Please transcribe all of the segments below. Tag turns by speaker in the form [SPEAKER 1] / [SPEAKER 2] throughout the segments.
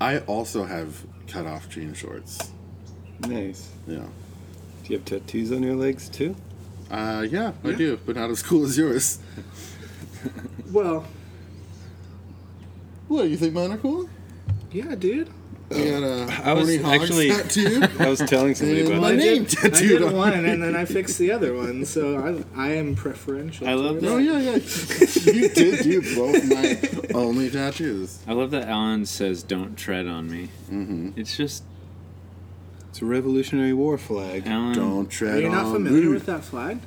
[SPEAKER 1] I also have cut off jean shorts.
[SPEAKER 2] Nice.
[SPEAKER 1] Yeah.
[SPEAKER 2] Do you have tattoos on your legs too?
[SPEAKER 1] Uh, yeah, I
[SPEAKER 2] Yeah.
[SPEAKER 1] do, but not as cool as yours.
[SPEAKER 2] Well,
[SPEAKER 1] What, you think mine are cool?
[SPEAKER 2] yeah, dude.
[SPEAKER 1] I got a
[SPEAKER 2] I was
[SPEAKER 1] horny hog
[SPEAKER 2] actually-
[SPEAKER 1] tattoo.
[SPEAKER 2] I was telling somebody
[SPEAKER 1] And
[SPEAKER 2] about
[SPEAKER 1] my
[SPEAKER 2] that.
[SPEAKER 1] name
[SPEAKER 3] I
[SPEAKER 1] tattooed
[SPEAKER 3] did
[SPEAKER 1] on
[SPEAKER 3] one, and then I fixed the other one, so I, I am preferential.
[SPEAKER 4] I
[SPEAKER 3] to
[SPEAKER 4] love
[SPEAKER 3] it.
[SPEAKER 4] that.
[SPEAKER 1] Oh yeah, yeah. you did do both my only tattoos.
[SPEAKER 4] I love that Alan says, "Don't tread on me."
[SPEAKER 1] Mm-hmm.
[SPEAKER 4] It's just
[SPEAKER 2] It's a Revolutionary War flag.
[SPEAKER 4] Alan.
[SPEAKER 1] Don't
[SPEAKER 3] Are
[SPEAKER 1] tread
[SPEAKER 3] you
[SPEAKER 1] on
[SPEAKER 3] not familiar
[SPEAKER 1] me.
[SPEAKER 3] with that flag?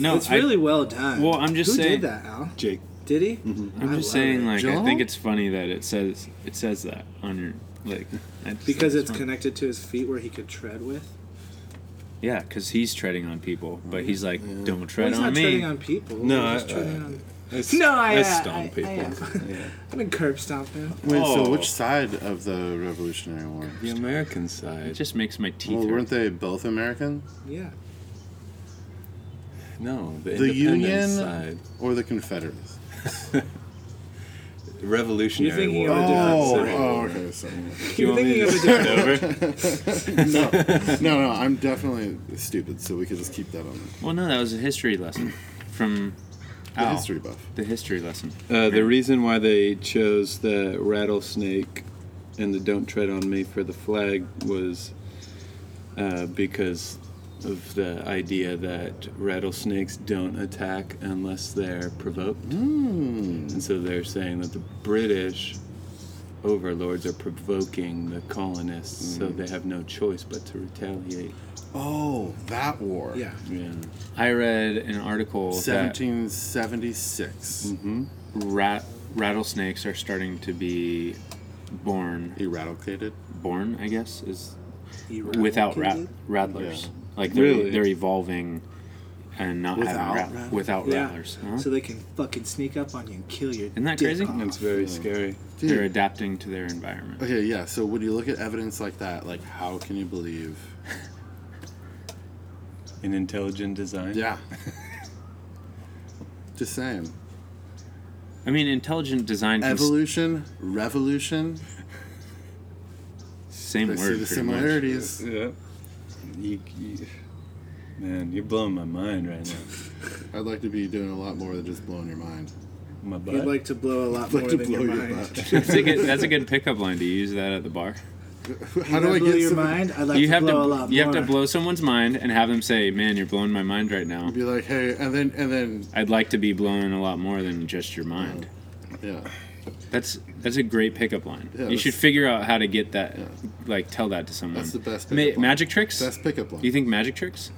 [SPEAKER 4] No,
[SPEAKER 3] it's
[SPEAKER 4] I-
[SPEAKER 3] really well done.
[SPEAKER 4] Well, I'm just
[SPEAKER 3] Who
[SPEAKER 4] saying-
[SPEAKER 3] did that, Al?
[SPEAKER 2] Jake.
[SPEAKER 3] Did he?
[SPEAKER 1] Mm-hmm.
[SPEAKER 4] I'm
[SPEAKER 3] I
[SPEAKER 4] just
[SPEAKER 3] love
[SPEAKER 4] saying,
[SPEAKER 3] it.
[SPEAKER 4] like, I
[SPEAKER 1] Joel?
[SPEAKER 4] think it's funny that it says it says that on your like I just
[SPEAKER 3] Because
[SPEAKER 4] think
[SPEAKER 3] it's
[SPEAKER 4] funny.
[SPEAKER 3] connected to his feet where he could tread with.
[SPEAKER 4] yeah, because he's treading on people, but he's like, don't
[SPEAKER 3] Well,
[SPEAKER 4] tread
[SPEAKER 3] he's
[SPEAKER 4] on
[SPEAKER 3] not
[SPEAKER 4] me.
[SPEAKER 3] treading on people.
[SPEAKER 2] No,
[SPEAKER 3] he's just
[SPEAKER 2] I-
[SPEAKER 3] treading
[SPEAKER 2] I-
[SPEAKER 3] on.
[SPEAKER 2] I, s-
[SPEAKER 3] No, I,
[SPEAKER 2] I
[SPEAKER 3] uh,
[SPEAKER 2] stomp
[SPEAKER 3] I-
[SPEAKER 2] people.
[SPEAKER 3] I am.
[SPEAKER 2] yeah.
[SPEAKER 3] I've been curb stomping.
[SPEAKER 1] Wait, so
[SPEAKER 4] Oh.
[SPEAKER 1] which side of the Revolutionary War?
[SPEAKER 2] The American
[SPEAKER 4] It
[SPEAKER 2] side.
[SPEAKER 4] just makes my teeth
[SPEAKER 1] Well,
[SPEAKER 4] hurt.
[SPEAKER 1] weren't they both American,
[SPEAKER 3] Yeah.
[SPEAKER 2] No, the,
[SPEAKER 1] The
[SPEAKER 2] independent
[SPEAKER 1] Union?
[SPEAKER 2] side.
[SPEAKER 1] or the Confederates?
[SPEAKER 2] The Revolutionary
[SPEAKER 3] You're thinking
[SPEAKER 2] War.
[SPEAKER 3] of a different
[SPEAKER 2] Civil
[SPEAKER 1] oh,
[SPEAKER 3] side.
[SPEAKER 2] War.
[SPEAKER 1] okay. So,
[SPEAKER 2] You
[SPEAKER 3] You're
[SPEAKER 2] want me
[SPEAKER 3] thinking
[SPEAKER 2] to
[SPEAKER 3] of a
[SPEAKER 2] just
[SPEAKER 3] different.
[SPEAKER 2] start over?
[SPEAKER 1] no, no, no. I'm definitely stupid, so we could just keep that on
[SPEAKER 4] Well, no, that was a history lesson from
[SPEAKER 1] the
[SPEAKER 4] Al,
[SPEAKER 1] history buff.
[SPEAKER 4] The history lesson.
[SPEAKER 2] Uh, the reason why they chose the rattlesnake and the "Don't Tread on Me" for the flag was uh, because of the idea that rattlesnakes don't attack unless they're provoked,
[SPEAKER 1] Hmm.
[SPEAKER 2] and so they're saying that the British overlords are provoking the colonists, so
[SPEAKER 1] Mm.
[SPEAKER 2] they have no choice but to retaliate.
[SPEAKER 1] Oh, that war.
[SPEAKER 3] Yeah.
[SPEAKER 2] Yeah.
[SPEAKER 4] I read an article that
[SPEAKER 1] 1776.
[SPEAKER 2] Mm-hmm.
[SPEAKER 4] rat, rattlesnakes are starting to be born.
[SPEAKER 1] Eradicated.
[SPEAKER 4] Born, I guess, is
[SPEAKER 3] He
[SPEAKER 4] without rat,
[SPEAKER 3] rattled.
[SPEAKER 4] rattlers.
[SPEAKER 1] Yeah.
[SPEAKER 4] Like they're,
[SPEAKER 2] Really?
[SPEAKER 4] they're evolving and not
[SPEAKER 1] Without
[SPEAKER 4] having rat,
[SPEAKER 1] rattlers?
[SPEAKER 4] without
[SPEAKER 3] Yeah.
[SPEAKER 4] rattlers. Huh?
[SPEAKER 3] So they can fucking sneak up on you and kill your.
[SPEAKER 4] Isn't that
[SPEAKER 3] dick
[SPEAKER 4] crazy?
[SPEAKER 3] off.
[SPEAKER 2] That's very scary.
[SPEAKER 1] Dude.
[SPEAKER 4] They're adapting to their environment.
[SPEAKER 1] Okay, yeah. So when you look at evidence like that, like how can you believe?
[SPEAKER 2] In intelligent design.
[SPEAKER 1] Yeah. Just saying.
[SPEAKER 4] I mean, intelligent design. Can s-
[SPEAKER 1] Evolution, revolution.
[SPEAKER 4] same
[SPEAKER 1] They
[SPEAKER 4] word.
[SPEAKER 1] see the
[SPEAKER 4] pretty
[SPEAKER 1] similarities.
[SPEAKER 2] Yeah. You, you, man, you're blowing my mind right now.
[SPEAKER 1] I'd like to be doing a lot more than just blowing your mind.
[SPEAKER 2] My butt.
[SPEAKER 3] You'd like to blow a lot
[SPEAKER 1] I'd like
[SPEAKER 3] more
[SPEAKER 1] to
[SPEAKER 3] than
[SPEAKER 1] blow
[SPEAKER 3] your
[SPEAKER 1] your
[SPEAKER 3] mind.
[SPEAKER 1] butt.
[SPEAKER 4] Much. That's a good. That's a good pickup line. Do you use that at the bar?
[SPEAKER 1] How
[SPEAKER 3] If
[SPEAKER 1] do I
[SPEAKER 3] blow
[SPEAKER 1] get
[SPEAKER 3] your
[SPEAKER 1] some?
[SPEAKER 3] mind? I'd like
[SPEAKER 4] you
[SPEAKER 3] to
[SPEAKER 4] have
[SPEAKER 3] blow
[SPEAKER 4] to.
[SPEAKER 3] a lot
[SPEAKER 4] you
[SPEAKER 3] more.
[SPEAKER 4] have to blow someone's mind and have them say, "Man, you're blowing my mind right now."
[SPEAKER 1] Be like, hey, and then and then
[SPEAKER 4] I'd like to be blown a lot more than just your mind.
[SPEAKER 1] yeah.
[SPEAKER 4] That's that's a great pickup line.
[SPEAKER 1] Yeah,
[SPEAKER 4] you should
[SPEAKER 1] that's-
[SPEAKER 4] figure out how to get that,
[SPEAKER 1] Yeah.
[SPEAKER 4] like tell that to someone.
[SPEAKER 1] That's the best
[SPEAKER 4] Ma-
[SPEAKER 1] pickup line.
[SPEAKER 4] magic tricks.
[SPEAKER 1] Best pickup line.
[SPEAKER 4] Do you think magic tricks?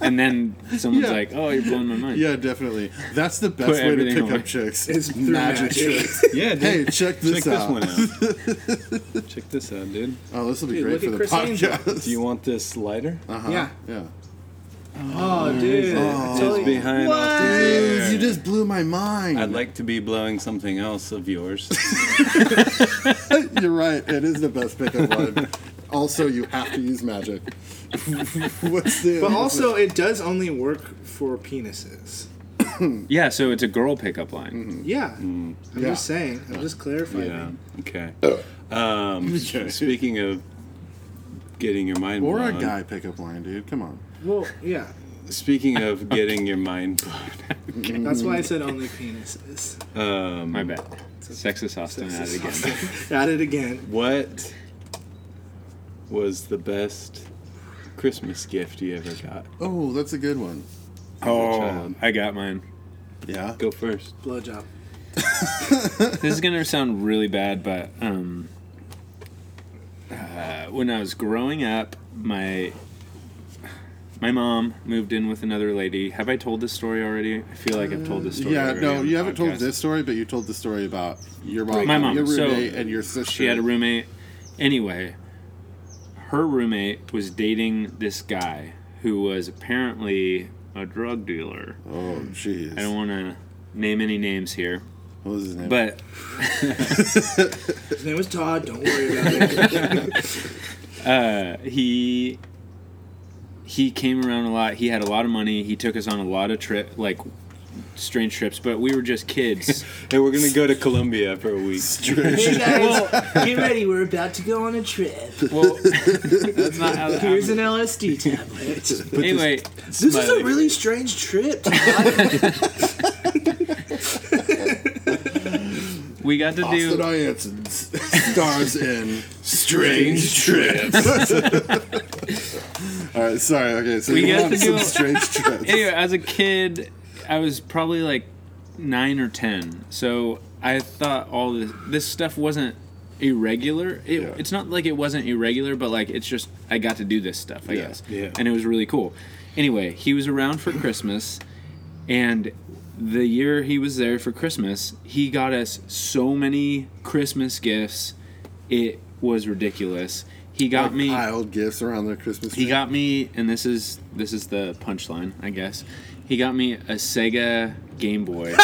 [SPEAKER 4] and then someone's
[SPEAKER 1] Yeah.
[SPEAKER 4] like, "Oh, you're blowing my mind."
[SPEAKER 1] yeah, definitely. That's the best way to
[SPEAKER 4] everything
[SPEAKER 1] pick
[SPEAKER 4] away.
[SPEAKER 1] up chicks.
[SPEAKER 3] It's through magic.
[SPEAKER 1] tricks.
[SPEAKER 2] yeah, dude.
[SPEAKER 1] hey, check this
[SPEAKER 2] check
[SPEAKER 1] out.
[SPEAKER 2] this one out. check this out, dude.
[SPEAKER 1] Oh, this will be
[SPEAKER 3] Dude,
[SPEAKER 1] great
[SPEAKER 3] look
[SPEAKER 1] for
[SPEAKER 3] at
[SPEAKER 1] the
[SPEAKER 3] Chris Angel.
[SPEAKER 1] podcast.
[SPEAKER 2] Do you want this lighter?
[SPEAKER 1] uh-huh.
[SPEAKER 3] Yeah.
[SPEAKER 1] Yeah.
[SPEAKER 3] Oh, dude.
[SPEAKER 1] Oh.
[SPEAKER 3] Totally.
[SPEAKER 2] It's behind off the
[SPEAKER 1] Dude,
[SPEAKER 2] ear.
[SPEAKER 1] you just blew my mind.
[SPEAKER 2] I'd like to be blowing something else of yours.
[SPEAKER 1] You're right. It is the best pickup line. Also, you have to use magic. What's the?
[SPEAKER 3] But also, it does only work for penises.
[SPEAKER 4] Yeah, so it's a girl pickup line.
[SPEAKER 3] Yeah. I'm
[SPEAKER 1] Yeah.
[SPEAKER 3] just saying. I'm just clarifying.
[SPEAKER 2] yeah. Okay.
[SPEAKER 4] Oh.
[SPEAKER 2] Um, speaking of getting your mind
[SPEAKER 1] or a
[SPEAKER 2] blown.
[SPEAKER 1] guy pickup line, dude. Come on.
[SPEAKER 3] Well, yeah.
[SPEAKER 2] Speaking of getting your mind blown.
[SPEAKER 3] That's why I said only penises.
[SPEAKER 1] Mm-hmm.
[SPEAKER 2] Um,
[SPEAKER 4] My bad. Sexist Austin at it again.
[SPEAKER 3] At it again.
[SPEAKER 2] What was the best Christmas gift you ever got?
[SPEAKER 1] Oh, that's a good one.
[SPEAKER 4] Oh,
[SPEAKER 2] child.
[SPEAKER 4] I got mine.
[SPEAKER 1] Yeah.
[SPEAKER 2] Go first.
[SPEAKER 3] Blowjob.
[SPEAKER 4] This is gonna sound really bad, but um, uh, when I was growing up, my my mom moved in with another lady. Have I told this story already? I feel like I've told this story.
[SPEAKER 1] Yeah.
[SPEAKER 4] already
[SPEAKER 1] No,
[SPEAKER 4] on
[SPEAKER 1] you
[SPEAKER 4] the
[SPEAKER 1] haven't
[SPEAKER 4] podcast.
[SPEAKER 1] told this story, but you told the story about your mom,
[SPEAKER 4] My mom,
[SPEAKER 1] your
[SPEAKER 4] so-
[SPEAKER 1] roommate, and your sister.
[SPEAKER 4] She had a roommate. Anyway, her roommate was dating this guy who was apparently a drug dealer.
[SPEAKER 1] Oh, jeez.
[SPEAKER 4] I don't want to name any names here,
[SPEAKER 1] What was his name?
[SPEAKER 4] but
[SPEAKER 3] His name was Todd. Don't worry about it.
[SPEAKER 4] uh, he he came around a lot. He had a lot of money. He took us on a lot of trip. Like strange trips, but we were just kids.
[SPEAKER 2] And we're gonna go to Colombia for a week.
[SPEAKER 3] Hey guys, get ready. We're about to go on a trip.
[SPEAKER 4] well, that's not how that
[SPEAKER 3] Here's
[SPEAKER 4] happened.
[SPEAKER 3] an LSD tablet.
[SPEAKER 4] Anyway,
[SPEAKER 3] This is a
[SPEAKER 2] Smiley.
[SPEAKER 3] really strange trip.
[SPEAKER 4] we got to
[SPEAKER 1] Austin
[SPEAKER 4] do.
[SPEAKER 1] Ianson stars in.
[SPEAKER 2] strange trips.
[SPEAKER 1] All right, sorry. Okay, so
[SPEAKER 4] We
[SPEAKER 1] you
[SPEAKER 4] got
[SPEAKER 1] want
[SPEAKER 4] to
[SPEAKER 1] some
[SPEAKER 4] do-
[SPEAKER 1] strange trips.
[SPEAKER 4] Anyway, as a kid, I was probably like nine or ten, so I thought all this this stuff wasn't irregular. It,
[SPEAKER 1] Yeah.
[SPEAKER 4] It's not like it wasn't irregular, but like it's just I got to do this stuff, I
[SPEAKER 1] Yeah,
[SPEAKER 4] guess,
[SPEAKER 2] yeah.
[SPEAKER 4] and it was really cool. Anyway, he was around for Christmas, and the year he was there for Christmas, he got us so many Christmas gifts. It was ridiculous. He got me
[SPEAKER 1] Piled gifts around the Christmas tree.
[SPEAKER 4] he got me, and this is this is the punchline, I guess. He got me a Sega Game Boy,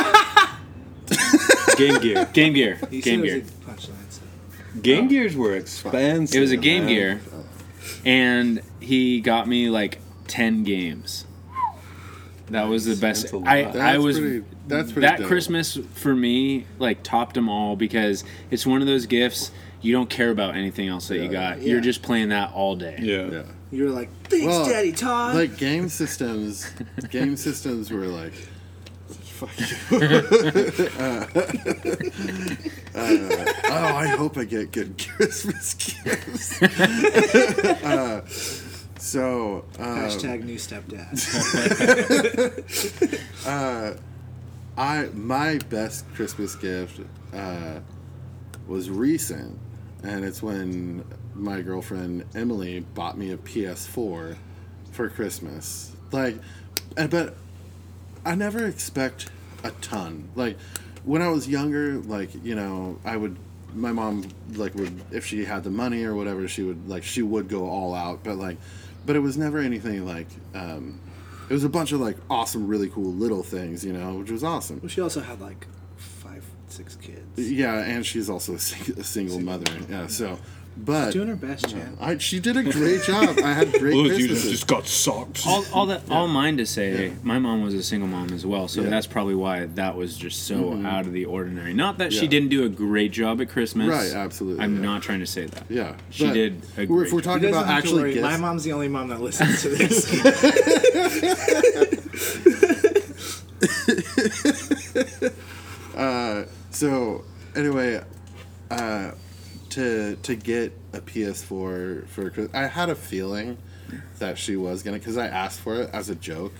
[SPEAKER 2] Game Gear.
[SPEAKER 4] Game Gear,
[SPEAKER 3] He
[SPEAKER 4] Game
[SPEAKER 3] said
[SPEAKER 4] Gear.
[SPEAKER 3] it was a punchline, so-
[SPEAKER 2] Game Gears were expensive.
[SPEAKER 4] It was a Game
[SPEAKER 2] man.
[SPEAKER 4] Gear, and he got me like ten games. That was the best.
[SPEAKER 2] That's a lot.
[SPEAKER 4] I
[SPEAKER 1] That's
[SPEAKER 4] I was
[SPEAKER 1] pretty, that's pretty
[SPEAKER 4] that
[SPEAKER 1] dope.
[SPEAKER 4] Christmas for me like topped them all because it's one of those gifts you don't care about anything else that you got.
[SPEAKER 3] yeah.
[SPEAKER 4] You're just playing that all day.
[SPEAKER 2] Yeah.
[SPEAKER 1] Yeah.
[SPEAKER 3] You're like, thanks,
[SPEAKER 1] Well,
[SPEAKER 3] Daddy Todd.
[SPEAKER 1] Like game systems, game systems were like, fuck you. uh, uh, oh, I hope I get good Christmas gifts. Uh, so, uh,
[SPEAKER 3] Hashtag new stepdad.
[SPEAKER 1] I my best Christmas gift uh, was recent, and it's when my girlfriend Emily bought me a PS4 for Christmas. Like, and- but I never expect a ton. Like when I was younger, like you know, I would my mom like would if she had the money or whatever, she would like she would go all out. But like, but it was never anything like. Um, it was a bunch of like awesome, really cool little things, you know, which was awesome.
[SPEAKER 3] well, she also had like five, six kids.
[SPEAKER 1] Yeah, and she's also a, sing- a single mother. Yeah, so, but
[SPEAKER 3] Doing her best, Chan.
[SPEAKER 1] I, she did a great job. I had great Christmases.
[SPEAKER 2] got socks.
[SPEAKER 4] all, all that all mine to say my mom was a single mom as well so
[SPEAKER 1] Yeah.
[SPEAKER 4] that's probably why that was just so
[SPEAKER 3] Mm-hmm.
[SPEAKER 4] out of the ordinary not that she
[SPEAKER 1] Yeah.
[SPEAKER 4] didn't do a great job at christmas
[SPEAKER 1] Right, absolutely,
[SPEAKER 4] i'm
[SPEAKER 1] yeah.
[SPEAKER 4] not trying to say that
[SPEAKER 1] yeah,
[SPEAKER 4] she
[SPEAKER 1] but
[SPEAKER 4] did
[SPEAKER 1] we're-
[SPEAKER 4] a great
[SPEAKER 1] if we're
[SPEAKER 4] job.
[SPEAKER 1] talking
[SPEAKER 3] You guys
[SPEAKER 1] about
[SPEAKER 3] don't have to
[SPEAKER 1] actually
[SPEAKER 3] worry. My
[SPEAKER 1] gifts,
[SPEAKER 3] mom's the only mom that listens to this.
[SPEAKER 1] so anyway, uh, to to get a PS4 for Chris- I had a feeling that she was gonna because I asked for it as a joke,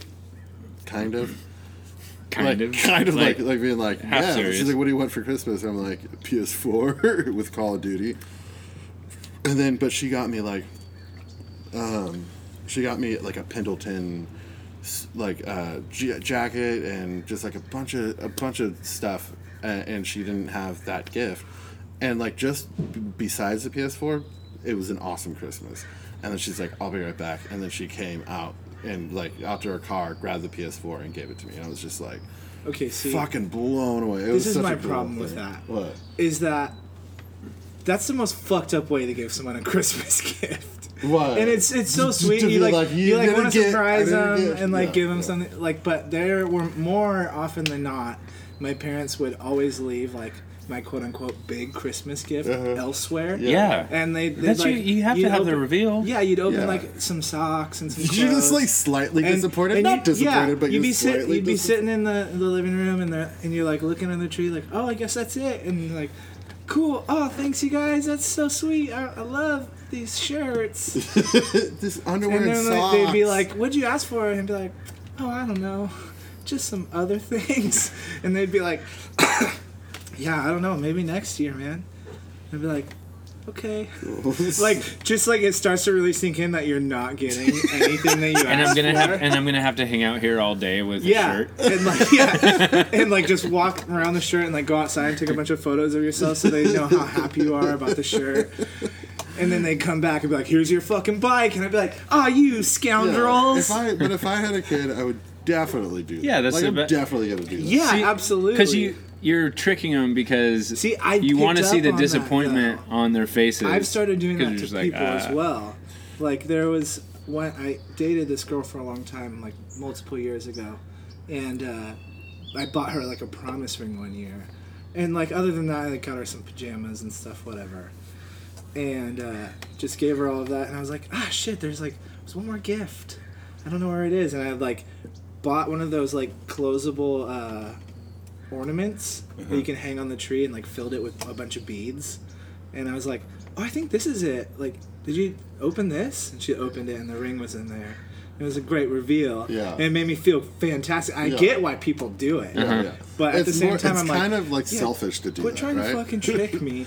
[SPEAKER 1] kind of.
[SPEAKER 4] kind
[SPEAKER 1] like,
[SPEAKER 4] of
[SPEAKER 1] kind of like, like, being like,
[SPEAKER 4] half
[SPEAKER 1] yeah.
[SPEAKER 4] serious.
[SPEAKER 1] She's like, what do you want for Christmas? I'm like, PS4 with Call of Duty. And then, but she got me like, um, she got me like a Pendleton, s- like uh, j- jacket and just like a bunch of a bunch of stuff, and, and she didn't have that gift. And like just b- besides the PS4, it was an awesome Christmas. And then she's like, I'll be right back. And then she came out and like out to her car, grabbed the PS4 and gave it to me. And I was just like,
[SPEAKER 3] okay, see.
[SPEAKER 1] fucking blown away. It was
[SPEAKER 3] This is
[SPEAKER 1] such
[SPEAKER 3] my
[SPEAKER 1] a cool
[SPEAKER 3] problem
[SPEAKER 1] thing.
[SPEAKER 3] with that.
[SPEAKER 1] What?
[SPEAKER 3] Is that that's the most fucked up way to give someone a Christmas gift.
[SPEAKER 1] What?
[SPEAKER 3] And it's it's so sweet.
[SPEAKER 1] to be
[SPEAKER 3] You like,
[SPEAKER 1] like,
[SPEAKER 3] you
[SPEAKER 1] "You
[SPEAKER 3] like
[SPEAKER 1] didn't
[SPEAKER 3] want to
[SPEAKER 1] get- I
[SPEAKER 3] surprise
[SPEAKER 1] didn't
[SPEAKER 3] them
[SPEAKER 1] get-"
[SPEAKER 3] and like
[SPEAKER 1] Yeah,
[SPEAKER 3] give them
[SPEAKER 1] yeah.
[SPEAKER 3] something like. But there were more often than not, my parents would always leave like my quote unquote big Christmas gift
[SPEAKER 1] Uh-huh.
[SPEAKER 3] elsewhere.
[SPEAKER 4] yeah,
[SPEAKER 3] And they they'd,
[SPEAKER 4] that's
[SPEAKER 3] like,
[SPEAKER 4] you you have to
[SPEAKER 3] you'd
[SPEAKER 4] have the
[SPEAKER 3] open-
[SPEAKER 4] reveal
[SPEAKER 3] Yeah, you'd open
[SPEAKER 1] Yeah.
[SPEAKER 3] like some socks and some.
[SPEAKER 1] Did you just
[SPEAKER 3] clothes.
[SPEAKER 1] like slightly
[SPEAKER 3] And-
[SPEAKER 1] disappointed?
[SPEAKER 3] and
[SPEAKER 1] Not
[SPEAKER 3] you'd-
[SPEAKER 1] disappointed, but
[SPEAKER 3] you'd
[SPEAKER 1] you're
[SPEAKER 3] be, sit-
[SPEAKER 1] slightly
[SPEAKER 3] you'd be
[SPEAKER 1] disappointed.
[SPEAKER 3] sitting in the, the living room and the, and you're like looking at the tree like oh I guess that's it and you're like cool oh thanks you guys that's so sweat I, I love these shirts
[SPEAKER 1] this underwear
[SPEAKER 3] and
[SPEAKER 1] and,
[SPEAKER 3] then like,
[SPEAKER 1] socks.
[SPEAKER 3] they'd be like what'd you ask for and I'd be like oh I don't know just some other things and they'd be like yeah I don't know maybe next year man I'd be like okay like just like it starts to really sink in that you're not getting anything that you asked
[SPEAKER 4] and i'm gonna
[SPEAKER 3] for.
[SPEAKER 4] have and i'm gonna have to hang out here all day with
[SPEAKER 3] Yeah,
[SPEAKER 4] a shirt
[SPEAKER 3] and like yeah, and like just walk around the shirt and like go outside and take a bunch of photos of yourself so they know how happy you are about the shirt. And then they come back and be like, "Here's your fucking bike," and I'd be like, "Ah, you
[SPEAKER 1] Yeah,
[SPEAKER 3] scoundrels!"
[SPEAKER 1] If I, but if I had a kid, I would definitely do that.
[SPEAKER 4] Yeah, that's
[SPEAKER 1] like,
[SPEAKER 4] the
[SPEAKER 1] I'm
[SPEAKER 4] be-
[SPEAKER 1] definitely gonna do that.
[SPEAKER 3] yeah,
[SPEAKER 4] See,
[SPEAKER 3] absolutely.
[SPEAKER 4] because you you're tricking them because
[SPEAKER 3] See, I
[SPEAKER 4] you want to
[SPEAKER 3] picked
[SPEAKER 4] see
[SPEAKER 3] up
[SPEAKER 4] the
[SPEAKER 3] on that,
[SPEAKER 4] disappointment on their faces
[SPEAKER 3] I've started doing
[SPEAKER 4] 'Cause
[SPEAKER 3] that
[SPEAKER 4] you're
[SPEAKER 3] to
[SPEAKER 4] just like,
[SPEAKER 3] people as
[SPEAKER 4] "Ah."
[SPEAKER 3] well. Like there was when I dated this girl for a long time, like multiple years ago, and uh, I bought her like a promise ring one year, and like other than that, I like, got her some pajamas and stuff, whatever, and uh, just gave her all of that. And I was like, ah, shit, there's like there's one more gift. I don't know where it is, and I like bought one of those like closable uh, ornaments
[SPEAKER 1] Mm-hmm.
[SPEAKER 3] that you can hang on the tree, and like filled it with a bunch of beads. And I was like, oh, I think this is it. Like, did you open this? And she opened it, and the ring was in there. It was a great reveal.
[SPEAKER 1] Yeah.
[SPEAKER 3] And it made me feel fantastic. I
[SPEAKER 1] Yeah.
[SPEAKER 3] get why people do it.
[SPEAKER 1] Yeah, yeah.
[SPEAKER 3] But at the same time,
[SPEAKER 1] it's
[SPEAKER 3] I'm like,
[SPEAKER 1] kind of like
[SPEAKER 3] yeah,
[SPEAKER 1] selfish to do
[SPEAKER 3] Quit
[SPEAKER 1] that,
[SPEAKER 3] trying
[SPEAKER 1] right?
[SPEAKER 3] to fucking trick me.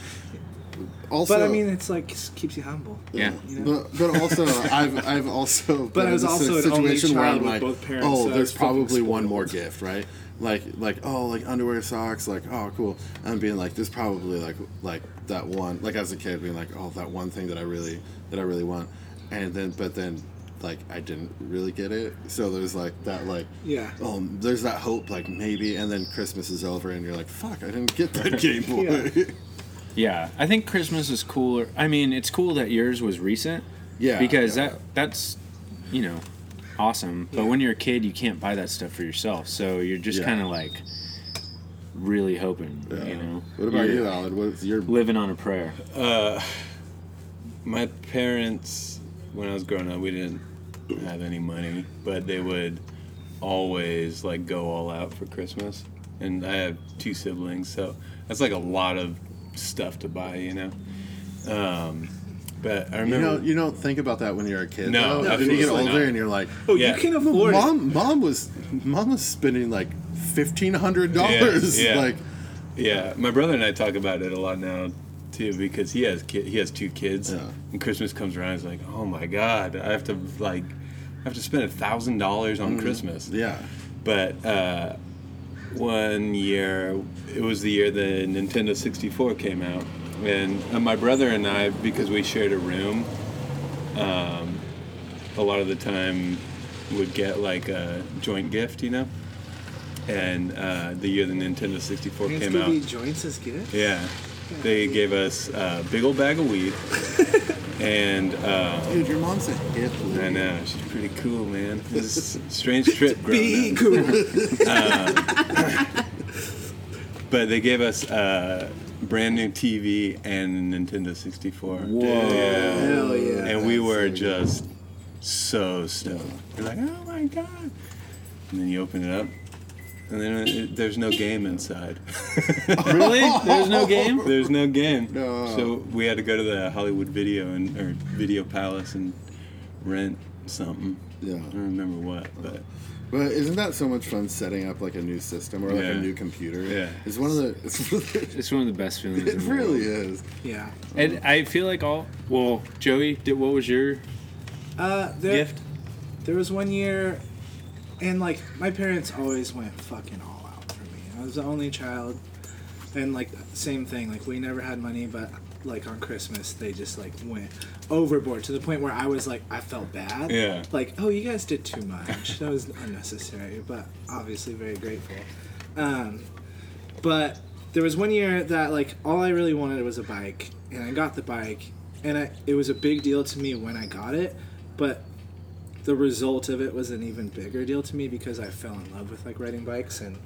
[SPEAKER 1] also,
[SPEAKER 3] But I mean, it's like s- keeps you humble.
[SPEAKER 4] Yeah.
[SPEAKER 3] you know?
[SPEAKER 1] But, but also, I've I've also been
[SPEAKER 3] I was
[SPEAKER 1] in
[SPEAKER 3] also
[SPEAKER 1] this
[SPEAKER 3] an only
[SPEAKER 1] situation where
[SPEAKER 3] child
[SPEAKER 1] I'm
[SPEAKER 3] with
[SPEAKER 1] like,
[SPEAKER 3] both parents,
[SPEAKER 1] oh,
[SPEAKER 3] so I
[SPEAKER 1] there's
[SPEAKER 3] was fucking
[SPEAKER 1] probably one
[SPEAKER 3] spoiled.
[SPEAKER 1] more gift, right? Like like oh, like underwear, socks, like oh, cool. And being like, there's probably like like that one, like as a kid, being like, oh, that one thing that I really that I really want, and then but then like I didn't really get it, so there's like that like
[SPEAKER 3] Yeah.
[SPEAKER 1] oh, there's that hope like maybe, and then Christmas is over and you're like, fuck, I didn't get that Game Boy.
[SPEAKER 3] Yeah.
[SPEAKER 4] Yeah, I think Christmas is cooler. I mean, it's cool that yours was recent.
[SPEAKER 1] Yeah,
[SPEAKER 4] because
[SPEAKER 1] yeah.
[SPEAKER 4] that that's, you know, awesome. But when you're a kid, you can't buy that stuff for yourself, so you're just
[SPEAKER 1] Yeah.
[SPEAKER 4] kind of like really hoping, you know.
[SPEAKER 1] What about
[SPEAKER 4] You're
[SPEAKER 1] you, Alan? What's your
[SPEAKER 4] Living on a prayer.
[SPEAKER 2] my parents when i was growing up we didn't have any money but they would always like go all out for christmas and i have two siblings so that's like a lot of stuff to buy you know um, but i
[SPEAKER 1] You
[SPEAKER 2] remember
[SPEAKER 1] know, you don't think about that when you're a kid.
[SPEAKER 2] No,
[SPEAKER 1] though. then you get
[SPEAKER 2] absolutely
[SPEAKER 1] older
[SPEAKER 2] not.
[SPEAKER 1] and you're like,
[SPEAKER 3] Oh,
[SPEAKER 2] Yeah.
[SPEAKER 3] you can afford it.
[SPEAKER 1] mom, mom was, mom was spending like fifteen hundred dollars.
[SPEAKER 2] Yeah, yeah.
[SPEAKER 1] Like,
[SPEAKER 2] Yeah, my brother and I talk about it a lot now, too, because he has ki- he has two kids,
[SPEAKER 1] Yeah.
[SPEAKER 2] and Christmas comes around, he's like, "Oh my God, I have to like, I have to spend a thousand dollars
[SPEAKER 1] Mm-hmm.
[SPEAKER 2] on Christmas."
[SPEAKER 1] yeah,
[SPEAKER 2] But uh, one year, it was the year the Nintendo 64 came out, and, and my brother and I, because we shared a room, um, a lot of the time would get like a joint gift, you know. And uh, the year the Nintendo 64
[SPEAKER 3] It's
[SPEAKER 2] came
[SPEAKER 3] gonna
[SPEAKER 2] out,
[SPEAKER 3] be joints as good.
[SPEAKER 2] yeah. They gave us a big old bag of weed. and uh,
[SPEAKER 1] dude, your mom's a hip. lady.
[SPEAKER 2] I know, she's pretty cool, man. It was a strange trip growing
[SPEAKER 3] Be
[SPEAKER 2] up.
[SPEAKER 3] cool.
[SPEAKER 2] But they gave us a brand new TV and a Nintendo 64. Whoa. Yeah.
[SPEAKER 3] Hell yeah.
[SPEAKER 2] And we were just so stoned. We're like, oh my God. And then you open it up. And then uh, it, there's no game inside.
[SPEAKER 4] really? There's no game.
[SPEAKER 2] There's no game.
[SPEAKER 1] No.
[SPEAKER 2] So we had to go to the Hollywood Video and or Video Palace and rent something.
[SPEAKER 1] Yeah.
[SPEAKER 2] I don't remember what, but
[SPEAKER 1] But isn't that so much fun setting up like a new system or like a
[SPEAKER 2] Yeah.
[SPEAKER 1] new computer?
[SPEAKER 2] Yeah. Mm-hmm.
[SPEAKER 1] it's one of the. It's really,
[SPEAKER 4] It's one of the best feelings.
[SPEAKER 1] it
[SPEAKER 4] in the
[SPEAKER 1] really
[SPEAKER 4] world.
[SPEAKER 1] is.
[SPEAKER 3] yeah.
[SPEAKER 4] And I feel like all. Well, Joey, did what was your
[SPEAKER 3] Uh, there,
[SPEAKER 4] gift?
[SPEAKER 3] There was one year, and like my parents always went fucking all out for me. I was the only child, and like same thing. Like we never had money, but like on Christmas they just like went overboard to the point where I was like I felt bad.
[SPEAKER 2] Yeah.
[SPEAKER 3] Like oh you guys did too much. that was unnecessary, but obviously very grateful. Um, but there was one year that like all I really wanted was a bike, and I got the bike, and I, it was a big deal to me when I got it, but the result of it was an even bigger deal to me because I fell in love with like riding bikes and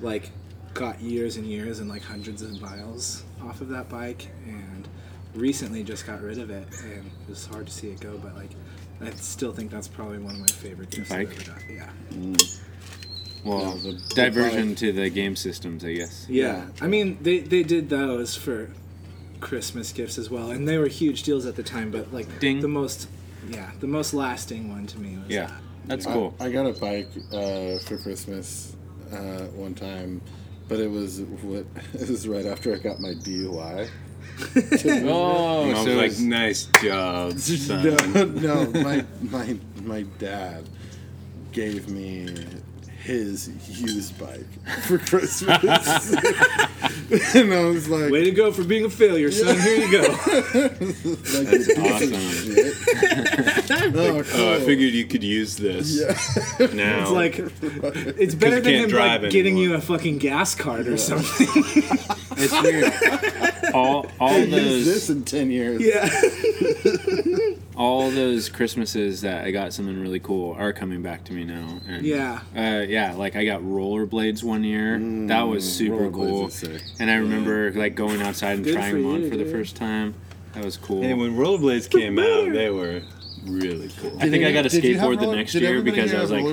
[SPEAKER 3] like got years and years and like hundreds of miles off of that bike and recently just got rid of it and it was hard to see it go but like I still think that's probably one of my favorite gifts I've
[SPEAKER 4] Bike?
[SPEAKER 3] ever got. Yeah.
[SPEAKER 4] Well,
[SPEAKER 1] the-
[SPEAKER 4] diversion to the game systems, I guess.
[SPEAKER 3] Yeah, I mean they they did those for Christmas gifts as well, and they were huge deals at the time. But like
[SPEAKER 4] Ding.
[SPEAKER 3] the most, yeah, the most lasting one to me was
[SPEAKER 4] Yeah,
[SPEAKER 3] that.
[SPEAKER 4] that's cool.
[SPEAKER 1] I, I got a bike uh, for Christmas uh, one time, but it was what it was right after I got my DUI.
[SPEAKER 4] Oh,
[SPEAKER 2] And I was
[SPEAKER 4] so
[SPEAKER 2] like,
[SPEAKER 4] it's-
[SPEAKER 2] nice job, son.
[SPEAKER 1] No, no, my my my dad gave me his used bike for Christmas, and I was like,
[SPEAKER 3] Way to go for being a failure, son. Here you go.
[SPEAKER 1] like "This piece of
[SPEAKER 2] awesome.
[SPEAKER 1] shit." oh,
[SPEAKER 2] Oh, I
[SPEAKER 1] cool.
[SPEAKER 2] figured you could use this now.
[SPEAKER 3] It's like it's better
[SPEAKER 2] Oh. you
[SPEAKER 3] than
[SPEAKER 2] can't
[SPEAKER 3] him
[SPEAKER 2] drive
[SPEAKER 3] like, getting
[SPEAKER 2] anymore.
[SPEAKER 3] you a fucking gas card or something.
[SPEAKER 4] It's weird. all all
[SPEAKER 1] Use
[SPEAKER 4] those
[SPEAKER 1] this in ten years.
[SPEAKER 3] yeah,
[SPEAKER 4] all those Christmases that I got something really cool are coming back to me now. And,
[SPEAKER 3] Yeah. Mm,
[SPEAKER 4] uh, yeah. Like I got rollerblades one year. that was super
[SPEAKER 1] rollerblades
[SPEAKER 4] cool.
[SPEAKER 1] is sick.
[SPEAKER 4] And I remember like going outside and
[SPEAKER 3] Good
[SPEAKER 4] trying
[SPEAKER 3] for
[SPEAKER 4] them on
[SPEAKER 3] you,
[SPEAKER 4] for the
[SPEAKER 3] dude.
[SPEAKER 4] first time. That was cool.
[SPEAKER 2] And when rollerblades came out, they were really cool.
[SPEAKER 4] I think I got a
[SPEAKER 1] Did you have
[SPEAKER 4] skateboard the
[SPEAKER 1] roller-
[SPEAKER 4] next
[SPEAKER 1] did
[SPEAKER 4] year
[SPEAKER 1] everybody
[SPEAKER 4] because I
[SPEAKER 1] have
[SPEAKER 4] was like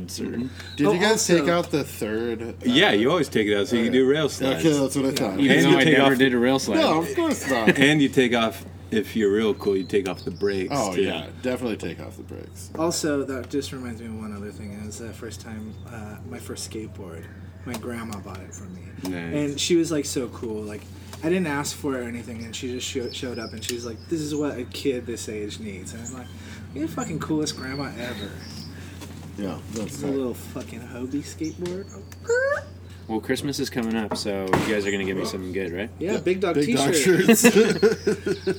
[SPEAKER 1] rollerblades? Mm-hmm.
[SPEAKER 4] rollerblades. Are,
[SPEAKER 1] Did
[SPEAKER 3] Oh,
[SPEAKER 1] you guys
[SPEAKER 3] also-
[SPEAKER 1] take out the third? uh,
[SPEAKER 2] Yeah, you always take it out so you can do rail slides.
[SPEAKER 1] Okay, that's what I thought.
[SPEAKER 4] even
[SPEAKER 2] And
[SPEAKER 4] though
[SPEAKER 2] you
[SPEAKER 4] I
[SPEAKER 2] take
[SPEAKER 4] never
[SPEAKER 2] off-
[SPEAKER 4] did a rail slide.
[SPEAKER 1] No, of course not.
[SPEAKER 2] And you take off if you're real cool, you take off the brakes.
[SPEAKER 1] Oh
[SPEAKER 2] too.
[SPEAKER 1] yeah, definitely take off the brakes.
[SPEAKER 3] Also, that just reminds me of one other thing. It was the first time, uh, my first skateboard. My grandma bought it for me,
[SPEAKER 2] Nice.
[SPEAKER 3] and she was like so cool. Like, I didn't ask for it or anything, and she just sho- showed up, and she was like, "This is what a kid this age needs." And I'm like, "You're the fucking coolest grandma ever."
[SPEAKER 1] Yeah, that's
[SPEAKER 3] It's a
[SPEAKER 1] right.
[SPEAKER 3] little fucking Hobie skateboard.
[SPEAKER 4] Well, Christmas is coming up, so you guys are gonna give me something good, right?
[SPEAKER 3] Yeah, big dog
[SPEAKER 1] Big dog
[SPEAKER 3] t-shirt.
[SPEAKER 1] shirts.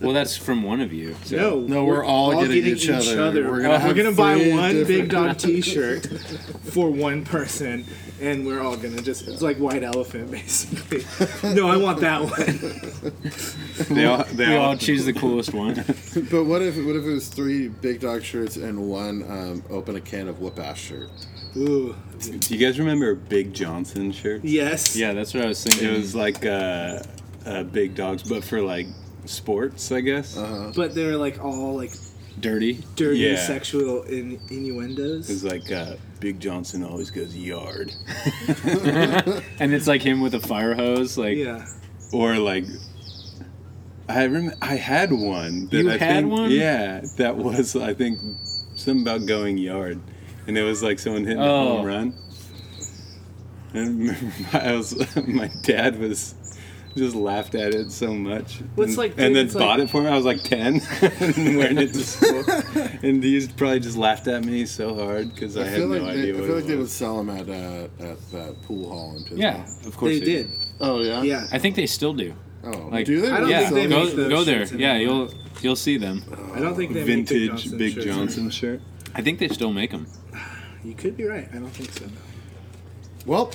[SPEAKER 4] Well, that's from one of you. So.
[SPEAKER 3] No,
[SPEAKER 1] No, we're all getting each other. We're
[SPEAKER 3] Uh, We're
[SPEAKER 1] gonna
[SPEAKER 3] gonna,
[SPEAKER 1] have
[SPEAKER 3] buy
[SPEAKER 1] three
[SPEAKER 3] one big
[SPEAKER 1] different-
[SPEAKER 3] dog T-shirt for one person, and we're all gonna just—it's like white elephant, basically. no, I want that one.
[SPEAKER 2] They all, they
[SPEAKER 4] We
[SPEAKER 2] all,
[SPEAKER 4] all choose the coolest one.
[SPEAKER 1] but what if what if it was three big dog shirts and one um, open a can of whoop ass shirt?
[SPEAKER 3] Ooh,
[SPEAKER 2] do you guys remember Big Johnson shirt?
[SPEAKER 3] yes.
[SPEAKER 4] Yeah, that's what I was thinking.
[SPEAKER 2] It was like uh, uh, Big Dogs, but for like sports, I guess. Uh-huh.
[SPEAKER 3] But they're like all like
[SPEAKER 4] dirty.
[SPEAKER 3] dirty
[SPEAKER 2] Yeah.
[SPEAKER 3] sexual in- innuendos.
[SPEAKER 2] It was like uh, Big Johnson always goes yard.
[SPEAKER 4] And it's like him with a fire hose. Like
[SPEAKER 3] yeah.
[SPEAKER 2] or like I rem- I had one that
[SPEAKER 4] You
[SPEAKER 2] I
[SPEAKER 4] had
[SPEAKER 2] think
[SPEAKER 4] one?
[SPEAKER 2] yeah that was I think something about going yard and it was like someone hitting a
[SPEAKER 4] Oh.
[SPEAKER 2] home run and I remember my, I was my dad was just laughed at it so much
[SPEAKER 3] Well,
[SPEAKER 2] and,
[SPEAKER 3] it's like-
[SPEAKER 2] and then
[SPEAKER 3] it's like-
[SPEAKER 2] bought it for me I was like 10 and wearing it to school and he just probably just laughed at me so hard because I,
[SPEAKER 1] I
[SPEAKER 2] had
[SPEAKER 1] feel
[SPEAKER 2] no
[SPEAKER 1] like they,
[SPEAKER 2] idea
[SPEAKER 1] I
[SPEAKER 2] what
[SPEAKER 1] feel like
[SPEAKER 2] it
[SPEAKER 1] they would
[SPEAKER 2] was
[SPEAKER 1] sell them at uh, at that pool hall in Pittsburgh.
[SPEAKER 4] yeah, of course
[SPEAKER 3] They did.
[SPEAKER 1] Oh yeah.
[SPEAKER 3] Yeah.
[SPEAKER 4] I think they still do.
[SPEAKER 1] Oh,
[SPEAKER 4] Like-
[SPEAKER 1] do they?
[SPEAKER 3] I don't
[SPEAKER 4] yeah,
[SPEAKER 3] think they
[SPEAKER 4] go,
[SPEAKER 3] make those
[SPEAKER 4] go there.
[SPEAKER 3] shirts
[SPEAKER 4] Yeah,
[SPEAKER 3] anymore.
[SPEAKER 4] you'll you'll see them.
[SPEAKER 3] I don't think they make Big
[SPEAKER 2] vintage
[SPEAKER 3] Johnson
[SPEAKER 2] Big
[SPEAKER 3] shirts.
[SPEAKER 2] Johnson shirt
[SPEAKER 4] I think they still make them.
[SPEAKER 3] You could be right. I don't think so. though.
[SPEAKER 1] well,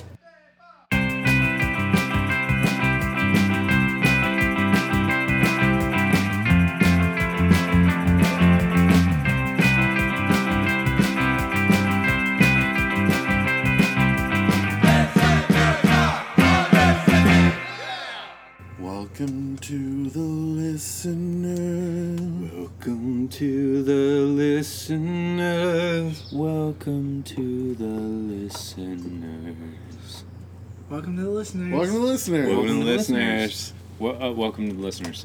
[SPEAKER 1] welcome to the listener.
[SPEAKER 2] Welcome to the listeners.
[SPEAKER 4] Welcome to the listeners.
[SPEAKER 3] Welcome to the listeners.
[SPEAKER 1] Welcome to the listener.
[SPEAKER 2] Welcome,
[SPEAKER 4] Welcome
[SPEAKER 2] to
[SPEAKER 4] to
[SPEAKER 2] listeners.
[SPEAKER 4] Well, uh, welcome to the listeners.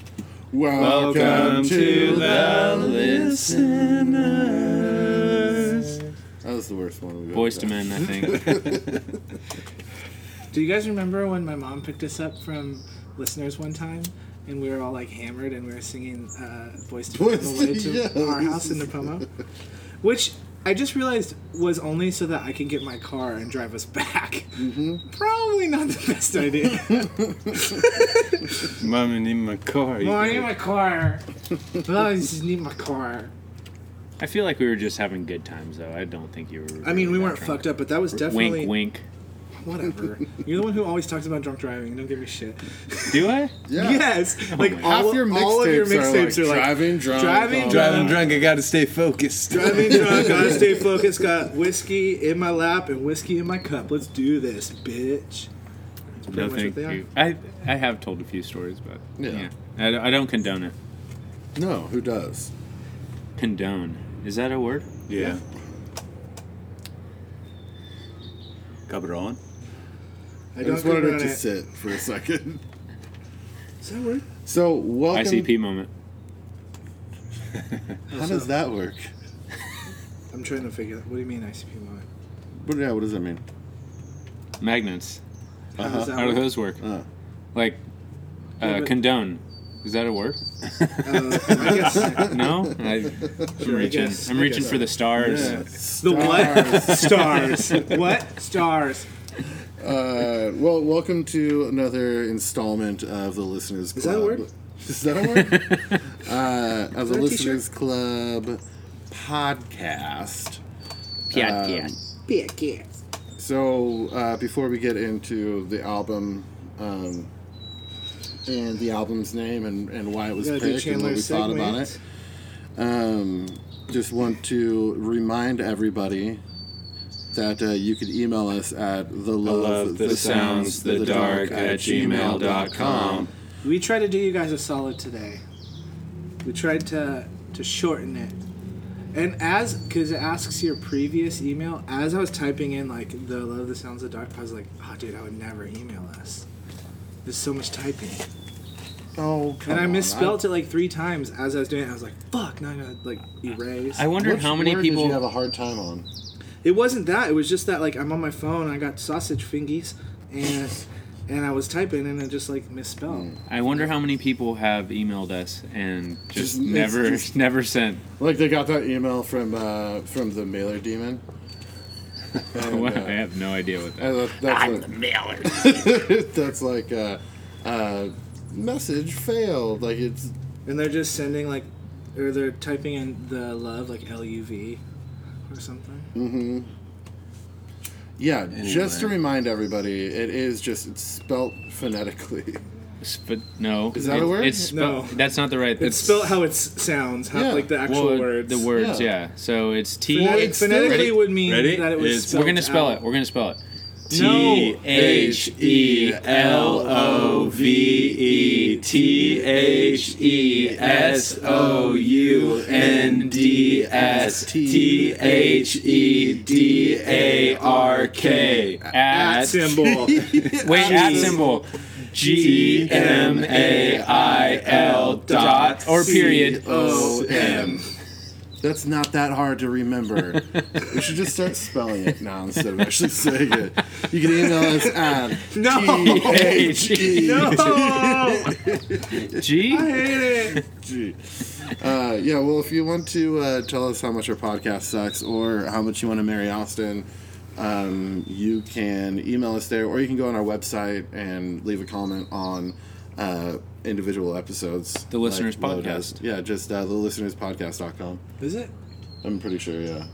[SPEAKER 1] Welcome, to the
[SPEAKER 2] listeners.
[SPEAKER 1] That was the worst one we've
[SPEAKER 4] Boys
[SPEAKER 1] ever
[SPEAKER 4] to
[SPEAKER 1] done.
[SPEAKER 4] men, I think.
[SPEAKER 3] Do you guys remember when my mom picked us up from listeners one time? And we were all like hammered and we were singing uh, Boys to Men on the
[SPEAKER 1] Boys
[SPEAKER 3] way
[SPEAKER 1] to-
[SPEAKER 3] to
[SPEAKER 1] yeah.
[SPEAKER 3] our house in Napomo. Which I just realized was only so that I could get my car and drive us back.
[SPEAKER 1] Mm-hmm.
[SPEAKER 3] Probably not the best idea.
[SPEAKER 2] Mom, I need my car. You
[SPEAKER 3] Mom, I
[SPEAKER 2] guys-
[SPEAKER 3] need my car. Mom, I just need my car.
[SPEAKER 4] I feel like we were just having good times, though. I don't think you were.
[SPEAKER 3] I mean, we weren't fucked up, but that was definitely.
[SPEAKER 4] Wink, wink.
[SPEAKER 3] Whatever. You're the one who always talks about drunk driving. Don't give me shit.
[SPEAKER 4] Do I?
[SPEAKER 1] Yeah.
[SPEAKER 3] Yes. like,
[SPEAKER 4] my-
[SPEAKER 1] Half
[SPEAKER 3] all,
[SPEAKER 1] your
[SPEAKER 3] all of your
[SPEAKER 1] mixtapes are,
[SPEAKER 3] mixtapes
[SPEAKER 1] like,
[SPEAKER 3] are,
[SPEAKER 1] driving
[SPEAKER 3] like.
[SPEAKER 1] drunk.
[SPEAKER 3] driving
[SPEAKER 1] all-
[SPEAKER 3] drunk.
[SPEAKER 2] Driving drunk, I gotta stay focused.
[SPEAKER 3] Driving drunk, gotta stay focused. Got whiskey in my lap and whiskey in my cup. Let's do this, bitch.
[SPEAKER 4] No,
[SPEAKER 3] much what
[SPEAKER 4] thank
[SPEAKER 3] they are.
[SPEAKER 4] you. I I have told a few stories, but
[SPEAKER 1] Yeah.
[SPEAKER 4] yeah, I, I don't condone it.
[SPEAKER 1] No, who does?
[SPEAKER 4] Condone is that a word?
[SPEAKER 2] yeah. Cabron.
[SPEAKER 1] I just
[SPEAKER 3] want
[SPEAKER 1] wanted it to sit for a second.
[SPEAKER 3] Is that word?
[SPEAKER 1] So welcome.
[SPEAKER 4] ICP moment.
[SPEAKER 1] How does that work?
[SPEAKER 3] I'm trying to figure out. What do you mean ICP moment?
[SPEAKER 1] But yeah, what does that mean?
[SPEAKER 4] Magnets.
[SPEAKER 3] How does that
[SPEAKER 4] How do
[SPEAKER 3] work?
[SPEAKER 4] those work?
[SPEAKER 1] Uh,
[SPEAKER 4] Like uh,
[SPEAKER 3] Yeah, but-
[SPEAKER 4] condone. Is that a word?
[SPEAKER 3] Uh, I guess
[SPEAKER 4] No. I, I'm
[SPEAKER 3] I
[SPEAKER 4] reaching.
[SPEAKER 3] guess-
[SPEAKER 4] I'm
[SPEAKER 3] I
[SPEAKER 4] reaching
[SPEAKER 3] guess
[SPEAKER 4] for the stars.
[SPEAKER 3] the what? Stars. what? Stars.
[SPEAKER 1] Uh, well, welcome to another installment of the Listeners Club.
[SPEAKER 3] Is that a word?
[SPEAKER 1] Is that a word? uh, of the
[SPEAKER 3] that a t-shirt?
[SPEAKER 1] Listeners Club podcast.
[SPEAKER 4] Podcast.
[SPEAKER 3] Podcast.
[SPEAKER 1] So uh, before we get into the album um, and the album's name and, and why it was
[SPEAKER 3] Gotta do
[SPEAKER 1] picked and what we
[SPEAKER 3] Chandler's
[SPEAKER 1] thought about
[SPEAKER 3] segment.
[SPEAKER 1] it, Um, just want to remind everybody that uh, you could email us at the love,
[SPEAKER 2] love the sounds, the dark at gmail.com.
[SPEAKER 3] We tried to do you guys a solid today. We tried to to shorten it. And as because it asks your previous email, as I was typing in like the love the sounds of the dark, I was like, oh dude, I would never email us. There's so much typing,
[SPEAKER 1] Oh, come
[SPEAKER 3] and I
[SPEAKER 1] on,
[SPEAKER 3] misspelled it like three times as I was doing it. I was like, fuck, now I gotta like erase.
[SPEAKER 4] I wondered
[SPEAKER 1] Which
[SPEAKER 4] how many
[SPEAKER 1] word
[SPEAKER 4] people.
[SPEAKER 1] did you have a hard time on?
[SPEAKER 3] It wasn't that. It was just that like I'm on my phone. I got sausage fingies, and and I was typing and I just like misspelled.
[SPEAKER 4] I wonder how many people have emailed us and just,
[SPEAKER 1] Just- it's
[SPEAKER 4] never,
[SPEAKER 1] just-
[SPEAKER 4] never sent.
[SPEAKER 1] Like they got that email from uh, from the mailer demon. And,
[SPEAKER 4] Well,
[SPEAKER 1] uh,
[SPEAKER 4] I have no idea what that.
[SPEAKER 1] and that- that's what-
[SPEAKER 4] mailer.
[SPEAKER 1] that's like uh, uh, message failed. Like it's
[SPEAKER 3] And they're just sending like, or they're typing in the love like L U V, or something.
[SPEAKER 1] yeah. Just to
[SPEAKER 2] Anyway.
[SPEAKER 1] remind everybody, it is just it's spelt phonetically.
[SPEAKER 4] But no,
[SPEAKER 1] Is that a
[SPEAKER 4] It-
[SPEAKER 1] word?
[SPEAKER 4] It's spe-
[SPEAKER 3] No.
[SPEAKER 4] That's not the right.
[SPEAKER 3] It's spelled how it s- sounds, how
[SPEAKER 1] Yeah.
[SPEAKER 3] like the actual
[SPEAKER 4] well,
[SPEAKER 3] words.
[SPEAKER 4] The words, yeah. So it's T.
[SPEAKER 3] Phonetic-
[SPEAKER 1] it's still-
[SPEAKER 3] phonetically
[SPEAKER 1] Ready?
[SPEAKER 3] would mean
[SPEAKER 2] Ready?
[SPEAKER 3] that it was.
[SPEAKER 2] It's-
[SPEAKER 4] We're gonna
[SPEAKER 3] spelled
[SPEAKER 4] spell
[SPEAKER 3] out.
[SPEAKER 4] it. We're gonna spell it.
[SPEAKER 3] No.
[SPEAKER 2] T H E L O V E T H E S O U N D S T H E D A R K
[SPEAKER 4] At
[SPEAKER 3] symbol.
[SPEAKER 4] Wait, at symbol.
[SPEAKER 2] G E M A I L dot
[SPEAKER 4] Or period.
[SPEAKER 2] O M.
[SPEAKER 1] That's not that hard to remember. we should just start spelling it now instead of actually saying it. You can email us at E
[SPEAKER 3] No.
[SPEAKER 1] T-H-E-G.
[SPEAKER 3] no. I
[SPEAKER 4] G.
[SPEAKER 3] hate it.
[SPEAKER 1] Uh, yeah, well, if you want to uh, tell us how much our podcast sucks or how much you want to marry Austin, um, you can email us there, or you can go on our website and leave a comment on uh, individual episodes.
[SPEAKER 4] The Listener's
[SPEAKER 1] Lo does.
[SPEAKER 4] Podcast.
[SPEAKER 1] Yeah, just uh, the listenerspodcast.com.
[SPEAKER 3] Is it?
[SPEAKER 1] I'm pretty sure, yeah.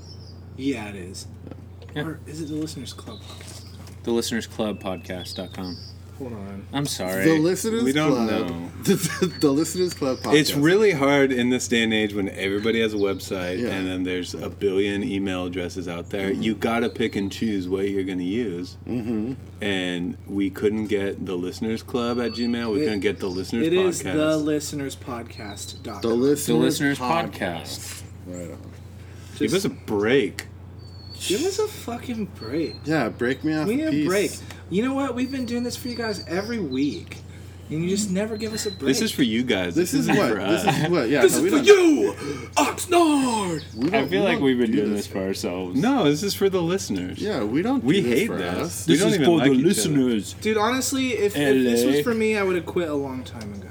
[SPEAKER 3] Yeah, it is.
[SPEAKER 4] Yeah.
[SPEAKER 3] Or is it the listeners club?
[SPEAKER 4] The Listeners Club Podcast.com.
[SPEAKER 3] Hold on.
[SPEAKER 4] I'm sorry.
[SPEAKER 1] The Listeners
[SPEAKER 2] We don't
[SPEAKER 1] Club.
[SPEAKER 2] know.
[SPEAKER 1] The, Listeners Club podcast.
[SPEAKER 2] It's really hard in this day and age when everybody has a website
[SPEAKER 1] Yeah.
[SPEAKER 2] and then there's a billion email addresses out there. You gotta pick and choose what you're gonna use. Mm-hmm. And we couldn't get the listeners club at Gmail. We
[SPEAKER 3] It-
[SPEAKER 2] couldn't get the listeners
[SPEAKER 3] It
[SPEAKER 2] podcast.
[SPEAKER 3] is the listeners podcast. Doc.
[SPEAKER 1] The Listeners,
[SPEAKER 4] the Listeners
[SPEAKER 1] podcast.
[SPEAKER 4] Podcast.
[SPEAKER 1] Right on.
[SPEAKER 2] Give us a break.
[SPEAKER 3] Give us a fucking break.
[SPEAKER 1] Yeah, break me off.
[SPEAKER 3] We need
[SPEAKER 1] a
[SPEAKER 3] a
[SPEAKER 1] piece.
[SPEAKER 3] break. You know what? We've been doing this for you guys every week, and you just never give us a break.
[SPEAKER 2] This is for you guys.
[SPEAKER 1] This is
[SPEAKER 2] isn't
[SPEAKER 1] what.
[SPEAKER 2] for
[SPEAKER 1] This
[SPEAKER 2] us.
[SPEAKER 1] is what. Yeah.
[SPEAKER 3] This
[SPEAKER 1] no,
[SPEAKER 3] is
[SPEAKER 1] we don't-
[SPEAKER 3] for you, Oxnard.
[SPEAKER 1] we don't-
[SPEAKER 4] I feel like
[SPEAKER 1] don't
[SPEAKER 4] we've been
[SPEAKER 1] do
[SPEAKER 4] doing this for ourselves.
[SPEAKER 2] no, this is for the listeners.
[SPEAKER 1] Yeah, we don't.
[SPEAKER 2] We
[SPEAKER 1] do this
[SPEAKER 2] hate
[SPEAKER 1] for
[SPEAKER 2] this.
[SPEAKER 1] us.
[SPEAKER 2] This is for the listeners.
[SPEAKER 3] Dude, honestly, if, if this
[SPEAKER 4] LA.
[SPEAKER 3] was for me, I would have quit a long time ago.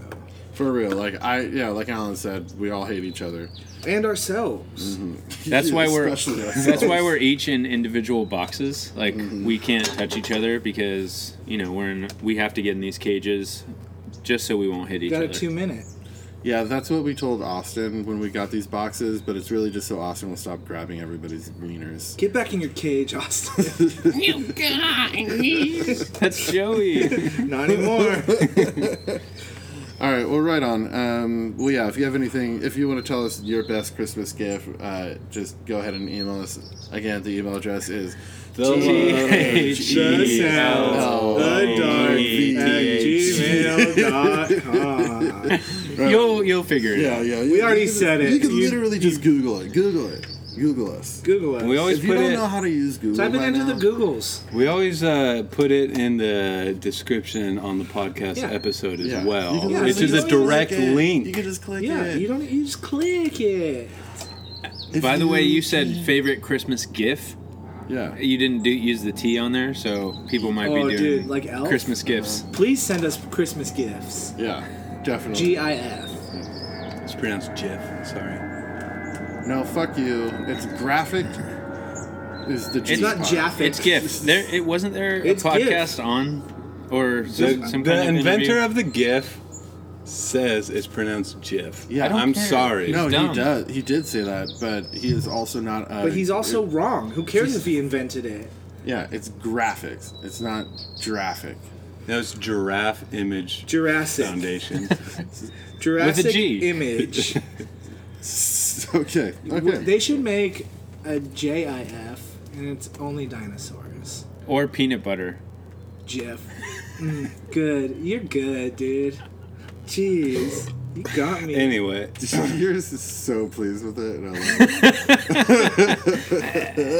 [SPEAKER 1] For real, like I, yeah, like Alan said, we all hate each other.
[SPEAKER 3] And ourselves.
[SPEAKER 4] That's why we're.
[SPEAKER 1] Especially
[SPEAKER 4] That's
[SPEAKER 1] ourselves.
[SPEAKER 4] why we're each in individual boxes. Like we can't touch each other because you know we're in. We have to get in these cages, just so we won't hit each
[SPEAKER 3] Got
[SPEAKER 4] other.
[SPEAKER 3] a two minute.
[SPEAKER 1] Yeah, that's what we told Austin when we got these boxes, but it's really just so Austin will stop grabbing everybody's wieners.
[SPEAKER 3] Get back in your cage, Austin.
[SPEAKER 4] That's Joey.
[SPEAKER 3] Not anymore.
[SPEAKER 1] All right, well, right on. Um, well, yeah, if you have anything, if you want to tell us your best Christmas gift, uh, just go ahead and email us. Again, the email address is
[SPEAKER 2] The
[SPEAKER 3] E
[SPEAKER 2] E Oh,
[SPEAKER 3] gmail.com.
[SPEAKER 4] You'll you'll figure it.
[SPEAKER 1] Yeah,
[SPEAKER 4] out.
[SPEAKER 1] yeah.
[SPEAKER 3] We already said it.
[SPEAKER 1] You can
[SPEAKER 3] You-
[SPEAKER 1] literally just Google it. Google it. Google us.
[SPEAKER 3] Google it.
[SPEAKER 2] We always
[SPEAKER 1] If you
[SPEAKER 2] put
[SPEAKER 1] don't
[SPEAKER 2] it.
[SPEAKER 1] know how to use Google,
[SPEAKER 3] Type it
[SPEAKER 1] by
[SPEAKER 3] into the
[SPEAKER 1] now-
[SPEAKER 3] Googles.
[SPEAKER 2] We always uh, put it in the description on the podcast
[SPEAKER 3] Yeah.
[SPEAKER 2] episode as
[SPEAKER 1] Yeah. You
[SPEAKER 2] well.
[SPEAKER 1] can
[SPEAKER 3] Yeah,
[SPEAKER 2] It's
[SPEAKER 3] so you
[SPEAKER 2] just a
[SPEAKER 1] literally
[SPEAKER 3] don't even
[SPEAKER 2] direct
[SPEAKER 1] click it. You
[SPEAKER 2] link.
[SPEAKER 1] can just click
[SPEAKER 3] Yeah,
[SPEAKER 1] it.
[SPEAKER 3] you don't. e, You just click it.
[SPEAKER 1] If
[SPEAKER 4] By the way, you said favorite Christmas gif.
[SPEAKER 1] Yeah.
[SPEAKER 4] You didn't do use the T on there, so people might
[SPEAKER 3] Oh,
[SPEAKER 4] be doing
[SPEAKER 3] dude, like elf?
[SPEAKER 4] Christmas gifts.
[SPEAKER 3] Please send us Christmas gifts.
[SPEAKER 1] Yeah, definitely.
[SPEAKER 3] GIF.
[SPEAKER 2] It's pronounced Jeff. Sorry.
[SPEAKER 1] no, fuck you. It's graphic. Is the G
[SPEAKER 4] It's
[SPEAKER 3] not
[SPEAKER 1] part.
[SPEAKER 3] Jaffa.
[SPEAKER 4] It's gif. There, it wasn't there
[SPEAKER 3] It's
[SPEAKER 4] a
[SPEAKER 3] GIF.
[SPEAKER 4] podcast on, or
[SPEAKER 2] The,
[SPEAKER 4] some, some
[SPEAKER 2] the
[SPEAKER 4] kind of
[SPEAKER 2] inventor
[SPEAKER 4] interview?
[SPEAKER 2] of the GIF says it's pronounced Jeff.
[SPEAKER 1] Yeah. I don't
[SPEAKER 2] I'm
[SPEAKER 4] care.
[SPEAKER 2] sorry.
[SPEAKER 1] No,
[SPEAKER 4] dumb.
[SPEAKER 1] he does. He did say that, but he is also not. A,
[SPEAKER 3] But he's also wrong. Who cares if he invented it?
[SPEAKER 1] yeah. It's graphics. It's not graphic.
[SPEAKER 2] No, it's Giraffe Image
[SPEAKER 3] Jurassic.
[SPEAKER 2] Foundation.
[SPEAKER 3] Jurassic
[SPEAKER 4] G.
[SPEAKER 3] image.
[SPEAKER 1] Yes. Okay. Okay.
[SPEAKER 3] They should make a JIF and it's only dinosaurs.
[SPEAKER 4] Or peanut butter.
[SPEAKER 3] Jeff. Mm, good. You're good, dude. Jeez. You got me.
[SPEAKER 2] Anyway,
[SPEAKER 1] You're just so pleased with it. and I love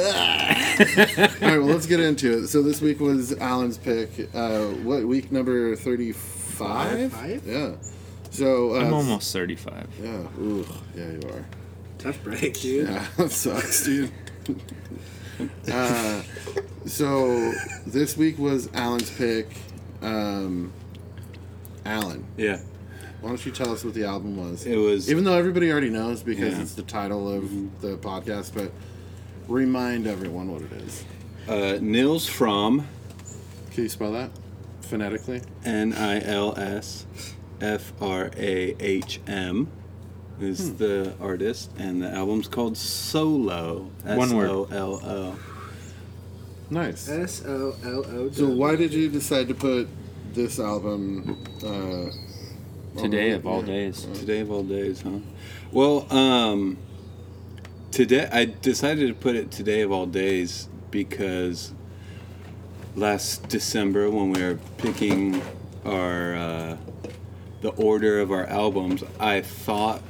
[SPEAKER 1] it. All right, well, let's get into it. So this week was Alan's pick. Uh, what week number thirty-five?
[SPEAKER 3] Five?
[SPEAKER 1] Yeah. So uh,
[SPEAKER 4] I'm almost 35.
[SPEAKER 1] Yeah. Ooh, yeah, you are.
[SPEAKER 3] Tough break, dude.
[SPEAKER 1] Yeah, that sucks, dude. uh, so this week was Alan's pick. Um, Alan,
[SPEAKER 2] yeah,
[SPEAKER 1] why don't you tell us what the album was?
[SPEAKER 2] it was.
[SPEAKER 1] Even though everybody already knows because
[SPEAKER 2] Yeah.
[SPEAKER 1] it's the title of
[SPEAKER 4] Mm-hmm.
[SPEAKER 1] the podcast, but remind everyone what it is.
[SPEAKER 2] uh, Nils Fromm,
[SPEAKER 1] Can you spell that phonetically?
[SPEAKER 2] N I L S F R A H M, is
[SPEAKER 4] Hmm.
[SPEAKER 2] the artist, and the album's called Solo.
[SPEAKER 4] One word.
[SPEAKER 2] S O L O.
[SPEAKER 1] Nice.
[SPEAKER 3] S O L O.
[SPEAKER 1] So why did you decide to put this album uh,
[SPEAKER 4] Today
[SPEAKER 1] on-
[SPEAKER 4] of all
[SPEAKER 1] yeah.
[SPEAKER 4] days.
[SPEAKER 2] Today of all days, huh? Well, um, today I decided to put it today of all days because last December when we were picking our uh, the order of our albums, I thought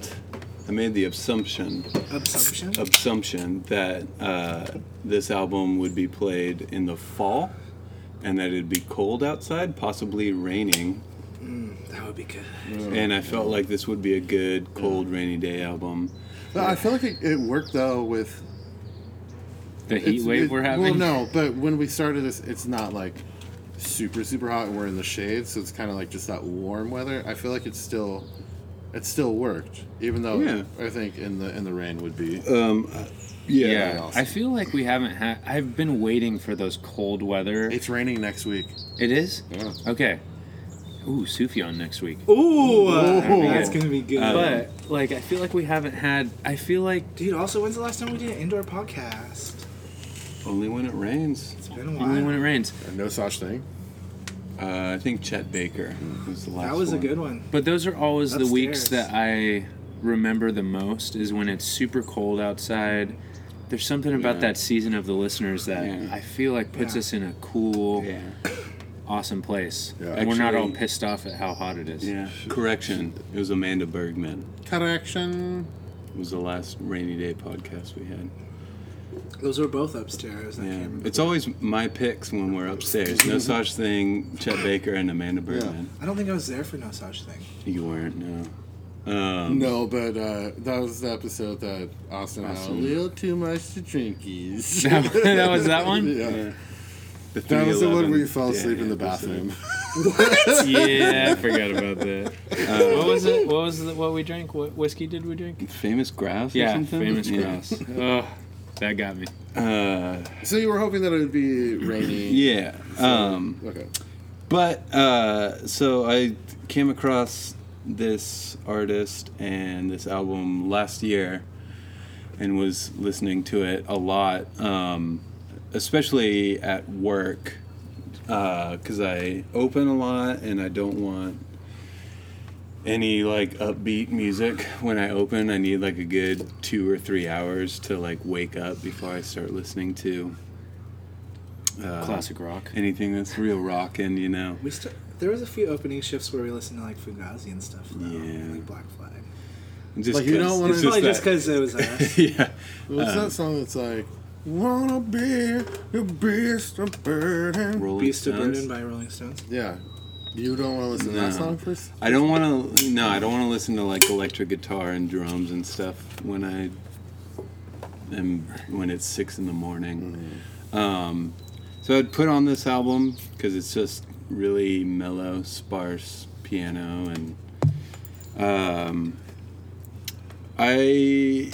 [SPEAKER 2] I made the assumption
[SPEAKER 3] Absorption?
[SPEAKER 2] assumption that uh, this album would be played in the fall and that it'd be cold outside, possibly raining
[SPEAKER 3] That would be good.
[SPEAKER 2] and I felt like this would be a good cold rainy day album.
[SPEAKER 1] But I feel like it, it worked though with
[SPEAKER 4] The heat
[SPEAKER 1] it's-
[SPEAKER 4] wave
[SPEAKER 1] it-
[SPEAKER 4] we're having.
[SPEAKER 1] Well, no, but when we started this, it's not like super super hot and we're in the shade, so it's kind of like just that warm weather. I feel like it's still it still worked, even though
[SPEAKER 2] Yeah.
[SPEAKER 1] I think in the in the rain would be
[SPEAKER 2] Um, uh, yeah,
[SPEAKER 4] Yeah,
[SPEAKER 1] awesome.
[SPEAKER 4] I feel like we haven't had. I've been waiting for those cold weather.
[SPEAKER 1] It's raining next week.
[SPEAKER 4] It is?
[SPEAKER 1] Yeah.
[SPEAKER 4] Okay. Ooh, Sufjan next week. Um,
[SPEAKER 3] Ooh, uh,
[SPEAKER 1] Ooh.
[SPEAKER 3] that's gonna be good.
[SPEAKER 4] But, like, I feel like we haven't had. I feel like.
[SPEAKER 3] dude, also, when's the last time we did an indoor podcast?
[SPEAKER 2] only when it rains.
[SPEAKER 3] It's been a
[SPEAKER 4] Only when
[SPEAKER 3] while.
[SPEAKER 4] it rains.
[SPEAKER 1] No such thing.
[SPEAKER 2] Uh, I think Chet Baker was the last.
[SPEAKER 3] That was a
[SPEAKER 2] one.
[SPEAKER 3] good one.
[SPEAKER 4] But those are always the weeks
[SPEAKER 3] Upstairs.
[SPEAKER 4] that I remember the most is when it's super cold outside. There's something about
[SPEAKER 2] Yeah.
[SPEAKER 4] that season of the listeners that
[SPEAKER 2] Yeah.
[SPEAKER 4] I feel like puts
[SPEAKER 3] Yeah.
[SPEAKER 4] us in a cool,
[SPEAKER 2] Yeah,
[SPEAKER 4] awesome place.
[SPEAKER 1] Yeah.
[SPEAKER 4] And we're not all
[SPEAKER 2] Actually-
[SPEAKER 4] pissed off at how hot it is.
[SPEAKER 2] yeah. Correction. It was Amanda Bergman.
[SPEAKER 1] Correction.
[SPEAKER 2] It was the last rainy day podcast we had.
[SPEAKER 3] Those were both upstairs. I can't
[SPEAKER 2] Yeah,
[SPEAKER 3] remember.
[SPEAKER 2] it's always my picks when we're upstairs. No such thing. Chet Baker and Amanda Bergman.
[SPEAKER 3] I don't think I was there for no such thing.
[SPEAKER 2] You weren't. No. Um,
[SPEAKER 1] No, but uh, that was the episode that Austin had a
[SPEAKER 2] Awesome.
[SPEAKER 1] little too much to drinkies.
[SPEAKER 4] That, that was that one?
[SPEAKER 1] yeah.
[SPEAKER 2] yeah. The
[SPEAKER 1] That was the one
[SPEAKER 2] 311.
[SPEAKER 1] where you fell asleep
[SPEAKER 2] Yeah,
[SPEAKER 1] in the
[SPEAKER 2] yeah, it was a-
[SPEAKER 1] bathroom.
[SPEAKER 4] yeah, I forgot about that. what was it? What was the, what we drank? What whiskey did we drink?
[SPEAKER 2] Famous grouse. or
[SPEAKER 4] Yeah,
[SPEAKER 2] something?
[SPEAKER 4] famous
[SPEAKER 2] Yeah.
[SPEAKER 4] grouse. Ugh, that got me.
[SPEAKER 2] Uh,
[SPEAKER 1] so you were hoping that it would be rainy.
[SPEAKER 2] yeah. Um,
[SPEAKER 1] Okay.
[SPEAKER 2] but uh, so I came across this artist and this album last year and was listening to it a lot, um, especially at work because I open a lot and I don't want any like upbeat music when I open. I need like a good two or three hours to like wake up before I start listening to uh,
[SPEAKER 4] Classic rock.
[SPEAKER 2] anything that's real rockin', you know.
[SPEAKER 3] We st- there was a few opening shifts where we listened to like Fugazi and stuff, though,
[SPEAKER 2] Yeah.
[SPEAKER 3] like Black Flag.
[SPEAKER 2] Just
[SPEAKER 1] Like, you don't
[SPEAKER 2] 'cause-
[SPEAKER 1] wanna-
[SPEAKER 2] it's
[SPEAKER 3] Probably just
[SPEAKER 2] just that-
[SPEAKER 3] because it was uh, us.
[SPEAKER 2] yeah.
[SPEAKER 1] What's
[SPEAKER 2] Uh,
[SPEAKER 1] that song that's like, Wanna be the beast of burden?
[SPEAKER 2] Rolling
[SPEAKER 3] Beast of
[SPEAKER 2] Stones.
[SPEAKER 3] Burden by Rolling Stones.
[SPEAKER 1] Yeah. You don't want to listen to that
[SPEAKER 2] No.
[SPEAKER 1] song first?
[SPEAKER 2] I don't want to. No, I don't want to listen to like electric guitar and drums and stuff when I am when it's six in the morning. Um, so I'd put on this album because it's just really mellow, sparse piano, and um, I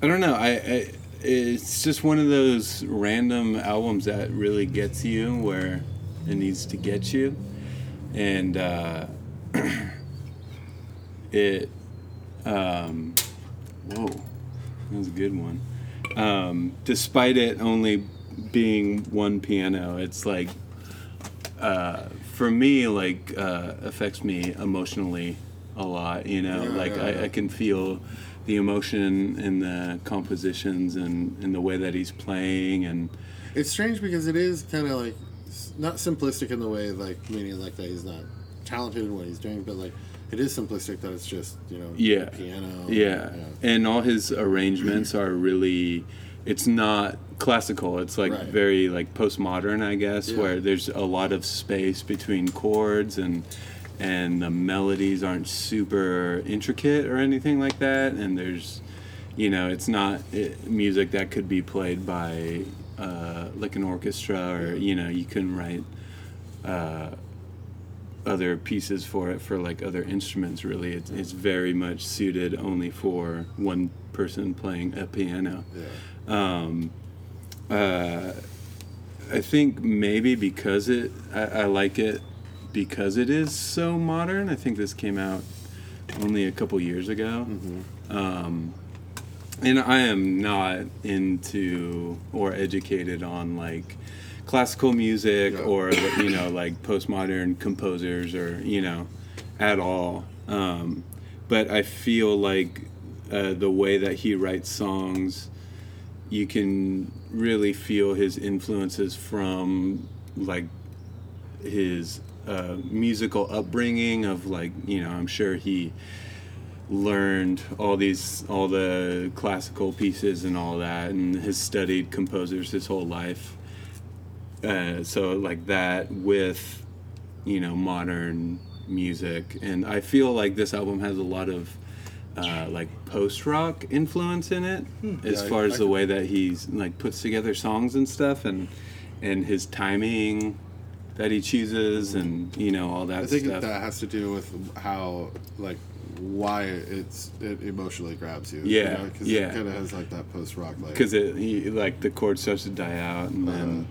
[SPEAKER 2] I don't know. I, I it's just one of those random albums that really gets you where it needs to get you and uh, it um, whoa that was a good one um, despite it only being one piano it's like uh, for me like uh, affects me emotionally a lot you know like I, I can feel the emotion and the compositions and, and the way that he's playing and
[SPEAKER 1] It's strange because it is kind of like s- not simplistic in the way like meaning like that he's not talented in what he's doing, but like it is simplistic that it's just you know
[SPEAKER 2] Yeah.
[SPEAKER 1] piano
[SPEAKER 2] yeah. and all his arrangements are really it's not classical it's like
[SPEAKER 1] Right.
[SPEAKER 2] very like postmodern i guess
[SPEAKER 1] Yeah.
[SPEAKER 2] where there's a lot of space between chords and and the melodies aren't super intricate or anything like that and there's you know it's not eh, music that could be played by uh, like an orchestra or you know you couldn't write other pieces for it for like other instruments really it's, it's very much suited only for one person playing a piano Um, uh,
[SPEAKER 1] yeah.
[SPEAKER 2] i think maybe because it I, I like it because it is so modern i think this came out only a couple years ago um, and i am not into or educated on like classical music
[SPEAKER 1] Yeah.
[SPEAKER 2] or you know like postmodern composers or you know at all um, but i feel like uh, the way that he writes songs you can really feel his influences from like his uh, musical upbringing of like you know i'm sure he learned all these all the classical pieces and all that and has studied composers his whole life uh, so like that with you know modern music and i feel like this album has a lot of uh, like post rock influence in it as
[SPEAKER 1] Hmm. Yeah, I-
[SPEAKER 2] far as
[SPEAKER 1] I-
[SPEAKER 2] the way that he's like puts together songs and stuff and and his timing that he chooses and you know all that
[SPEAKER 1] I think
[SPEAKER 2] stuff
[SPEAKER 1] that has to do with how like why it's it emotionally grabs you.
[SPEAKER 2] Yeah,
[SPEAKER 1] you know, 'cause
[SPEAKER 2] yeah.
[SPEAKER 1] It kind of has like that post rock like
[SPEAKER 2] because it he, like the chord starts to die out and then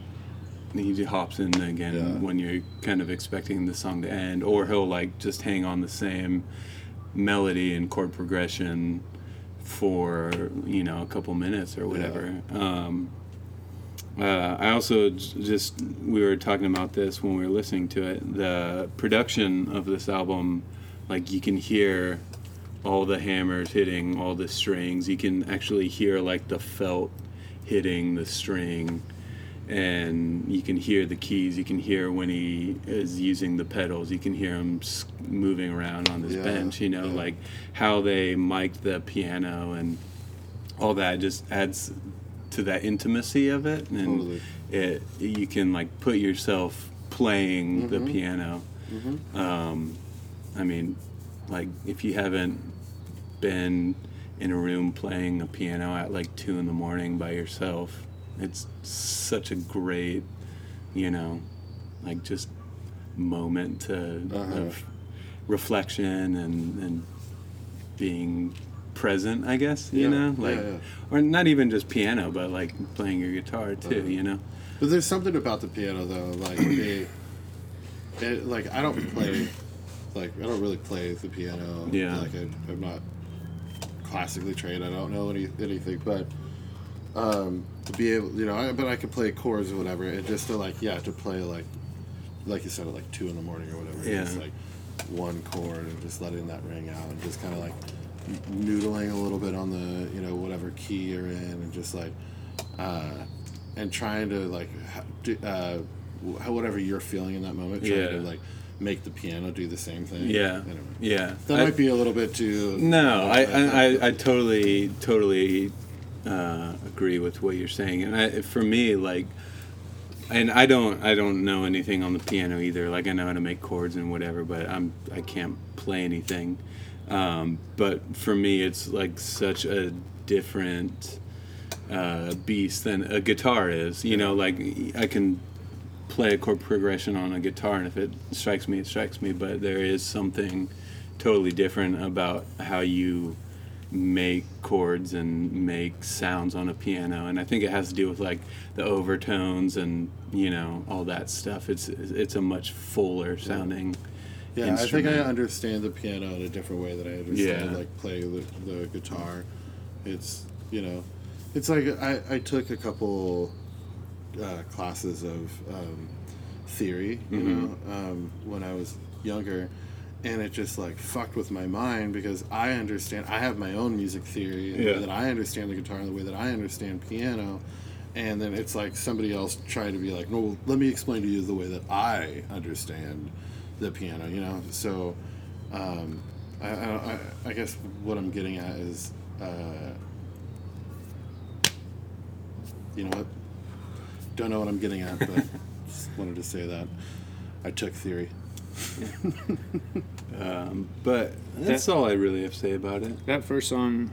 [SPEAKER 2] he j- hops in again
[SPEAKER 1] Yeah.
[SPEAKER 2] when you're kind of expecting the song to end or he'll like just hang on the same melody and chord progression for you know a couple minutes or whatever um, uh, i also j- just we were talking about this when we were listening to it the production of this album like you can hear all the hammers hitting all the strings. You can actually hear like the felt hitting the string, and you can hear the keys. You can hear when he is using the pedals. You can hear him s- moving around on this
[SPEAKER 1] Yeah,
[SPEAKER 2] bench. You know,
[SPEAKER 1] yeah.
[SPEAKER 2] like how they mic the piano and all that just adds to that intimacy of it, and
[SPEAKER 1] Totally.
[SPEAKER 2] it you can like put yourself playing the piano. Um, I mean, like if you haven't been in a room playing a piano at like two in the morning by yourself it's such a great you know like just moment to
[SPEAKER 1] Uh-huh.
[SPEAKER 2] of reflection and and being present i guess you
[SPEAKER 1] Yeah,
[SPEAKER 2] know
[SPEAKER 1] yeah,
[SPEAKER 2] like
[SPEAKER 1] yeah.
[SPEAKER 2] or not even just piano but like playing your guitar too
[SPEAKER 1] Uh-huh.
[SPEAKER 2] you know
[SPEAKER 1] But there's something about the piano though, like it, it like I don't play, like I don't really play the piano.
[SPEAKER 2] Yeah.
[SPEAKER 1] Like I, I'm not classically trained. I don't know any, anything, but um, to be able, you know, I, but I can play chords or whatever, and just to like, yeah, to play like, like you said, at like two in the morning or whatever.
[SPEAKER 2] Yeah.
[SPEAKER 1] Just like one chord and just letting that ring out and just kind of like noodling a little bit on the you know whatever key you're in and just like uh, and trying to like ha- do, uh, wh- whatever you're feeling in that moment trying to
[SPEAKER 2] Yeah.
[SPEAKER 1] like make the piano do the same thing
[SPEAKER 2] yeah
[SPEAKER 1] Anyway.
[SPEAKER 2] yeah
[SPEAKER 1] that
[SPEAKER 2] I- Mm.
[SPEAKER 1] might be a little bit too
[SPEAKER 2] No, I, I, I, I totally, totally uh, agree with what you're saying. And I, for me, like, and I don't, I don't know anything on the piano either. Like, I know how to make chords and whatever, but I'm, I can't play anything. Um, but for me, it's like such a different uh, beast than a guitar is. You know, like I can play a chord progression on a guitar, and if it strikes me, it strikes me. But there is something totally different about how you make chords and make sounds on a piano and i think it has to do with like the overtones and you know all that stuff it's it's a much fuller sounding
[SPEAKER 1] yeah I think I
[SPEAKER 2] instrument.
[SPEAKER 1] understand the piano in a different way that I understand
[SPEAKER 2] Yeah.
[SPEAKER 1] like playing the, the guitar it's you know it's like I, I took a couple uh, classes of um, theory you know um, when I was younger and it just like fucked with my mind because I understand I have my own music theory and the way
[SPEAKER 2] Yeah.
[SPEAKER 1] that I understand the guitar and the way that I understand piano and then it's like somebody else trying to be like no well, let me explain to you the way that I understand the piano you know so um, I, I, I- I guess what I'm getting at is uh, you know what don't know what I'm getting at but just wanted to say that I took theory
[SPEAKER 2] But that's all I really have to say about it.
[SPEAKER 4] That first song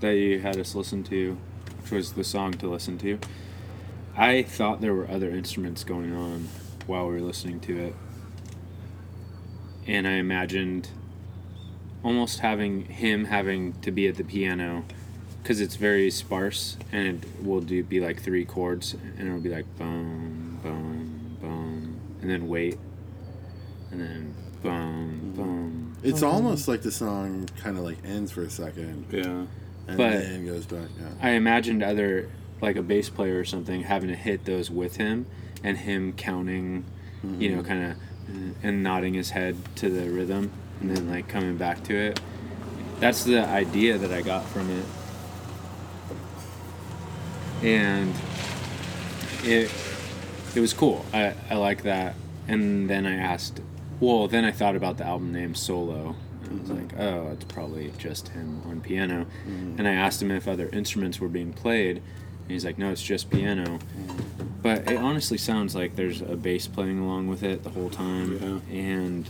[SPEAKER 4] that you had us listen to, which was the song to listen to, I thought there were other instruments going on while we were listening to it. And I imagined almost having him having to be at the piano because it's very sparse and it will do be like three chords and it'll be like boom, boom, boom, and then wait, and then boom, boom.
[SPEAKER 1] It's almost like the song kind of like ends for a second
[SPEAKER 2] Yeah.
[SPEAKER 1] and
[SPEAKER 4] But-
[SPEAKER 1] then goes back. Yeah.
[SPEAKER 4] I imagined other like a bass player or something having to hit those with him and him counting, you know, kind of and nodding his head to the rhythm and then like coming back to it. That's the idea that I got from it. And it it was cool. I I like that. And then I asked well, then I thought about the album name Solo. And I was like, oh, it's probably just him on piano. And I asked him if other instruments were being played. And he's like, no, it's just piano. But it honestly sounds like there's a bass playing along with it the whole time. And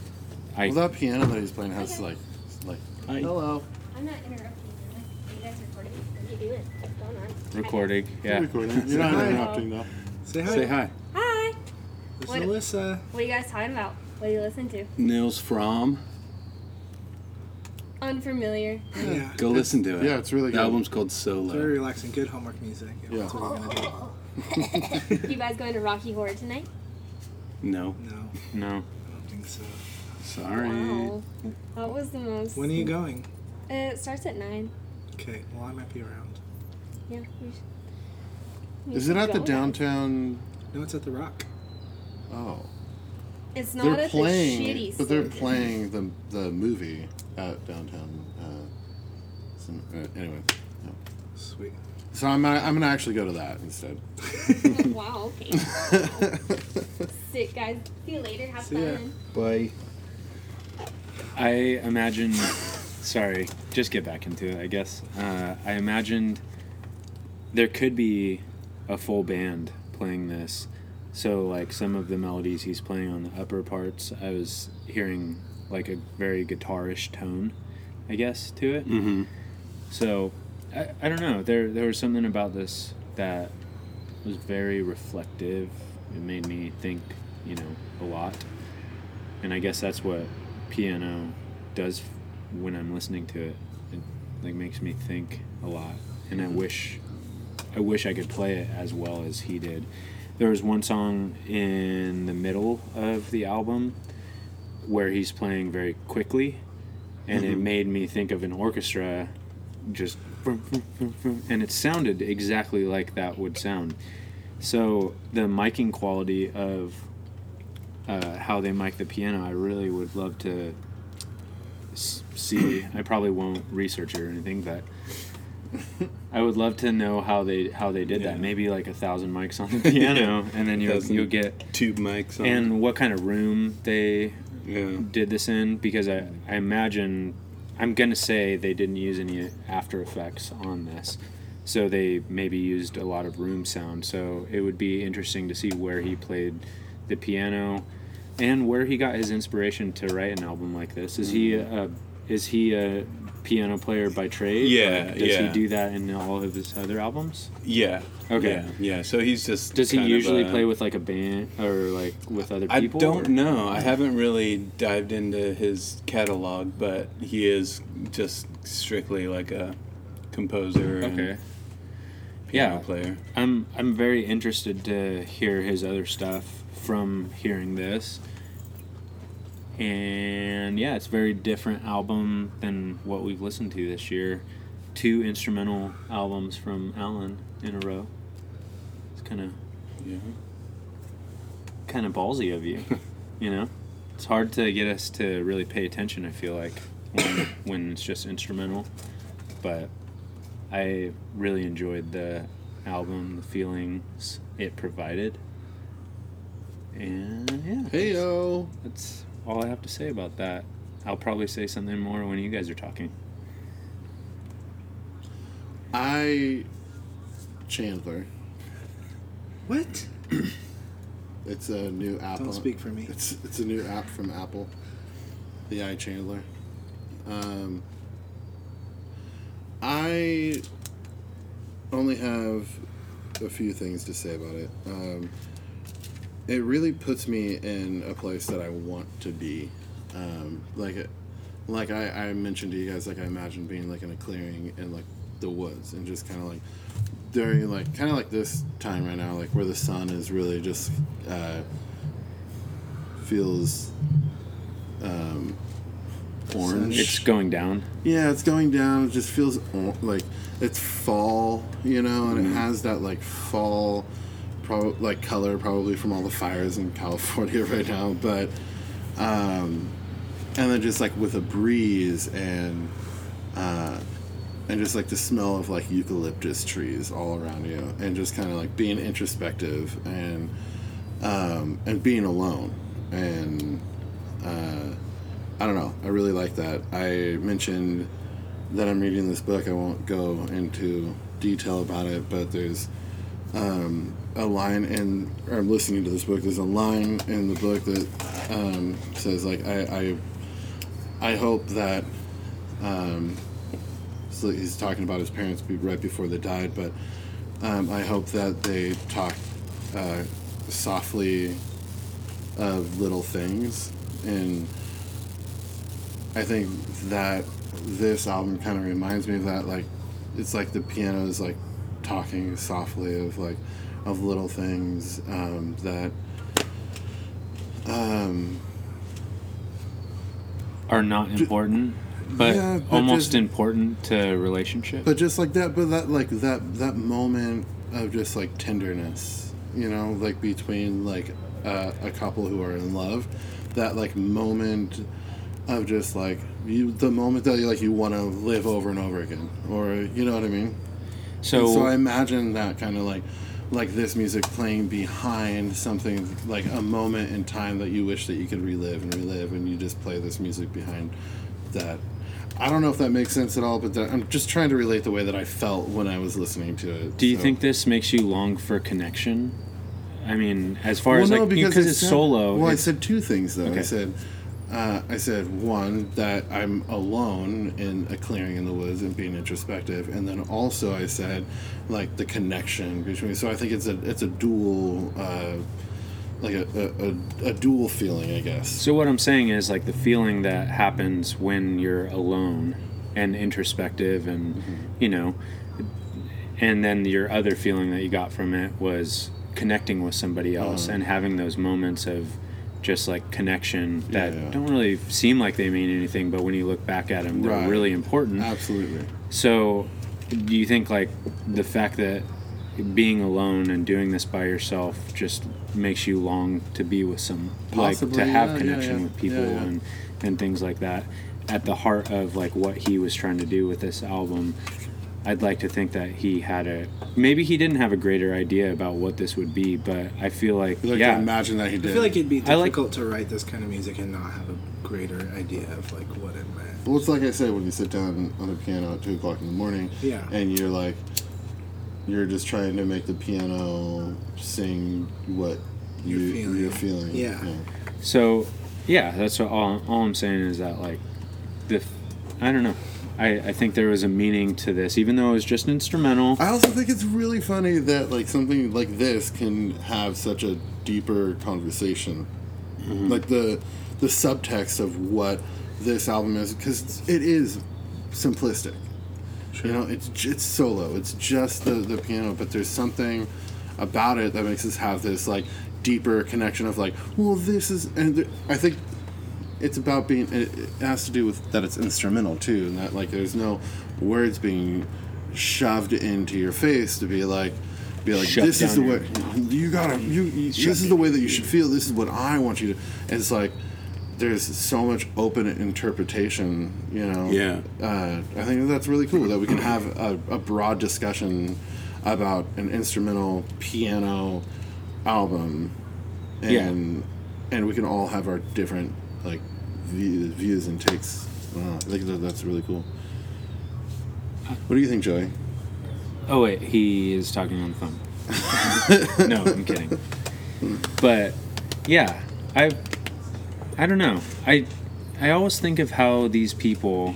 [SPEAKER 4] I.
[SPEAKER 1] Well, that piano that he's playing has like, like
[SPEAKER 3] Oh,
[SPEAKER 1] hello,
[SPEAKER 5] I'm not interrupting you. Are you guys recording? What are you doing? What's going on?
[SPEAKER 4] recording.
[SPEAKER 1] You're
[SPEAKER 4] Yeah.
[SPEAKER 1] recording. You're not
[SPEAKER 3] Hi.
[SPEAKER 1] interrupting though.
[SPEAKER 3] Say hi.
[SPEAKER 2] Say hi.
[SPEAKER 5] Hi.
[SPEAKER 3] It's
[SPEAKER 5] What-
[SPEAKER 3] Alyssa.
[SPEAKER 5] What are you guys talking about? What do you listen to?
[SPEAKER 2] Nils Fromm.
[SPEAKER 5] Unfamiliar.
[SPEAKER 3] Yeah.
[SPEAKER 2] Go listen to it.
[SPEAKER 1] yeah, it's really
[SPEAKER 2] the
[SPEAKER 1] good.
[SPEAKER 2] album's called
[SPEAKER 3] Very
[SPEAKER 2] Solo.
[SPEAKER 3] relaxing. Good homework music. Yeah.
[SPEAKER 1] Yeah.
[SPEAKER 3] That's what we're gonna
[SPEAKER 5] you guys going to Rocky Horror tonight?
[SPEAKER 2] No.
[SPEAKER 3] do. No,
[SPEAKER 4] No.
[SPEAKER 3] I don't think so.
[SPEAKER 2] Sorry.
[SPEAKER 5] Wow. That was the most.
[SPEAKER 3] When are you going?
[SPEAKER 5] It starts at nine.
[SPEAKER 3] Okay. Well, I might be around.
[SPEAKER 5] Yeah. You should, you
[SPEAKER 1] Is it
[SPEAKER 5] should
[SPEAKER 1] at the
[SPEAKER 5] go.
[SPEAKER 1] downtown?
[SPEAKER 3] No, it's at the Rock.
[SPEAKER 1] Oh,
[SPEAKER 5] It's not
[SPEAKER 1] they're
[SPEAKER 5] at the
[SPEAKER 1] playing,
[SPEAKER 5] shitty.
[SPEAKER 1] but they're
[SPEAKER 5] Sylvan.
[SPEAKER 1] playing the the movie at downtown. Uh, some, uh, anyway, yeah.
[SPEAKER 3] Sweet.
[SPEAKER 1] so I'm gonna, I'm gonna actually go to that instead.
[SPEAKER 5] wow. Okay. Sick guys. See you later. Have
[SPEAKER 3] See ya.
[SPEAKER 5] fun.
[SPEAKER 2] Bye.
[SPEAKER 4] I imagined. sorry, just get back into it, I guess. Uh, I imagined there could be a full band playing this. So, like, some of the melodies he's playing on the upper parts, I was hearing, like, a very guitarish tone, I guess, to it.
[SPEAKER 2] Mm-hmm.
[SPEAKER 4] So, I, I don't know. There, there was something about this that was very reflective. It made me think, you know, a lot. And I guess that's what piano does f- when I'm listening to it. It like makes me think a lot. And I wish I wish I could play it as well as he did. There was one song in the middle of the album where he's playing very quickly and it made me think of an orchestra just vroom, vroom, vroom, vroom, and it sounded exactly like that would sound. So the miking quality of uh, how they mic the piano, I really would love to s- see. I probably won't research it or anything, but I would love to know how they how they did
[SPEAKER 2] Yeah.
[SPEAKER 4] that. Maybe like a thousand mics on the piano, and then you'll
[SPEAKER 2] Thousand.
[SPEAKER 4] you'll get
[SPEAKER 2] Tube mics on.
[SPEAKER 4] and what kind of room they
[SPEAKER 2] yeah.
[SPEAKER 4] did this in because I, I imagine I'm gonna say they didn't use any After Effects on this, so they maybe used a lot of room sound. So it would be interesting to see where he played the piano, and where he got his inspiration to write an album like this. Is he
[SPEAKER 2] Mm.
[SPEAKER 4] a is he a piano player by trade?
[SPEAKER 2] Yeah,
[SPEAKER 4] Like, does he
[SPEAKER 2] yeah.
[SPEAKER 4] do that in all of his other albums?
[SPEAKER 2] Yeah.
[SPEAKER 4] Okay.
[SPEAKER 2] Yeah. yeah. So he's just.
[SPEAKER 4] Does he
[SPEAKER 2] kind of
[SPEAKER 4] usually
[SPEAKER 2] a-
[SPEAKER 4] play with like a band or like with other
[SPEAKER 2] I
[SPEAKER 4] people?
[SPEAKER 2] don't
[SPEAKER 4] or-
[SPEAKER 2] know. I haven't really dived into his catalog, but he is just strictly like a composer
[SPEAKER 4] Okay.
[SPEAKER 2] and piano
[SPEAKER 4] Yeah.
[SPEAKER 2] player.
[SPEAKER 4] I'm I'm very interested to hear his other stuff from hearing this. And yeah, it's a very different album than what we've listened to this year. Two instrumental albums from Alan in a row. It's kind of
[SPEAKER 2] Yeah.
[SPEAKER 4] kind of ballsy of you, you know. It's hard to get us to really pay attention. I feel like when, when it's just instrumental, but I really enjoyed the album, the feelings it provided, and yeah,
[SPEAKER 1] Hey yo.
[SPEAKER 4] that's all I have to say about that. I'll probably say something more when you guys are talking.
[SPEAKER 1] I Chandler.
[SPEAKER 3] What?
[SPEAKER 1] It's a new app.
[SPEAKER 3] Don't
[SPEAKER 1] on-
[SPEAKER 3] speak for me.
[SPEAKER 1] It's it's a new app from Apple. The I Chandler. Um, I only have a few things to say about it. Um, it really puts me in a place that I want to be. Um, like it, like I, I mentioned to you guys, like I imagine being like in a clearing in like the woods and just kind of like during like kind of like this time right now, like where the sun is really just uh, feels um, orange.
[SPEAKER 4] It's going down.
[SPEAKER 1] Yeah, it's going down. It just feels o- like it's fall, you know, and it has that like fall, prob- like color probably from all the fires in California right now. But, um, and then just like with a breeze and, uh, and just like the smell of like eucalyptus trees all around you, and just kind of like being introspective and, um, and being alone and. Uh, I don't know. I really like that. I mentioned that I'm reading this book. I won't go into detail about it, but there's um, a line in, or I'm listening to this book. There's a line in the book that um, says like I, I, I hope that. Um, so he's talking about his parents be- right before they died, but um, I hope that they talk uh, softly of little things and. I think that this album kind of reminds me of that. Like, it's like the piano is like talking softly of like of little things um, that um,
[SPEAKER 4] Are not important, but
[SPEAKER 1] Yeah, but
[SPEAKER 4] almost
[SPEAKER 1] just-
[SPEAKER 4] important to relationship.
[SPEAKER 1] But just like that, but that like that that moment of just like tenderness, you know, like between like uh, a couple who are in love, that like moment of just like you the moment that you like you want to live over and over again, or you know what I mean.
[SPEAKER 4] so,
[SPEAKER 1] so I imagine that kind of like like this music playing behind something like a moment in time that you wish that you could relive and relive and you just play this music behind that I don't know if that makes sense at all but that, I'm just trying to relate the way that I felt when I was listening to it
[SPEAKER 4] do you
[SPEAKER 1] so-
[SPEAKER 4] think this makes you long for connection? I mean, as far as
[SPEAKER 1] Well,
[SPEAKER 4] like
[SPEAKER 1] no,
[SPEAKER 4] because
[SPEAKER 1] I
[SPEAKER 4] it's
[SPEAKER 1] said-
[SPEAKER 4] solo.
[SPEAKER 1] Well, I
[SPEAKER 4] it's-
[SPEAKER 1] said two things though. I
[SPEAKER 4] Okay.
[SPEAKER 1] said, uh, I said one that I'm alone in a clearing in the woods and being introspective, and then also I said, like the connection between. So I think it's a it's a dual, uh, like a, a, a, a dual feeling, I guess.
[SPEAKER 4] So what I'm saying is like the feeling that happens when you're alone and introspective and
[SPEAKER 1] Mm-hmm.
[SPEAKER 4] you know and then your other feeling that you got from it was connecting with somebody
[SPEAKER 1] Mm-hmm.
[SPEAKER 4] else and having those moments of just like connection that
[SPEAKER 1] Yeah.
[SPEAKER 4] don't really seem like they mean anything but when you look back at them they're
[SPEAKER 1] Right.
[SPEAKER 4] really important.
[SPEAKER 1] Absolutely.
[SPEAKER 4] So, do you think like the fact that being alone and doing this by yourself just makes you long to be with some,
[SPEAKER 1] Possibly,
[SPEAKER 4] like to have
[SPEAKER 1] yeah, yeah,
[SPEAKER 4] connection
[SPEAKER 1] yeah.
[SPEAKER 4] with people
[SPEAKER 1] Yeah, yeah.
[SPEAKER 4] and and things like that? At the heart of like what he was trying to do with this album, I'd like to think that he had a maybe he didn't have a greater idea about what this would be, but I feel like,
[SPEAKER 1] Like yeah.
[SPEAKER 4] yeah,
[SPEAKER 1] imagine that he
[SPEAKER 3] I
[SPEAKER 1] did.
[SPEAKER 3] feel like it'd be
[SPEAKER 4] I like-
[SPEAKER 3] difficult to write this kind of music and not have a greater idea of like what it meant.
[SPEAKER 1] Well, it's like I said, when you sit down on the piano at two o'clock in the morning,
[SPEAKER 3] Yeah.
[SPEAKER 1] and you're like, you're just trying to make the piano sing what you,
[SPEAKER 3] You're feeling.
[SPEAKER 1] you're feeling.
[SPEAKER 3] Yeah.
[SPEAKER 4] So, yeah, that's what all, all I'm saying is that, like, the, I don't know. I, I think there was a meaning to this, even though it was just instrumental.
[SPEAKER 1] I also think it's really funny that like something like this can have such a deeper conversation, like the the subtext of what this album is, because it is simplistic. You know, it's j- it's solo. It's just the the piano, but there's something about it that makes us have this like deeper connection of like, well, this is, and th- I think it's about being. It, it has to do with that it's instrumental too, and that like there's no words being shoved into your face to be like, be like,
[SPEAKER 4] Shoved
[SPEAKER 1] this is the
[SPEAKER 4] down
[SPEAKER 1] way you gotta you. you this is the way that you should feel. This is what I want you to. And it's like there's so much open interpretation, you know.
[SPEAKER 2] Yeah.
[SPEAKER 1] Uh, I think that's really cool that we can have a, a broad discussion about an instrumental piano album,
[SPEAKER 4] Yeah.
[SPEAKER 1] and and we can all have our different like views, views and takes. Uh, I think that that's really cool. What do you think, Joey?
[SPEAKER 4] Oh wait, he is talking on the phone. no, I'm kidding. But yeah, I I don't know. I I always think of how these people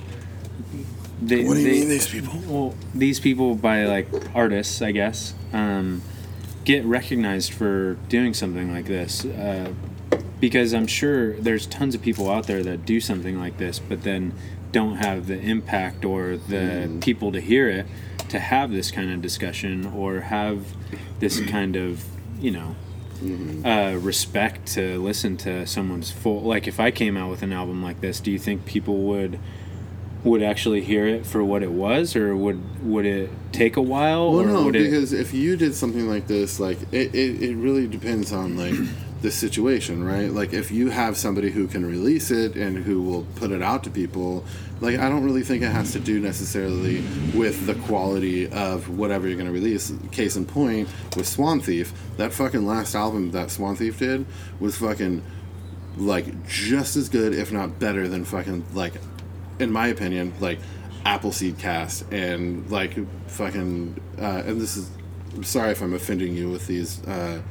[SPEAKER 4] they, they-
[SPEAKER 1] people?
[SPEAKER 4] well, these people by like artists, I guess, um, get recognized for doing something like this. Uh, because I'm sure there's tons of people out there that do something like this, but then don't have the impact or the
[SPEAKER 1] Mm-hmm.
[SPEAKER 4] people to hear it to have this kind of discussion or have this kind of, you know,
[SPEAKER 1] Mm-hmm.
[SPEAKER 4] uh, respect to listen to someone's full. Like, if I came out with an album like this, do you think people would? would actually hear it for what it was, or would would it take a while,
[SPEAKER 1] Well,
[SPEAKER 4] or
[SPEAKER 1] no,
[SPEAKER 4] would it?
[SPEAKER 1] because if you did something like this, like it, it, it really depends on like the situation, right? Like if you have somebody who can release it and who will put it out to people, like I don't really think it has to do necessarily with the quality of whatever you're going to release. Case in point with Swan Thief, that fucking last album that Swan Thief did was fucking like just as good, if not better, than fucking like, in my opinion, like Appleseed Cast and like fucking. Uh, and this is, I'm sorry if I'm offending you with these. Uh,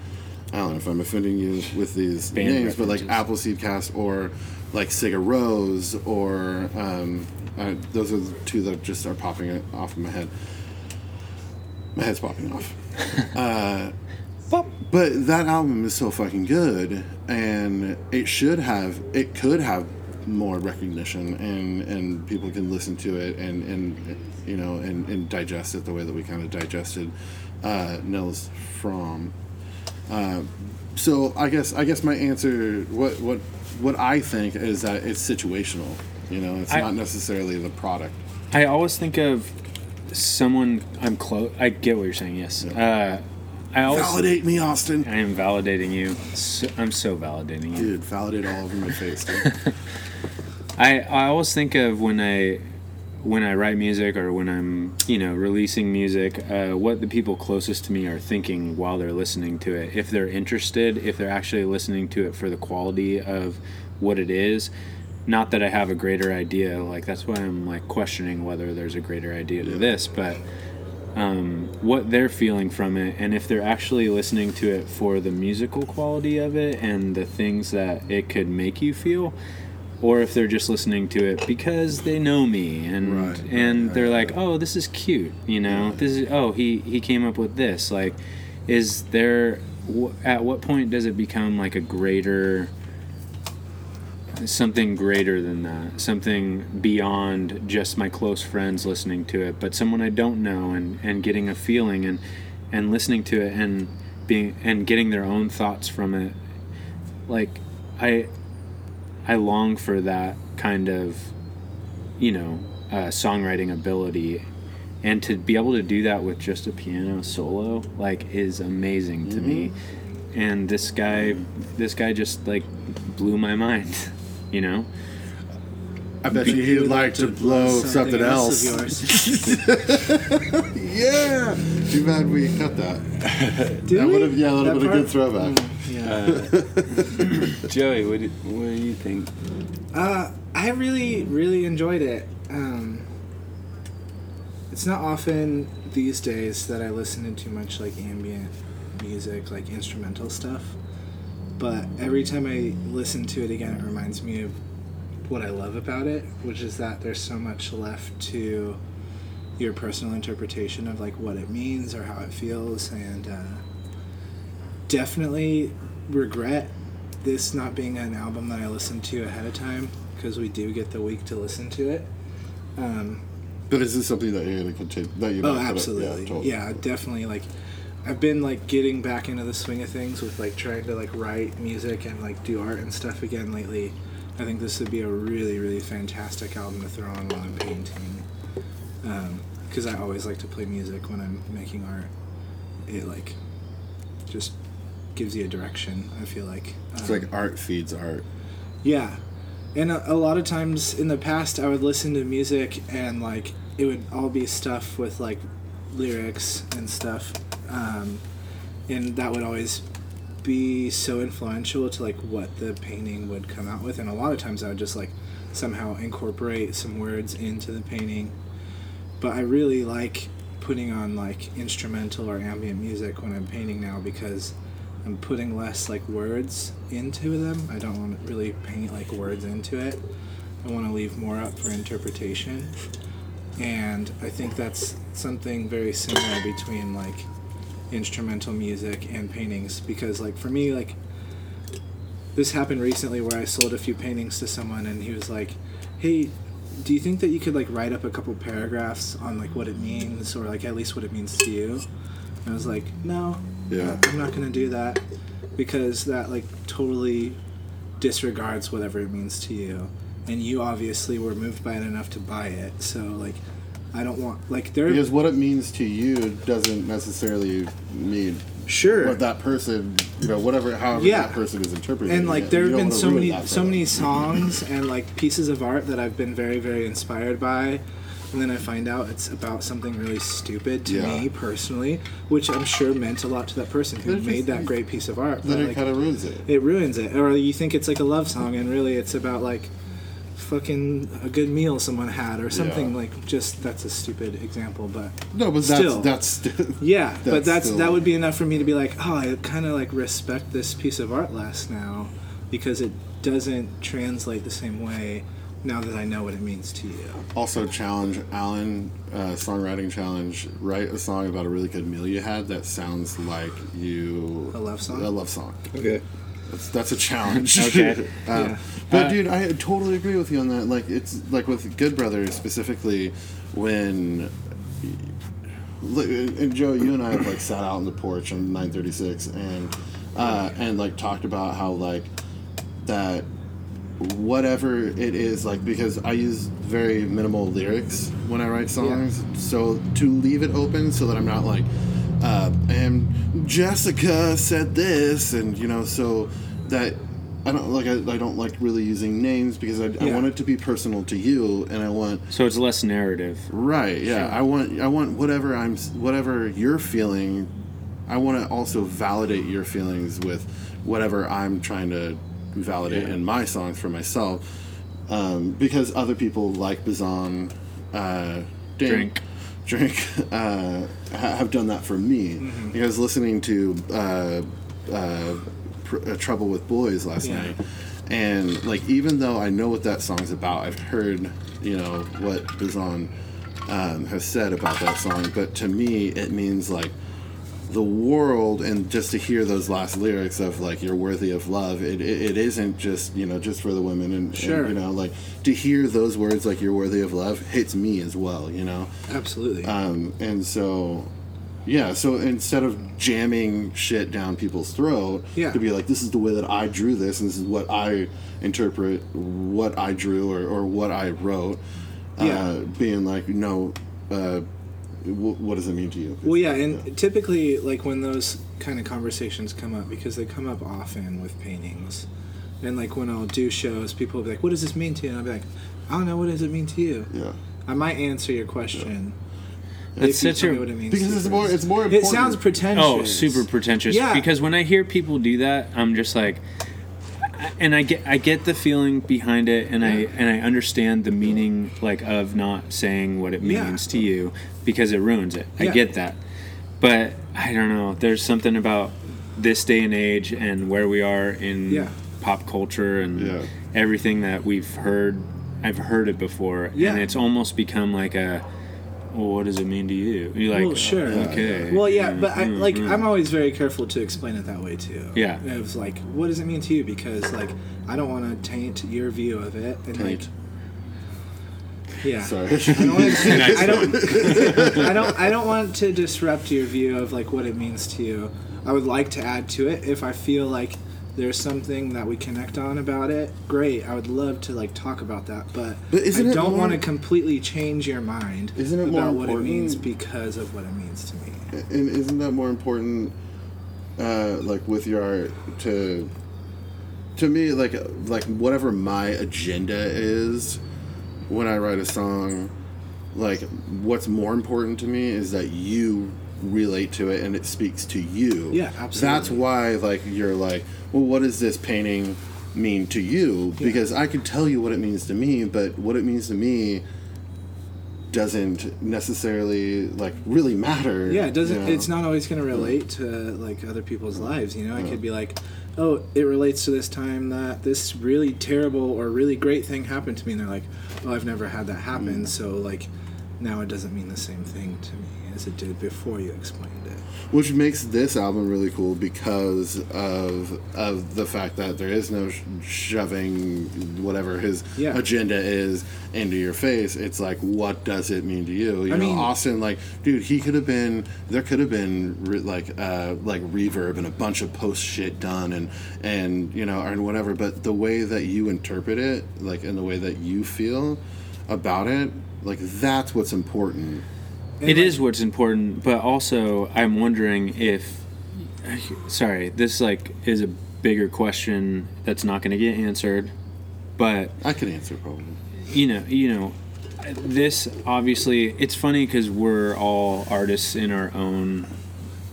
[SPEAKER 1] I don't know if I'm offending you with these
[SPEAKER 4] Band
[SPEAKER 1] names, but like
[SPEAKER 4] references.
[SPEAKER 1] Appleseed Cast or like Cigar Rose or um, uh, those are the two that just are popping off in my head. My head's popping off. But that album is so fucking good, and it should have, it could have more recognition, and and people can listen to it, and and you know, and and digest it the way that we kind of digested uh, Nels from. Uh, so I guess I guess my answer, what what what I think is that it's situational. You know, it's
[SPEAKER 4] I-
[SPEAKER 1] not necessarily the product.
[SPEAKER 4] I always think of someone I'm close. I get what you're saying. Yes, uh, I always
[SPEAKER 1] Validate me, Austin.
[SPEAKER 4] I am validating you. So, I'm so validating you.
[SPEAKER 1] Dude, validate all over my face. Dude.
[SPEAKER 4] I, I always think of when I when I write music or when I'm you know releasing music, uh, what the people closest to me are thinking while they're listening to it. If they're interested, if they're actually listening to it for the quality of what it is. Not that I have a greater idea, like that's why I'm like questioning whether there's a greater idea to this, but um, what they're feeling from it and if they're actually listening to it for the musical quality of it and the things that it could make you feel or if they're just listening to it because they know me and
[SPEAKER 1] Right,
[SPEAKER 4] and
[SPEAKER 1] right,
[SPEAKER 4] they're
[SPEAKER 1] right,
[SPEAKER 4] like oh this is cute you know this is oh he he came up with this like is there wh- at what point does it become like a greater something greater than that, something beyond just my close friends listening to it, but someone I don't know and, and getting a feeling and and listening to it and being and getting their own thoughts from it. Like I I long for that kind of you know uh, songwriting ability. And to be able to do that with just a piano solo, like, is amazing to me.
[SPEAKER 3] Mm-hmm.
[SPEAKER 4] And this guy, this guy just like blew my mind, you know.
[SPEAKER 1] I bet you he'd like to blow Oh, something else.
[SPEAKER 3] of yours.
[SPEAKER 1] Yeah. Too bad we cut that.
[SPEAKER 3] Did
[SPEAKER 1] That
[SPEAKER 3] we?
[SPEAKER 1] would have yeah, that would have been a good
[SPEAKER 3] part? Mm.
[SPEAKER 1] throwback.
[SPEAKER 3] Yeah.
[SPEAKER 2] Joey, what do, what do you think?
[SPEAKER 3] Uh, I really, really enjoyed it. Um, it's not often these days that I listen to too much like ambient music, like instrumental stuff. But every time I listen to it again, it reminds me of what I love about it, which is that there's so much left to your personal interpretation of like what it means or how it feels, and uh, definitely regret this not being an album that I listened to ahead of time because we do get the week to listen to it. Um,
[SPEAKER 1] But is this something that you're gonna continue that you're
[SPEAKER 3] oh,
[SPEAKER 1] gonna put up?
[SPEAKER 3] absolutely.
[SPEAKER 1] Yeah, totally.
[SPEAKER 3] yeah, definitely. Like, I've been like getting back into the swing of things with like trying to like write music and like do art and stuff again lately. I think this would be a really, really fantastic album to throw on while I'm painting. Because I always like to play music when I'm making art. It like just gives you a direction, I feel like.
[SPEAKER 1] It's
[SPEAKER 3] Um,
[SPEAKER 1] like art feeds art.
[SPEAKER 3] yeah. And a, a lot of times in the past, I would listen to music and like it would all be stuff with like lyrics and stuff, um, and that would always be so influential to like what the painting would come out with. And a lot of times, I would just like somehow incorporate some words into the painting. But I really like putting on like instrumental or ambient music when I'm painting now because I'm putting less like words into them. I don't want to really paint like words into it. I want to leave more up for interpretation. And I think that's something very similar between like instrumental music and paintings because like for me like this happened recently where I sold a few paintings to someone and he was like, "Hey, do you think that you could like write up a couple paragraphs on like what it means or like at least what it means to you?" And I was like, "No,
[SPEAKER 1] Yeah.
[SPEAKER 3] I'm not gonna do that because that like totally disregards whatever it means to you. And you obviously were moved by it enough to buy it. So like I don't want like there
[SPEAKER 1] Because what it means to you doesn't necessarily mean
[SPEAKER 3] sure
[SPEAKER 1] what that person, you know, whatever, however
[SPEAKER 3] Yeah.
[SPEAKER 1] that person is interpreting.
[SPEAKER 3] and like
[SPEAKER 1] it.
[SPEAKER 3] there
[SPEAKER 1] You
[SPEAKER 3] have
[SPEAKER 1] don't
[SPEAKER 3] been
[SPEAKER 1] wanna
[SPEAKER 3] so
[SPEAKER 1] ruin
[SPEAKER 3] many
[SPEAKER 1] that for
[SPEAKER 3] so
[SPEAKER 1] them.
[SPEAKER 3] many songs and like pieces of art that I've been very very inspired by and then I find out it's about something really stupid to
[SPEAKER 1] Yeah.
[SPEAKER 3] me personally which I'm sure meant a lot to that person who
[SPEAKER 1] They're just
[SPEAKER 3] made that
[SPEAKER 1] like-
[SPEAKER 3] great piece of art
[SPEAKER 1] Then
[SPEAKER 3] but,
[SPEAKER 1] it
[SPEAKER 3] like,
[SPEAKER 1] kind of ruins it.
[SPEAKER 3] it ruins it or you think it's like a love song and really it's about like fucking a good meal someone had or something
[SPEAKER 1] Yeah.
[SPEAKER 3] like just that's a stupid example but
[SPEAKER 1] No, but
[SPEAKER 3] Still.
[SPEAKER 1] that's that's
[SPEAKER 3] yeah but
[SPEAKER 1] That's
[SPEAKER 3] that's
[SPEAKER 1] still-
[SPEAKER 3] that would be enough for me to be like oh i kind of like respect this piece of art less now because it doesn't translate the same way now that i know what it means to you
[SPEAKER 1] also challenge Alan uh, songwriting challenge. Write a song about a really good meal you had that sounds like you
[SPEAKER 3] A love song?
[SPEAKER 1] A love song.
[SPEAKER 2] Okay.
[SPEAKER 1] That's, that's a challenge.
[SPEAKER 2] Okay.
[SPEAKER 1] Um,
[SPEAKER 3] Yeah. Uh,
[SPEAKER 1] But dude, I totally agree with you on that. Like it's like with Good Brothers specifically, when like, and Joe, you and I have like sat out on the porch on 936 and uh, and like talked about how like that whatever it is like because I use very minimal lyrics when I write songs, so to leave it open so that I'm not like uh, and Jessica said this and you know so that I don't like I, I don't like really using names because I, I
[SPEAKER 3] Yeah.
[SPEAKER 1] want it to be personal to you and I want
[SPEAKER 4] So it's less narrative.
[SPEAKER 1] Right. Yeah. I want. I want whatever I'm. s- Whatever you're feeling. I want to also validate your feelings with whatever I'm trying to validate
[SPEAKER 2] Yeah.
[SPEAKER 1] in my songs for myself, um, because other people like Bazan, uh, Dane-
[SPEAKER 4] Drink.
[SPEAKER 1] drink, uh, ha- have done that for me. Because listening to uh, uh, pr- uh, Trouble with Boys last
[SPEAKER 3] Yeah.
[SPEAKER 1] night, and like even though I know what that song's about, I've heard you know what Bizon um, has said about that song, but to me it means like the world and just to hear those last lyrics of like you're worthy of love it, it, it isn't just you know just for the women and, and,
[SPEAKER 3] Sure.
[SPEAKER 1] you know like to hear those words like you're worthy of love hits me as well you know
[SPEAKER 3] absolutely
[SPEAKER 1] um, and so, yeah. So instead of jamming shit down people's throat,
[SPEAKER 3] Yeah.
[SPEAKER 1] to be like, this is the way that I drew this, and this is what I interpret what I drew or, or what I wrote.
[SPEAKER 3] Yeah.
[SPEAKER 1] Uh, being like, no, uh, w- what does it mean to you?
[SPEAKER 3] Well, yeah, and typically, like when those kind of conversations come up, because they come up often with paintings, and like when I'll do shows, people will be like, "What does this mean to you?" And I'll be like, "I don't know. What does it mean to you?"
[SPEAKER 1] yeah.
[SPEAKER 3] I might answer your question.
[SPEAKER 4] That's
[SPEAKER 3] if you
[SPEAKER 4] such
[SPEAKER 3] tell
[SPEAKER 4] a-
[SPEAKER 3] me what it means to
[SPEAKER 1] Because
[SPEAKER 3] you
[SPEAKER 1] it's more,
[SPEAKER 3] first.
[SPEAKER 1] it's more
[SPEAKER 3] It
[SPEAKER 1] important.
[SPEAKER 3] sounds pretentious.
[SPEAKER 4] Oh, super pretentious.
[SPEAKER 3] Yeah.
[SPEAKER 4] Because when I hear people do that, I'm just like, and I get I get the feeling behind it, and I and I understand the meaning like of not saying what it
[SPEAKER 3] Yeah.
[SPEAKER 4] means to you because it ruins it. I
[SPEAKER 3] Yeah.
[SPEAKER 4] get that, but I don't know. There's something about this day and age and where we are in
[SPEAKER 3] Yeah.
[SPEAKER 4] pop culture and
[SPEAKER 1] Yeah.
[SPEAKER 4] everything that we've heard. I've heard it before,
[SPEAKER 3] Yeah.
[SPEAKER 4] and it's almost become like a. Well, what does it mean to you? You're like,
[SPEAKER 3] Well, sure.
[SPEAKER 4] Okay.
[SPEAKER 3] Well, yeah, but I,
[SPEAKER 4] Mm,
[SPEAKER 3] like
[SPEAKER 4] mm.
[SPEAKER 3] I'm always very careful to explain it that way too.
[SPEAKER 4] Yeah.
[SPEAKER 3] it was like, what does it mean to you? Because like I don't want to taint your view of it. And,
[SPEAKER 1] Taint.
[SPEAKER 3] Like, yeah.
[SPEAKER 1] Sorry.
[SPEAKER 3] I don't, want to,
[SPEAKER 4] Nice
[SPEAKER 3] I, don't, I don't. I don't want to disrupt your view of like what it means to you. I would like to add to it if I feel like there's something that we connect on about it. Great. I would love to like talk about that, but,
[SPEAKER 1] But isn't
[SPEAKER 3] I
[SPEAKER 1] it
[SPEAKER 3] don't
[SPEAKER 1] more-
[SPEAKER 3] want to completely change your mind
[SPEAKER 1] Isn't it more
[SPEAKER 3] about what it
[SPEAKER 1] important-
[SPEAKER 3] means because of what it means to me.
[SPEAKER 1] And isn't that more important, uh, like with your art, to to me like like whatever my agenda is when I write a song, like what's more important to me is that you relate to it and it speaks to you.
[SPEAKER 3] Yeah,
[SPEAKER 1] That's
[SPEAKER 3] absolutely.
[SPEAKER 1] why like you're like, well, what does this painting mean to you? Because I can tell you what it means to me, but what it means to me doesn't necessarily like really matter.
[SPEAKER 3] Yeah, it doesn't.
[SPEAKER 1] you know?
[SPEAKER 3] It's not always going to relate to like other people's lives. You know, I could be like, oh, it relates to this time that this really terrible or really great thing happened to me, and they're like, oh, I've never had that happen, so like, now it doesn't mean the same thing to me as it did before you explained it.
[SPEAKER 1] which makes this album really cool because of of the fact that there is no sh- shoving whatever his
[SPEAKER 3] Yeah.
[SPEAKER 1] agenda is into your face. It's like, what does it mean to you? You
[SPEAKER 3] I
[SPEAKER 1] know,
[SPEAKER 3] mean-
[SPEAKER 1] Austin, like, dude, he could have been there. Could have been re- like uh, like reverb and a bunch of post shit done and and you know and whatever. But the way that you interpret it, like, and the way that you feel about it, like, that's what's important.
[SPEAKER 4] It is what's important, but also I'm wondering if. Sorry, this like is a bigger question that's not going to get answered, but
[SPEAKER 1] I can answer probably.
[SPEAKER 4] you know, you know, this obviously it's funny because we're all artists in our own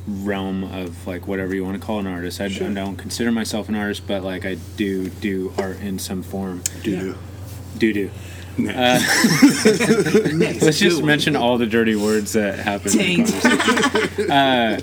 [SPEAKER 4] realm of like whatever you want to call an artist. I, I don't consider myself an artist, but like I do do art in some form.
[SPEAKER 1] Doo-doo.
[SPEAKER 4] Do do. Let's just mention all the dirty words that happen. in the conversation. uh,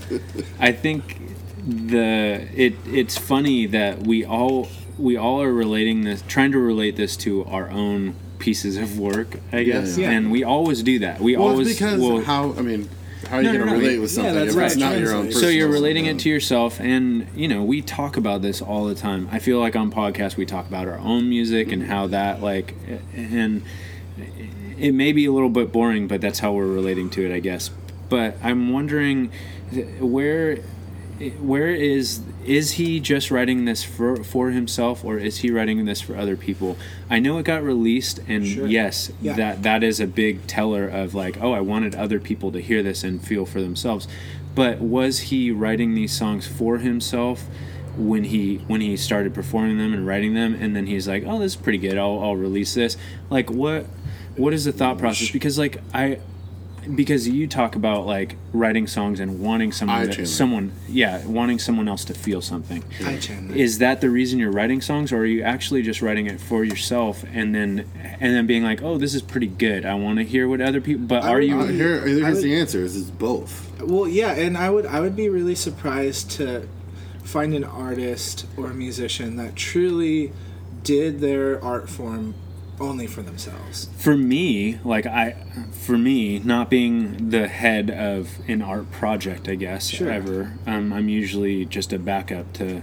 [SPEAKER 4] I think the it it's funny that we all we all are relating this, trying to relate this to our own pieces of work, I guess,
[SPEAKER 1] yeah.
[SPEAKER 4] and we always do that. We
[SPEAKER 1] Well,
[SPEAKER 4] always
[SPEAKER 1] it's because
[SPEAKER 4] will-
[SPEAKER 1] how I mean, how are you
[SPEAKER 4] No, no,
[SPEAKER 1] going to
[SPEAKER 4] no,
[SPEAKER 1] relate
[SPEAKER 4] yeah,
[SPEAKER 1] with something
[SPEAKER 3] that's
[SPEAKER 1] if
[SPEAKER 3] right,
[SPEAKER 1] it's not your own?
[SPEAKER 3] translate.
[SPEAKER 1] Personal
[SPEAKER 4] so you're relating it to yourself and you know we talk about this all the time i feel like on podcasts we talk about our own music and how that like and it may be a little bit boring but that's how we're relating to it i guess but i'm wondering th- where where is is he just writing this for for himself or is he writing this for other people i know it got released and
[SPEAKER 3] Sure.
[SPEAKER 4] yes
[SPEAKER 3] Yeah.
[SPEAKER 4] that that is a big teller of like oh i wanted other people to hear this and feel for themselves but was he writing these songs for himself when he when he started performing them and writing them and then he's like oh this is pretty good i'll, I'll release this like what what is the thought process because like i because you talk about like writing songs and wanting
[SPEAKER 1] Eye
[SPEAKER 4] someone to,
[SPEAKER 1] Chandler.
[SPEAKER 4] someone yeah wanting someone else to feel something
[SPEAKER 3] Hi, Chandler.
[SPEAKER 4] is that the reason you're writing songs or are you actually just writing it for yourself and then and then being like oh this is pretty good i want to hear what other people but are
[SPEAKER 1] Uh,
[SPEAKER 4] you
[SPEAKER 1] here, here's
[SPEAKER 3] would-
[SPEAKER 1] the answer: is it's both.
[SPEAKER 3] Well, yeah, and I would I would be really surprised to find an artist or a musician that truly did their art form only for themselves.
[SPEAKER 4] for me like i for me not being the head of an art project i guess
[SPEAKER 3] Sure.
[SPEAKER 4] ever um, i'm usually just a backup to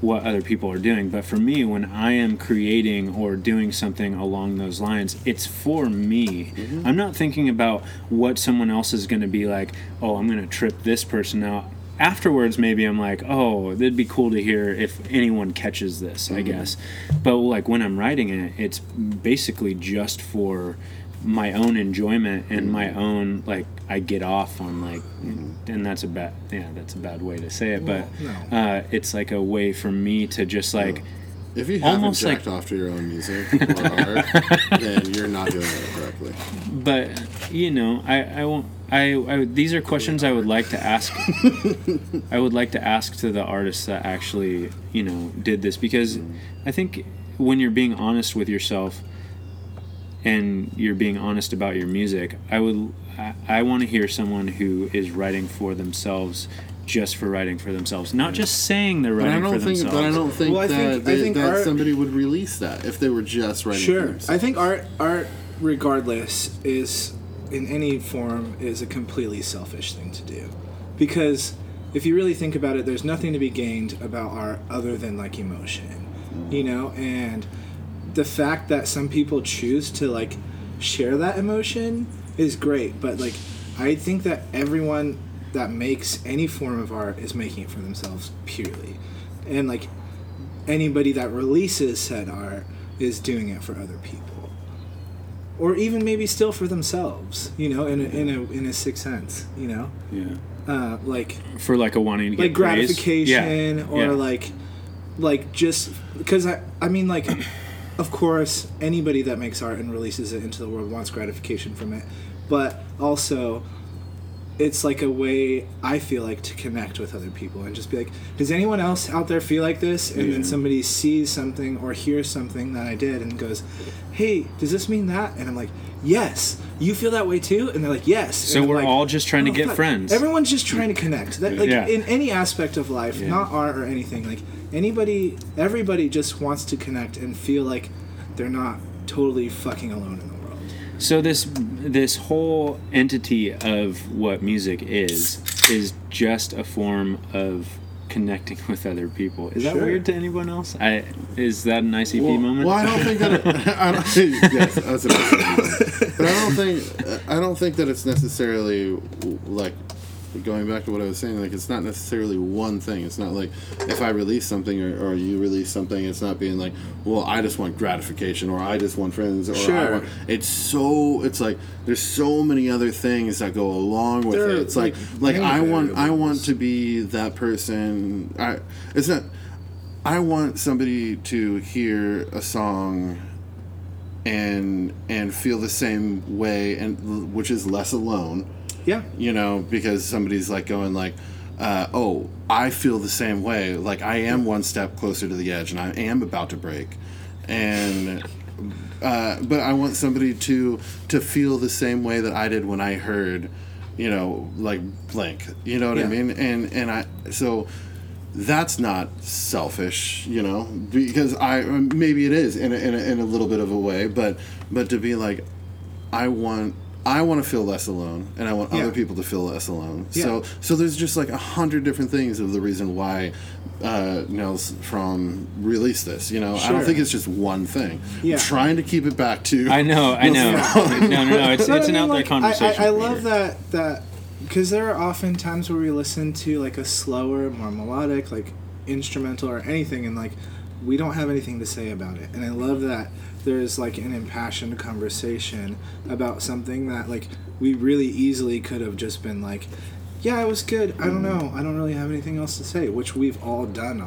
[SPEAKER 4] what other people are doing but for me when i am creating or doing something along those lines it's for me i'm not thinking about what someone else is going to be like oh i'm going to trip this person out afterwards maybe i'm like oh it'd be cool to hear if anyone catches this
[SPEAKER 3] Mm-hmm.
[SPEAKER 4] i guess but like when i'm writing it it's basically just for my own enjoyment and my
[SPEAKER 3] Mm-hmm.
[SPEAKER 4] own like i get off on like and that's a bad yeah that's a bad way to say it but
[SPEAKER 3] Well, no.
[SPEAKER 4] uh, it's like a way for me to just like
[SPEAKER 1] If you haven't
[SPEAKER 4] Almost like-
[SPEAKER 1] jacked off to your own music or art, then you're not doing it correctly.
[SPEAKER 4] but you know i i won't I, I these are questions I would like to ask. I would like to ask to the artists that actually you know did this because I think when you're being honest with yourself and you're being honest about your music, I would I, I want to hear someone who is writing for themselves just for writing for themselves, not just saying they're
[SPEAKER 1] But I
[SPEAKER 4] writing for
[SPEAKER 1] don't think.
[SPEAKER 4] themselves.
[SPEAKER 1] But I don't think
[SPEAKER 3] Well, I
[SPEAKER 1] that,
[SPEAKER 3] think- I
[SPEAKER 1] they-
[SPEAKER 3] think
[SPEAKER 1] that
[SPEAKER 3] art-
[SPEAKER 1] somebody would release that if they were just writing. for
[SPEAKER 3] Sure. I
[SPEAKER 1] themselves.
[SPEAKER 3] think art art regardless is in any form is a completely selfish thing to do. Because if you really think about it, there's nothing to be gained about art other than like emotion. You know, and the fact that some people choose to like share that emotion is great, but like I think that everyone that makes any form of art is making it for themselves purely. And like anybody that releases said art is doing it for other people or even maybe still for themselves you know in a in a in a sixth sense you know
[SPEAKER 2] Yeah.
[SPEAKER 3] uh, like
[SPEAKER 4] for like a wanting to
[SPEAKER 3] like
[SPEAKER 4] get praise.
[SPEAKER 3] gratification
[SPEAKER 4] Yeah,
[SPEAKER 3] or
[SPEAKER 4] yeah.
[SPEAKER 3] like like just because I, I mean like of course anybody that makes art and releases it into the world wants gratification from it but also it's like a way i feel like to connect with other people and just be like does anyone else out there feel like this and then somebody sees something or hears something that i did and goes hey does this mean that and i'm like yes you feel that way too and they're like yes
[SPEAKER 4] So
[SPEAKER 3] And I'm
[SPEAKER 4] we're
[SPEAKER 3] like,
[SPEAKER 4] all just trying to
[SPEAKER 3] "Oh,
[SPEAKER 4] get
[SPEAKER 3] fuck."
[SPEAKER 4] friends.
[SPEAKER 3] everyone's just trying to connect that like
[SPEAKER 4] Yeah.
[SPEAKER 3] in any aspect of life not art or anything like anybody everybody just wants to connect and feel like they're not totally fucking alone in the world
[SPEAKER 4] So this this whole entity of what music is is just a form of connecting with other people. Is that
[SPEAKER 3] Sure.
[SPEAKER 4] weird to anyone else? I is that an ICP
[SPEAKER 1] well,
[SPEAKER 4] moment?
[SPEAKER 1] well, I don't think that. It, I don't, yes, that's an excellent moment. But I don't think I don't think that it's necessarily like going back to what I was saying. Like it's not necessarily one thing. It's not like if I release something or, or you release something, it's not being like, well, I just want gratification or I just want friends or I
[SPEAKER 3] Sure.
[SPEAKER 1] want. It's so. It's like there's so many other things that go along with
[SPEAKER 3] There
[SPEAKER 1] it.
[SPEAKER 3] are,
[SPEAKER 1] It's like
[SPEAKER 3] like,
[SPEAKER 1] like I
[SPEAKER 3] many
[SPEAKER 1] want I
[SPEAKER 3] variables.
[SPEAKER 1] want to be that person. I it's not. I want somebody to hear a song and and feel the same way and which is less alone,
[SPEAKER 3] yeah
[SPEAKER 1] you know, because somebody's like going like uh, oh, I feel the same way. Like I am one step closer to the edge and I am about to break. And uh, but I want somebody to to feel the same way that I did when I heard, you know, like blank. You know what I
[SPEAKER 3] Yeah.
[SPEAKER 1] mean? And and I so that's not selfish, you know, because I maybe it is in a, in a, in a little bit of a way, but but to be like, I want I want to feel less alone, and I want
[SPEAKER 3] Yeah.
[SPEAKER 1] other people to feel less alone.
[SPEAKER 3] Yeah.
[SPEAKER 1] So so there's just like a hundred different things of the reason why uh, Nels from released this. You know, I
[SPEAKER 3] Sure.
[SPEAKER 1] don't think it's just one thing.
[SPEAKER 3] Yeah.
[SPEAKER 1] I'm trying to keep it back to
[SPEAKER 4] I know, I know. no, no, no. It's,
[SPEAKER 3] But
[SPEAKER 4] it's
[SPEAKER 3] I
[SPEAKER 4] an
[SPEAKER 3] mean,
[SPEAKER 4] out there
[SPEAKER 3] like, I-
[SPEAKER 4] conversation.
[SPEAKER 3] I, I,
[SPEAKER 4] for
[SPEAKER 3] love
[SPEAKER 4] sure.
[SPEAKER 3] that that because there are often times where we listen to like a slower, more melodic, like instrumental or anything, and like we don't have anything to say about it. And I love that there's like an impassioned conversation about something that like we really easily could have just been like. Yeah, it was good. I don't know. I don't really have anything else to say, which we've all done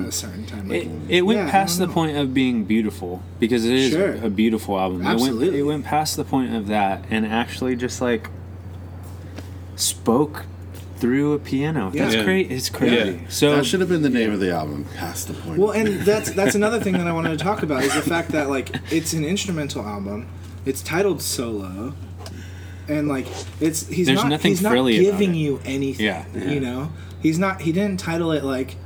[SPEAKER 3] at a certain time. Like,
[SPEAKER 4] It, it went
[SPEAKER 3] yeah, I
[SPEAKER 4] past the
[SPEAKER 3] don't know.
[SPEAKER 4] point of being beautiful because it is
[SPEAKER 3] Sure.
[SPEAKER 4] a beautiful album. It went,
[SPEAKER 3] Absolutely.
[SPEAKER 4] it went past the point of that and actually just like spoke through a piano.
[SPEAKER 3] Yeah.
[SPEAKER 4] That's
[SPEAKER 2] Yeah.
[SPEAKER 4] great. It's crazy. So
[SPEAKER 1] that should have been the name of the album. Past the point.
[SPEAKER 3] Well, and that's that's another thing that I wanted to talk about is the fact that like it's an instrumental album. It's titled solo, and like it's he's
[SPEAKER 4] There's
[SPEAKER 3] not
[SPEAKER 4] nothing
[SPEAKER 3] he's not
[SPEAKER 4] frilly about
[SPEAKER 3] giving
[SPEAKER 4] it.
[SPEAKER 3] you anything.
[SPEAKER 4] Yeah.
[SPEAKER 3] you know he's not he didn't title it like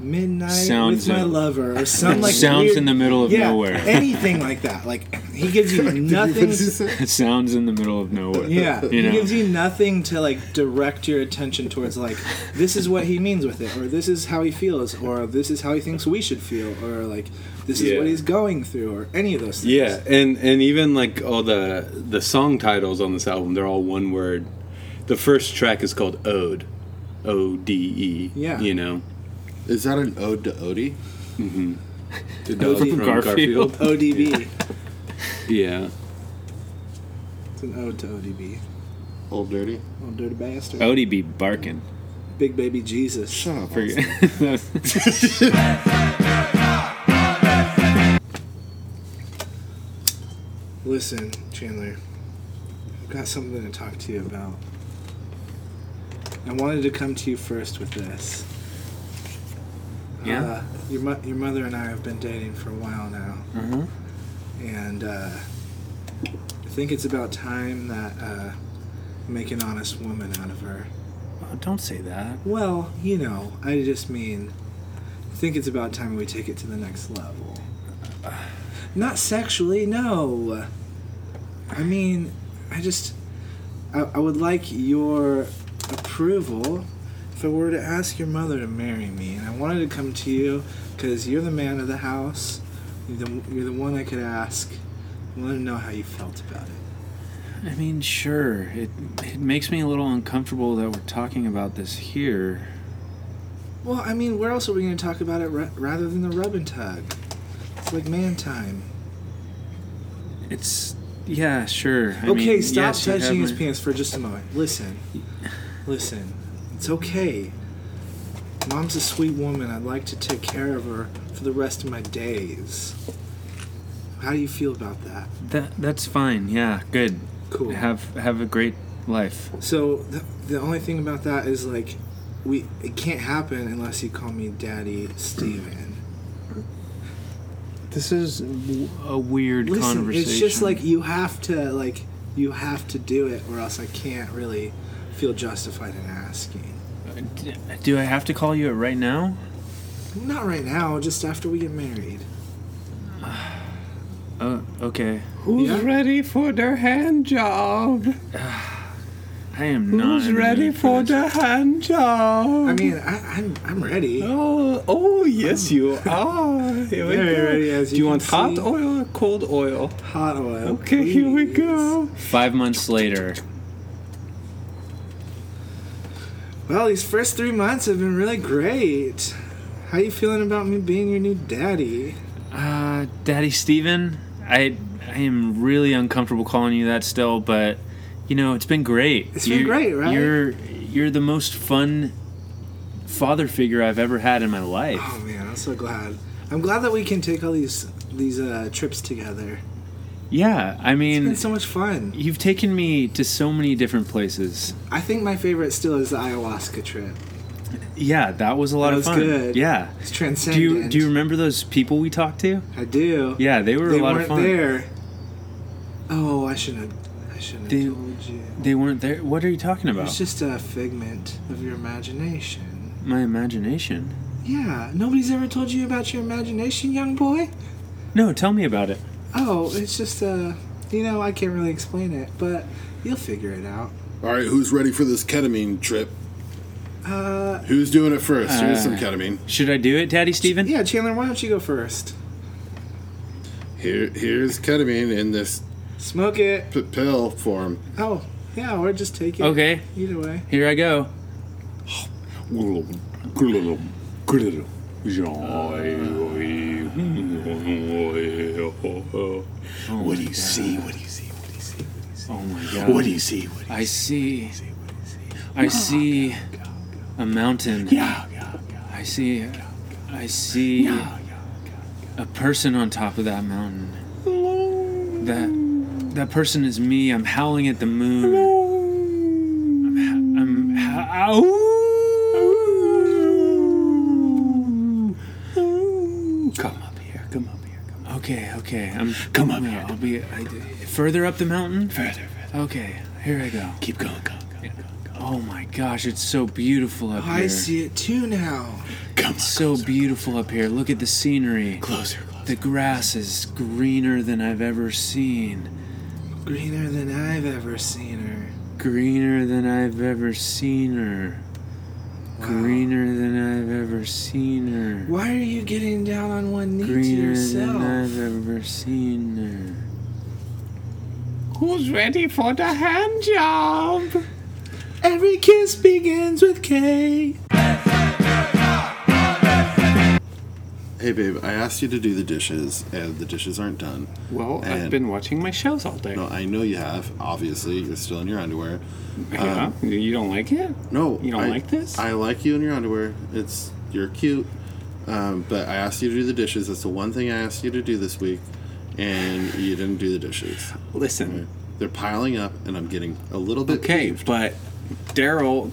[SPEAKER 3] midnight
[SPEAKER 4] Sounds
[SPEAKER 3] with my
[SPEAKER 4] in-
[SPEAKER 3] lover or some like
[SPEAKER 4] Sounds
[SPEAKER 3] weird-
[SPEAKER 4] in the middle of
[SPEAKER 3] yeah,
[SPEAKER 4] nowhere.
[SPEAKER 3] anything like that. Like he gives you nothing.
[SPEAKER 1] Did you say?
[SPEAKER 4] it sounds in the middle of nowhere.
[SPEAKER 3] Yeah,
[SPEAKER 4] You know?
[SPEAKER 3] he gives you nothing to like direct your attention towards like this is what he means with it, or this is how he feels, or this is how he thinks we should feel, or like this is
[SPEAKER 2] Yeah.
[SPEAKER 3] what he's going through, or any of those things.
[SPEAKER 2] Yeah, and and even like all the the song titles on this album, they're all one word. The first track is called Ode, O D E.
[SPEAKER 3] Yeah.
[SPEAKER 2] you know,
[SPEAKER 1] Is that an ode to Odie?
[SPEAKER 2] The
[SPEAKER 4] Ode from Garfield.
[SPEAKER 3] ODB.
[SPEAKER 2] Yeah,
[SPEAKER 3] It's an ode to ODB.
[SPEAKER 1] Old dirty.
[SPEAKER 3] Oh, dirty bastard.
[SPEAKER 4] Odie be barking.
[SPEAKER 3] Big baby Jesus.
[SPEAKER 1] Shut up.
[SPEAKER 4] For-
[SPEAKER 1] Austin.
[SPEAKER 3] Listen, Chandler, I've got something to talk to you about. I wanted to come to you first with this.
[SPEAKER 4] Yeah?
[SPEAKER 3] Uh, your, mo- your mother and I have been dating for a while now. And uh, I think it's about time that uh, make an honest woman out of her.
[SPEAKER 4] Oh, don't say that.
[SPEAKER 3] Well, you know, I just mean, I think it's about time we take it to the next level. Not sexually, no. I mean, I just, I, I would like your approval if I were to ask your mother to marry me. And I wanted to come to you because you're the man of the house. You're the, you're the one I could ask. I want to know how you felt about it.
[SPEAKER 4] I mean, sure. It it makes me a little uncomfortable that we're talking about this here.
[SPEAKER 3] Well, I mean, where else are we going to talk about it ra- rather than the rub and tug? It's like man time.
[SPEAKER 4] It's yeah, sure. I
[SPEAKER 3] okay,
[SPEAKER 4] mean,
[SPEAKER 3] stop
[SPEAKER 4] yes, you have
[SPEAKER 3] touching his
[SPEAKER 4] my-
[SPEAKER 3] penis for just a moment. Listen, listen, it's okay. Mom's a sweet woman. I'd like to take care of her for the rest of my days. How do you feel about that?
[SPEAKER 4] That that's fine. Yeah, good.
[SPEAKER 3] Cool.
[SPEAKER 4] Have have a great life.
[SPEAKER 3] So the, the only thing about that is like, we it can't happen unless you call me Daddy Steven.
[SPEAKER 4] This is w- a weird
[SPEAKER 3] Listen,
[SPEAKER 4] conversation.
[SPEAKER 3] it's just like you have to like you have to do it, or else I can't really feel justified in asking.
[SPEAKER 4] D- Do I have to call you it right now?
[SPEAKER 3] Not right now, just after we get married.
[SPEAKER 4] Oh, okay.
[SPEAKER 2] Who's
[SPEAKER 3] Yeah.
[SPEAKER 2] ready for the hand job?
[SPEAKER 4] I am not.
[SPEAKER 2] Who's
[SPEAKER 4] in the
[SPEAKER 2] ready
[SPEAKER 4] mood
[SPEAKER 2] for
[SPEAKER 4] this.
[SPEAKER 2] the hand job?
[SPEAKER 3] I mean, I, I'm I'm ready.
[SPEAKER 2] Oh, oh yes, you are. Here we
[SPEAKER 3] Very
[SPEAKER 2] go.
[SPEAKER 3] ready, as
[SPEAKER 2] Do you
[SPEAKER 3] you can
[SPEAKER 2] want hot
[SPEAKER 3] see.
[SPEAKER 2] oil or cold oil?
[SPEAKER 3] Hot oil.
[SPEAKER 2] Okay, here we
[SPEAKER 3] please.
[SPEAKER 2] go.
[SPEAKER 4] Five months later.
[SPEAKER 3] Well, these first three months have been really great. How you feeling about me being your new daddy?
[SPEAKER 4] Uh, Daddy Steven, I I am really uncomfortable calling you that still, but you know, it's been great.
[SPEAKER 3] It's been great, right?
[SPEAKER 4] You're you're the most fun father figure I've ever had in my life.
[SPEAKER 3] Oh man, I'm so glad. I'm glad that we can take all these these uh, trips together.
[SPEAKER 4] Yeah, I
[SPEAKER 3] It's
[SPEAKER 4] mean,
[SPEAKER 3] been so much fun.
[SPEAKER 4] you've taken me to so many different places.
[SPEAKER 3] I think my favorite still is the ayahuasca trip.
[SPEAKER 4] Yeah, that was a lot
[SPEAKER 3] That
[SPEAKER 4] of
[SPEAKER 3] was
[SPEAKER 4] fun.
[SPEAKER 3] good.
[SPEAKER 4] Yeah.
[SPEAKER 3] It's
[SPEAKER 4] Do
[SPEAKER 3] transcendent.
[SPEAKER 4] you do you remember those people we talked to?
[SPEAKER 3] I do.
[SPEAKER 4] Yeah, they were
[SPEAKER 3] they
[SPEAKER 4] a lot
[SPEAKER 3] weren't
[SPEAKER 4] of fun.
[SPEAKER 3] there. Oh, I shouldn't. Have, I shouldn't
[SPEAKER 4] They-
[SPEAKER 3] have told you.
[SPEAKER 4] They weren't there. What are you talking about?
[SPEAKER 3] It's just a figment of your imagination.
[SPEAKER 4] My imagination.
[SPEAKER 3] Yeah, nobody's ever told you about your imagination, young boy.
[SPEAKER 4] No, tell me about it.
[SPEAKER 3] Oh, it's just uh, you know, I can't really explain it, but you'll figure it out.
[SPEAKER 1] All right, who's ready for this ketamine trip?
[SPEAKER 3] Uh,
[SPEAKER 1] Who's doing it first? Here's some
[SPEAKER 4] Uh.
[SPEAKER 1] ketamine.
[SPEAKER 4] Should I do it, Daddy Steven?
[SPEAKER 3] yeah, Chandler, why don't you go first?
[SPEAKER 1] Here, here's ketamine in this
[SPEAKER 3] Smoke it.
[SPEAKER 1] p- pill form.
[SPEAKER 3] Oh, yeah, or just take it.
[SPEAKER 4] Okay,
[SPEAKER 3] Either way.
[SPEAKER 4] here I go.
[SPEAKER 2] What do you see? What do you see? What do you see?
[SPEAKER 4] Oh my god.
[SPEAKER 2] What do you see? What do you
[SPEAKER 4] I see.
[SPEAKER 2] see? What do you see?
[SPEAKER 4] I see a mountain.
[SPEAKER 2] Yeah, yeah, yeah,
[SPEAKER 4] I see. I see
[SPEAKER 2] yeah,
[SPEAKER 4] a person on top of that mountain. That that person is me. I'm howling at the moon.
[SPEAKER 2] yeah.
[SPEAKER 4] I'm ha- ow.
[SPEAKER 2] Come up here. Come up here. Come up.
[SPEAKER 4] Okay, okay. I'm
[SPEAKER 2] Come on,
[SPEAKER 4] no,
[SPEAKER 2] man.
[SPEAKER 4] I'll be I, further up the mountain.
[SPEAKER 2] Further, further.
[SPEAKER 4] Okay, here I go.
[SPEAKER 2] Keep going. Come, come, come, come.
[SPEAKER 4] Oh my gosh, it's so beautiful up
[SPEAKER 3] Oh,
[SPEAKER 4] here.
[SPEAKER 3] I see it too now.
[SPEAKER 2] Come on,
[SPEAKER 4] So
[SPEAKER 2] closer,
[SPEAKER 4] beautiful up here. Look at the scenery.
[SPEAKER 2] Closer,
[SPEAKER 4] The
[SPEAKER 2] closer.
[SPEAKER 4] grass is greener than I've ever seen.
[SPEAKER 3] Greener than I've ever seen her.
[SPEAKER 4] Greener than I've ever seen her.
[SPEAKER 3] Wow.
[SPEAKER 4] Greener than I've ever seen her.
[SPEAKER 3] Why are you getting down on one knee to
[SPEAKER 4] Greener than
[SPEAKER 3] yourself?
[SPEAKER 4] I've ever seen her.
[SPEAKER 2] Who's ready for the hand job?
[SPEAKER 3] Every kiss begins with K.
[SPEAKER 1] Hey, babe, I asked you to do the dishes, and the dishes aren't done.
[SPEAKER 2] Well, I've
[SPEAKER 1] And-
[SPEAKER 2] been watching my shows all day.
[SPEAKER 1] No, I know you have. Obviously, you're still in your underwear.
[SPEAKER 3] um,
[SPEAKER 2] yeah, you don't like it?
[SPEAKER 1] No,
[SPEAKER 2] You don't
[SPEAKER 1] I,
[SPEAKER 2] like this?
[SPEAKER 1] I like you in your underwear. It's you're cute. Um, but I asked you to do the dishes. That's the one thing I asked you to do this week, and you didn't do the dishes.
[SPEAKER 2] Listen.
[SPEAKER 1] They're piling up, and I'm getting a little bit.
[SPEAKER 2] Okay, but Daryl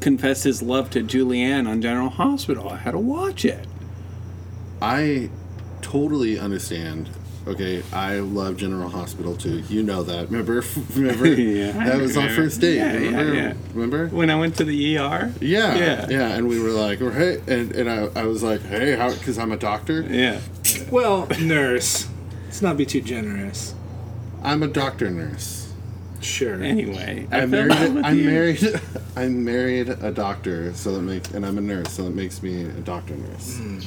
[SPEAKER 2] confessed his love to Julianne on General Hospital. I had to watch it.
[SPEAKER 1] I totally understand. Okay, I love General Hospital too. You know that. Remember? Remember?
[SPEAKER 2] Yeah.
[SPEAKER 1] that was our first date.
[SPEAKER 2] Yeah, yeah,
[SPEAKER 1] remember?
[SPEAKER 2] yeah.
[SPEAKER 1] Remember?
[SPEAKER 2] When I went to the ER?
[SPEAKER 1] Yeah,
[SPEAKER 2] Yeah.
[SPEAKER 1] yeah, and we were like, "Oh, "Hey," and, and I, I was like, "Hey, how?" Because I'm a doctor.
[SPEAKER 2] Yeah.
[SPEAKER 3] Well, nurse, let's not be too generous.
[SPEAKER 1] I'm a doctor nurse.
[SPEAKER 3] Sure.
[SPEAKER 2] Anyway, I
[SPEAKER 1] I'm
[SPEAKER 2] fell in
[SPEAKER 1] married.
[SPEAKER 2] love with
[SPEAKER 1] I'm
[SPEAKER 2] you.
[SPEAKER 1] married. I'm married a doctor, so that makes, and I'm a nurse, so that makes me a doctor nurse.
[SPEAKER 3] Hmm.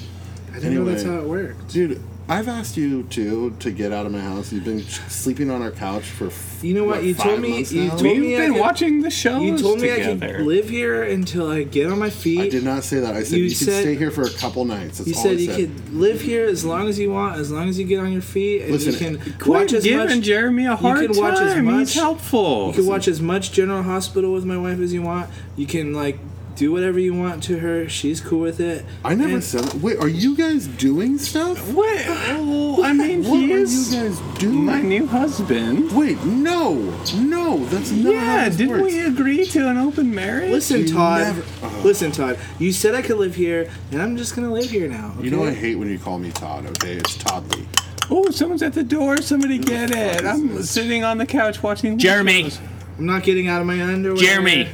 [SPEAKER 3] I didn't know that's how
[SPEAKER 1] anyway.
[SPEAKER 3] it worked.
[SPEAKER 1] Dude, I've asked you too to get out of my house. You've been sleeping on our couch for. f-
[SPEAKER 3] You know what? You told
[SPEAKER 1] five
[SPEAKER 3] me-
[SPEAKER 1] months
[SPEAKER 3] you
[SPEAKER 1] now?
[SPEAKER 3] told-
[SPEAKER 2] We've
[SPEAKER 3] me I
[SPEAKER 2] been
[SPEAKER 3] could-
[SPEAKER 2] watching the shows
[SPEAKER 3] You told me I
[SPEAKER 2] together.
[SPEAKER 3] could live here until I get on my feet.
[SPEAKER 1] I did not say that. I said
[SPEAKER 3] You
[SPEAKER 1] you,
[SPEAKER 3] said-
[SPEAKER 1] could stay here for a couple nights. That's
[SPEAKER 3] You
[SPEAKER 1] all
[SPEAKER 3] said
[SPEAKER 1] I
[SPEAKER 3] you could live here as long as you want, as long as you get on your feet, and you
[SPEAKER 1] Listen,
[SPEAKER 3] can
[SPEAKER 2] Quit
[SPEAKER 3] watch as
[SPEAKER 2] giving
[SPEAKER 3] much.
[SPEAKER 2] Jeremy a hard
[SPEAKER 3] can watch as
[SPEAKER 2] time.
[SPEAKER 3] much-
[SPEAKER 2] He's helpful.
[SPEAKER 3] You can watch as much General Hospital with my wife as you want. You can like do whatever you want to her. She's cool with it.
[SPEAKER 1] I never
[SPEAKER 3] And-
[SPEAKER 1] said. Wait, are you guys doing stuff?
[SPEAKER 6] What? Oh, I mean,
[SPEAKER 1] What
[SPEAKER 6] he
[SPEAKER 1] are you
[SPEAKER 6] is
[SPEAKER 1] guys doing?
[SPEAKER 6] my new husband.
[SPEAKER 1] Wait, no, no, that's not how
[SPEAKER 6] yeah,
[SPEAKER 1] this
[SPEAKER 6] didn't
[SPEAKER 1] works.
[SPEAKER 6] we agree to an open marriage?
[SPEAKER 3] Listen,
[SPEAKER 1] You
[SPEAKER 3] Todd.
[SPEAKER 1] never- Uh-huh. Ugh.
[SPEAKER 3] Listen, Todd. You said I could live here, and I'm just gonna live here now.
[SPEAKER 1] You know I
[SPEAKER 3] okay?
[SPEAKER 1] hate when you call me Todd. Okay, it's Toddly.
[SPEAKER 6] Oh, someone's at the door. Somebody get it. I'm sitting on the couch watching.
[SPEAKER 7] Jeremy.
[SPEAKER 3] I'm not getting out of my underwear.
[SPEAKER 7] Jeremy,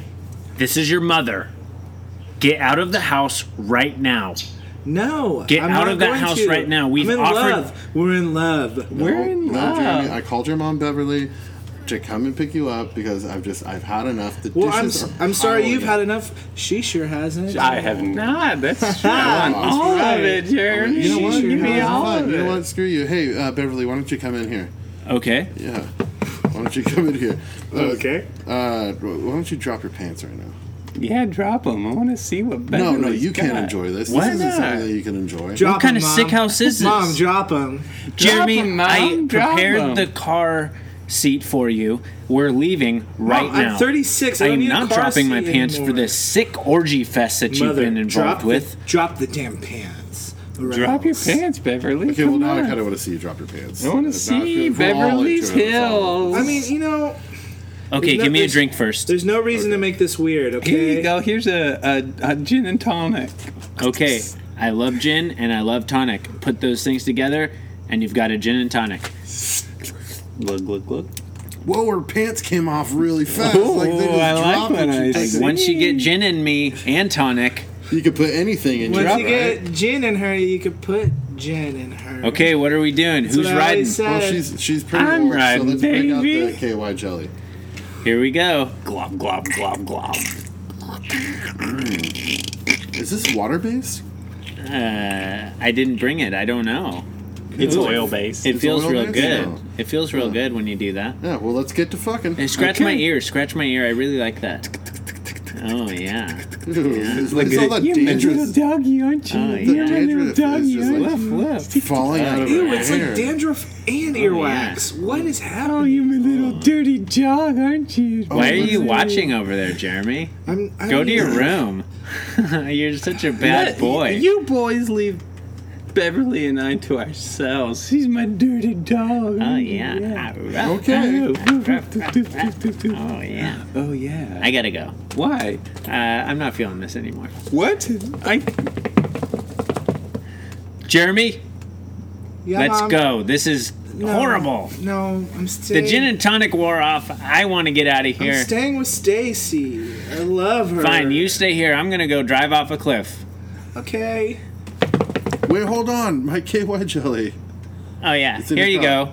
[SPEAKER 7] this is your mother. Get out of the house right now.
[SPEAKER 3] No.
[SPEAKER 7] Get
[SPEAKER 3] I'm
[SPEAKER 7] out
[SPEAKER 3] not
[SPEAKER 7] of that
[SPEAKER 3] going
[SPEAKER 7] house
[SPEAKER 3] to.
[SPEAKER 7] right now. We've
[SPEAKER 3] I'm in
[SPEAKER 7] offered-
[SPEAKER 3] love. We're in love.
[SPEAKER 6] We're
[SPEAKER 1] No,
[SPEAKER 6] in
[SPEAKER 1] no,
[SPEAKER 6] love.
[SPEAKER 1] Jeremy, I called your mom, Beverly, to come and pick you up because I've just I've had enough. The
[SPEAKER 3] Well, I'm,
[SPEAKER 1] dishes
[SPEAKER 3] s-
[SPEAKER 1] are
[SPEAKER 3] I'm sorry
[SPEAKER 1] piling
[SPEAKER 3] you've
[SPEAKER 1] up.
[SPEAKER 3] had enough. She sure hasn't.
[SPEAKER 6] I have not. Oh. That's true. I want
[SPEAKER 1] That's
[SPEAKER 6] all
[SPEAKER 3] right.
[SPEAKER 6] of it, Jeremy.
[SPEAKER 1] You know what?
[SPEAKER 3] She
[SPEAKER 6] Give
[SPEAKER 1] You're
[SPEAKER 6] me
[SPEAKER 3] has
[SPEAKER 1] having
[SPEAKER 6] all
[SPEAKER 1] fun.
[SPEAKER 6] of
[SPEAKER 1] Oh, You know
[SPEAKER 6] it.
[SPEAKER 1] what? Screw you. Hey, uh, Beverly, why don't you come in here?
[SPEAKER 4] Okay.
[SPEAKER 1] Yeah. Why don't you come in here? Uh,
[SPEAKER 3] Okay.
[SPEAKER 1] Uh, why don't you drop your pants right now?
[SPEAKER 6] Yeah, drop them. I want to see what.
[SPEAKER 1] No, no,
[SPEAKER 6] Beverly's
[SPEAKER 1] you can't
[SPEAKER 6] got.
[SPEAKER 1] enjoy this.
[SPEAKER 6] Why
[SPEAKER 1] This isn't
[SPEAKER 6] not?
[SPEAKER 1] something that you can enjoy.
[SPEAKER 3] Drop
[SPEAKER 7] What kind
[SPEAKER 3] him,
[SPEAKER 7] of sick
[SPEAKER 3] Mom.
[SPEAKER 7] house is this?
[SPEAKER 3] Mom, drop him.
[SPEAKER 7] Jeremy,
[SPEAKER 6] Drop 'em, Mom.
[SPEAKER 7] I
[SPEAKER 6] Drop
[SPEAKER 7] prepared
[SPEAKER 6] 'em.
[SPEAKER 7] the car seat for you. We're leaving right
[SPEAKER 3] Mom,
[SPEAKER 7] now.
[SPEAKER 3] I'm 36. I don't
[SPEAKER 7] I'm
[SPEAKER 3] need a
[SPEAKER 7] not
[SPEAKER 3] car
[SPEAKER 7] dropping my
[SPEAKER 3] seat
[SPEAKER 7] pants for
[SPEAKER 3] anymore.
[SPEAKER 7] this sick orgy fest that you've
[SPEAKER 3] Mother,
[SPEAKER 7] been
[SPEAKER 3] drop
[SPEAKER 7] involved
[SPEAKER 3] the-
[SPEAKER 7] with.
[SPEAKER 3] drop the damn pants.
[SPEAKER 6] Drop your
[SPEAKER 3] Reynolds.
[SPEAKER 6] pants, Beverly.
[SPEAKER 1] Okay, well
[SPEAKER 6] Come
[SPEAKER 1] now I
[SPEAKER 6] on.
[SPEAKER 1] kind of want to see you drop your pants.
[SPEAKER 6] I want to
[SPEAKER 1] That's not
[SPEAKER 6] see
[SPEAKER 1] good for all
[SPEAKER 6] Beverly's
[SPEAKER 1] intros.
[SPEAKER 6] Hills.
[SPEAKER 3] I mean, you know,
[SPEAKER 7] Okay,
[SPEAKER 3] No,
[SPEAKER 7] give me a
[SPEAKER 3] there's-
[SPEAKER 7] drink first.
[SPEAKER 3] there's no reason to make this weird, okay?
[SPEAKER 6] here you go. Here's a, a, a gin and tonic.
[SPEAKER 4] Okay.
[SPEAKER 7] Okay, I love gin and I love tonic. Put those things together, and you've got a gin and tonic.
[SPEAKER 6] Look, look, look.
[SPEAKER 1] Whoa, her pants came off really fast.
[SPEAKER 6] Ooh,
[SPEAKER 1] like they just
[SPEAKER 6] Oh, I like
[SPEAKER 1] dropped
[SPEAKER 6] when
[SPEAKER 1] it.
[SPEAKER 6] I
[SPEAKER 1] You
[SPEAKER 6] see.
[SPEAKER 1] take it.
[SPEAKER 7] Once you get gin in me and tonic,
[SPEAKER 1] You could put anything in
[SPEAKER 3] Once
[SPEAKER 1] your
[SPEAKER 3] you
[SPEAKER 1] right?
[SPEAKER 3] get gin in her, you could put gin in her.
[SPEAKER 4] Okay, what are we doing?
[SPEAKER 3] That's
[SPEAKER 4] Who's
[SPEAKER 3] what I always
[SPEAKER 4] riding?
[SPEAKER 3] said.
[SPEAKER 1] Well, she's she's pretty
[SPEAKER 6] I'm
[SPEAKER 1] old,
[SPEAKER 6] riding,
[SPEAKER 1] so let's
[SPEAKER 6] baby.
[SPEAKER 1] bring out the KY jelly.
[SPEAKER 4] Here we go.
[SPEAKER 7] glob, glob, glob, glob.
[SPEAKER 1] Is this water based?
[SPEAKER 4] Uh, I didn't bring it. I don't know.
[SPEAKER 7] It's oil based.
[SPEAKER 4] It
[SPEAKER 1] It's
[SPEAKER 4] feels
[SPEAKER 1] oil
[SPEAKER 4] real
[SPEAKER 1] based?
[SPEAKER 4] good.
[SPEAKER 1] No.
[SPEAKER 4] It feels real good when you do that.
[SPEAKER 1] Yeah. Well, let's get to fucking.
[SPEAKER 4] And scratch my
[SPEAKER 6] Okay.
[SPEAKER 4] ear. Scratch my ear. I really like that. Oh yeah.
[SPEAKER 1] it's
[SPEAKER 6] Look
[SPEAKER 1] it's all
[SPEAKER 6] at
[SPEAKER 1] that
[SPEAKER 6] it. You're my little
[SPEAKER 1] dangerous
[SPEAKER 6] doggy, aren't you?
[SPEAKER 4] Oh,
[SPEAKER 6] You're
[SPEAKER 4] yeah.
[SPEAKER 6] my little
[SPEAKER 1] Dandruff is
[SPEAKER 6] doggy,
[SPEAKER 1] just
[SPEAKER 6] aren't
[SPEAKER 1] like-
[SPEAKER 6] you?
[SPEAKER 1] falling out of her
[SPEAKER 3] Ew, it's
[SPEAKER 1] hair.
[SPEAKER 3] like dandruff and earwax. What is
[SPEAKER 6] Oh,
[SPEAKER 3] happening?
[SPEAKER 6] you my little dirty dog, aren't you?
[SPEAKER 4] Why are you watching over there, Jeremy?
[SPEAKER 3] I'm, I'm,
[SPEAKER 4] Go to your room. You're such a bad
[SPEAKER 6] Let-
[SPEAKER 4] boy.
[SPEAKER 6] You boys leave Beverly and I to ourselves. He's my dirty dog.
[SPEAKER 4] Oh yeah. Ah, ruff.
[SPEAKER 1] Okay.
[SPEAKER 6] Oh,
[SPEAKER 4] Oh yeah.
[SPEAKER 6] oh yeah.
[SPEAKER 4] I gotta go.
[SPEAKER 6] Why?
[SPEAKER 4] Uh, I'm not feeling this anymore.
[SPEAKER 6] What? I
[SPEAKER 4] Jeremy,
[SPEAKER 3] Yeah,
[SPEAKER 4] let's
[SPEAKER 3] Mom.
[SPEAKER 4] go. This is
[SPEAKER 3] No,
[SPEAKER 4] horrible.
[SPEAKER 3] No, I'm staying.
[SPEAKER 4] The gin and tonic wore off. I want to get out of
[SPEAKER 3] I'm
[SPEAKER 4] here.
[SPEAKER 3] staying with Stacy. I love her.
[SPEAKER 4] Fine, you stay here. I'm gonna go drive off a cliff.
[SPEAKER 3] Okay.
[SPEAKER 1] Wait, hold on, my KY jelly.
[SPEAKER 4] Oh yeah.
[SPEAKER 1] in
[SPEAKER 4] here
[SPEAKER 1] the
[SPEAKER 4] you
[SPEAKER 1] car.
[SPEAKER 4] go.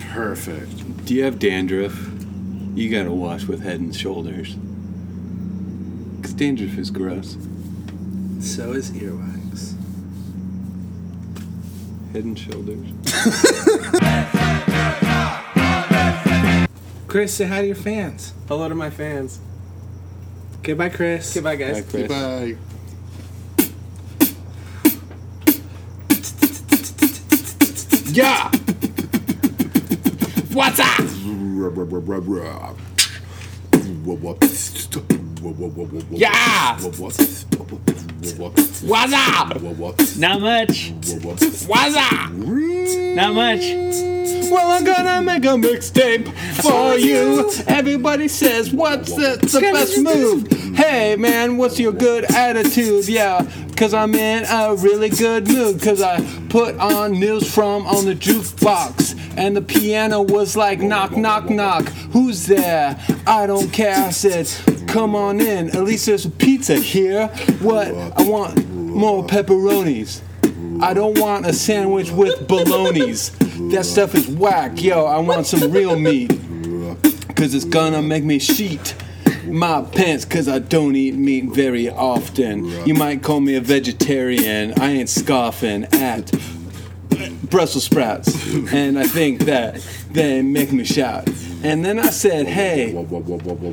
[SPEAKER 1] Perfect.
[SPEAKER 6] Do you have dandruff? You gotta wash with head and shoulders. Cause dandruff is gross.
[SPEAKER 3] So is earwax.
[SPEAKER 6] Head and shoulders.
[SPEAKER 3] Chris, say hi to your fans.
[SPEAKER 8] Hello to my fans.
[SPEAKER 3] Okay, bye, Chris.
[SPEAKER 8] Goodbye, guys.
[SPEAKER 6] Hi, Chris.
[SPEAKER 1] Goodbye. Yeah.
[SPEAKER 7] What's up?
[SPEAKER 1] Yeah.
[SPEAKER 7] What's up?
[SPEAKER 4] Not much.
[SPEAKER 7] What's up?
[SPEAKER 4] Not much.
[SPEAKER 6] Well, I'm gonna make a mixtape for you. Everybody says, What's the, the best move? Hey, man, what's your good attitude? Yeah, cause I'm in a really good mood. Cause I put on news from on the jukebox. And the piano was like, Knock, knock, knock. Who's there? I don't care. I said, Come on in. At least there's a pizza here. What? I want more pepperonis. I don't want a sandwich with bolognese. That stuff is whack, yo. I want some real meat. Cause it's gonna make me sheet my pants, cause I don't eat meat very often. You might call me a vegetarian. I ain't scoffing at Brussels sprouts. And I think that they make me shout.
[SPEAKER 2] And then I said, hey,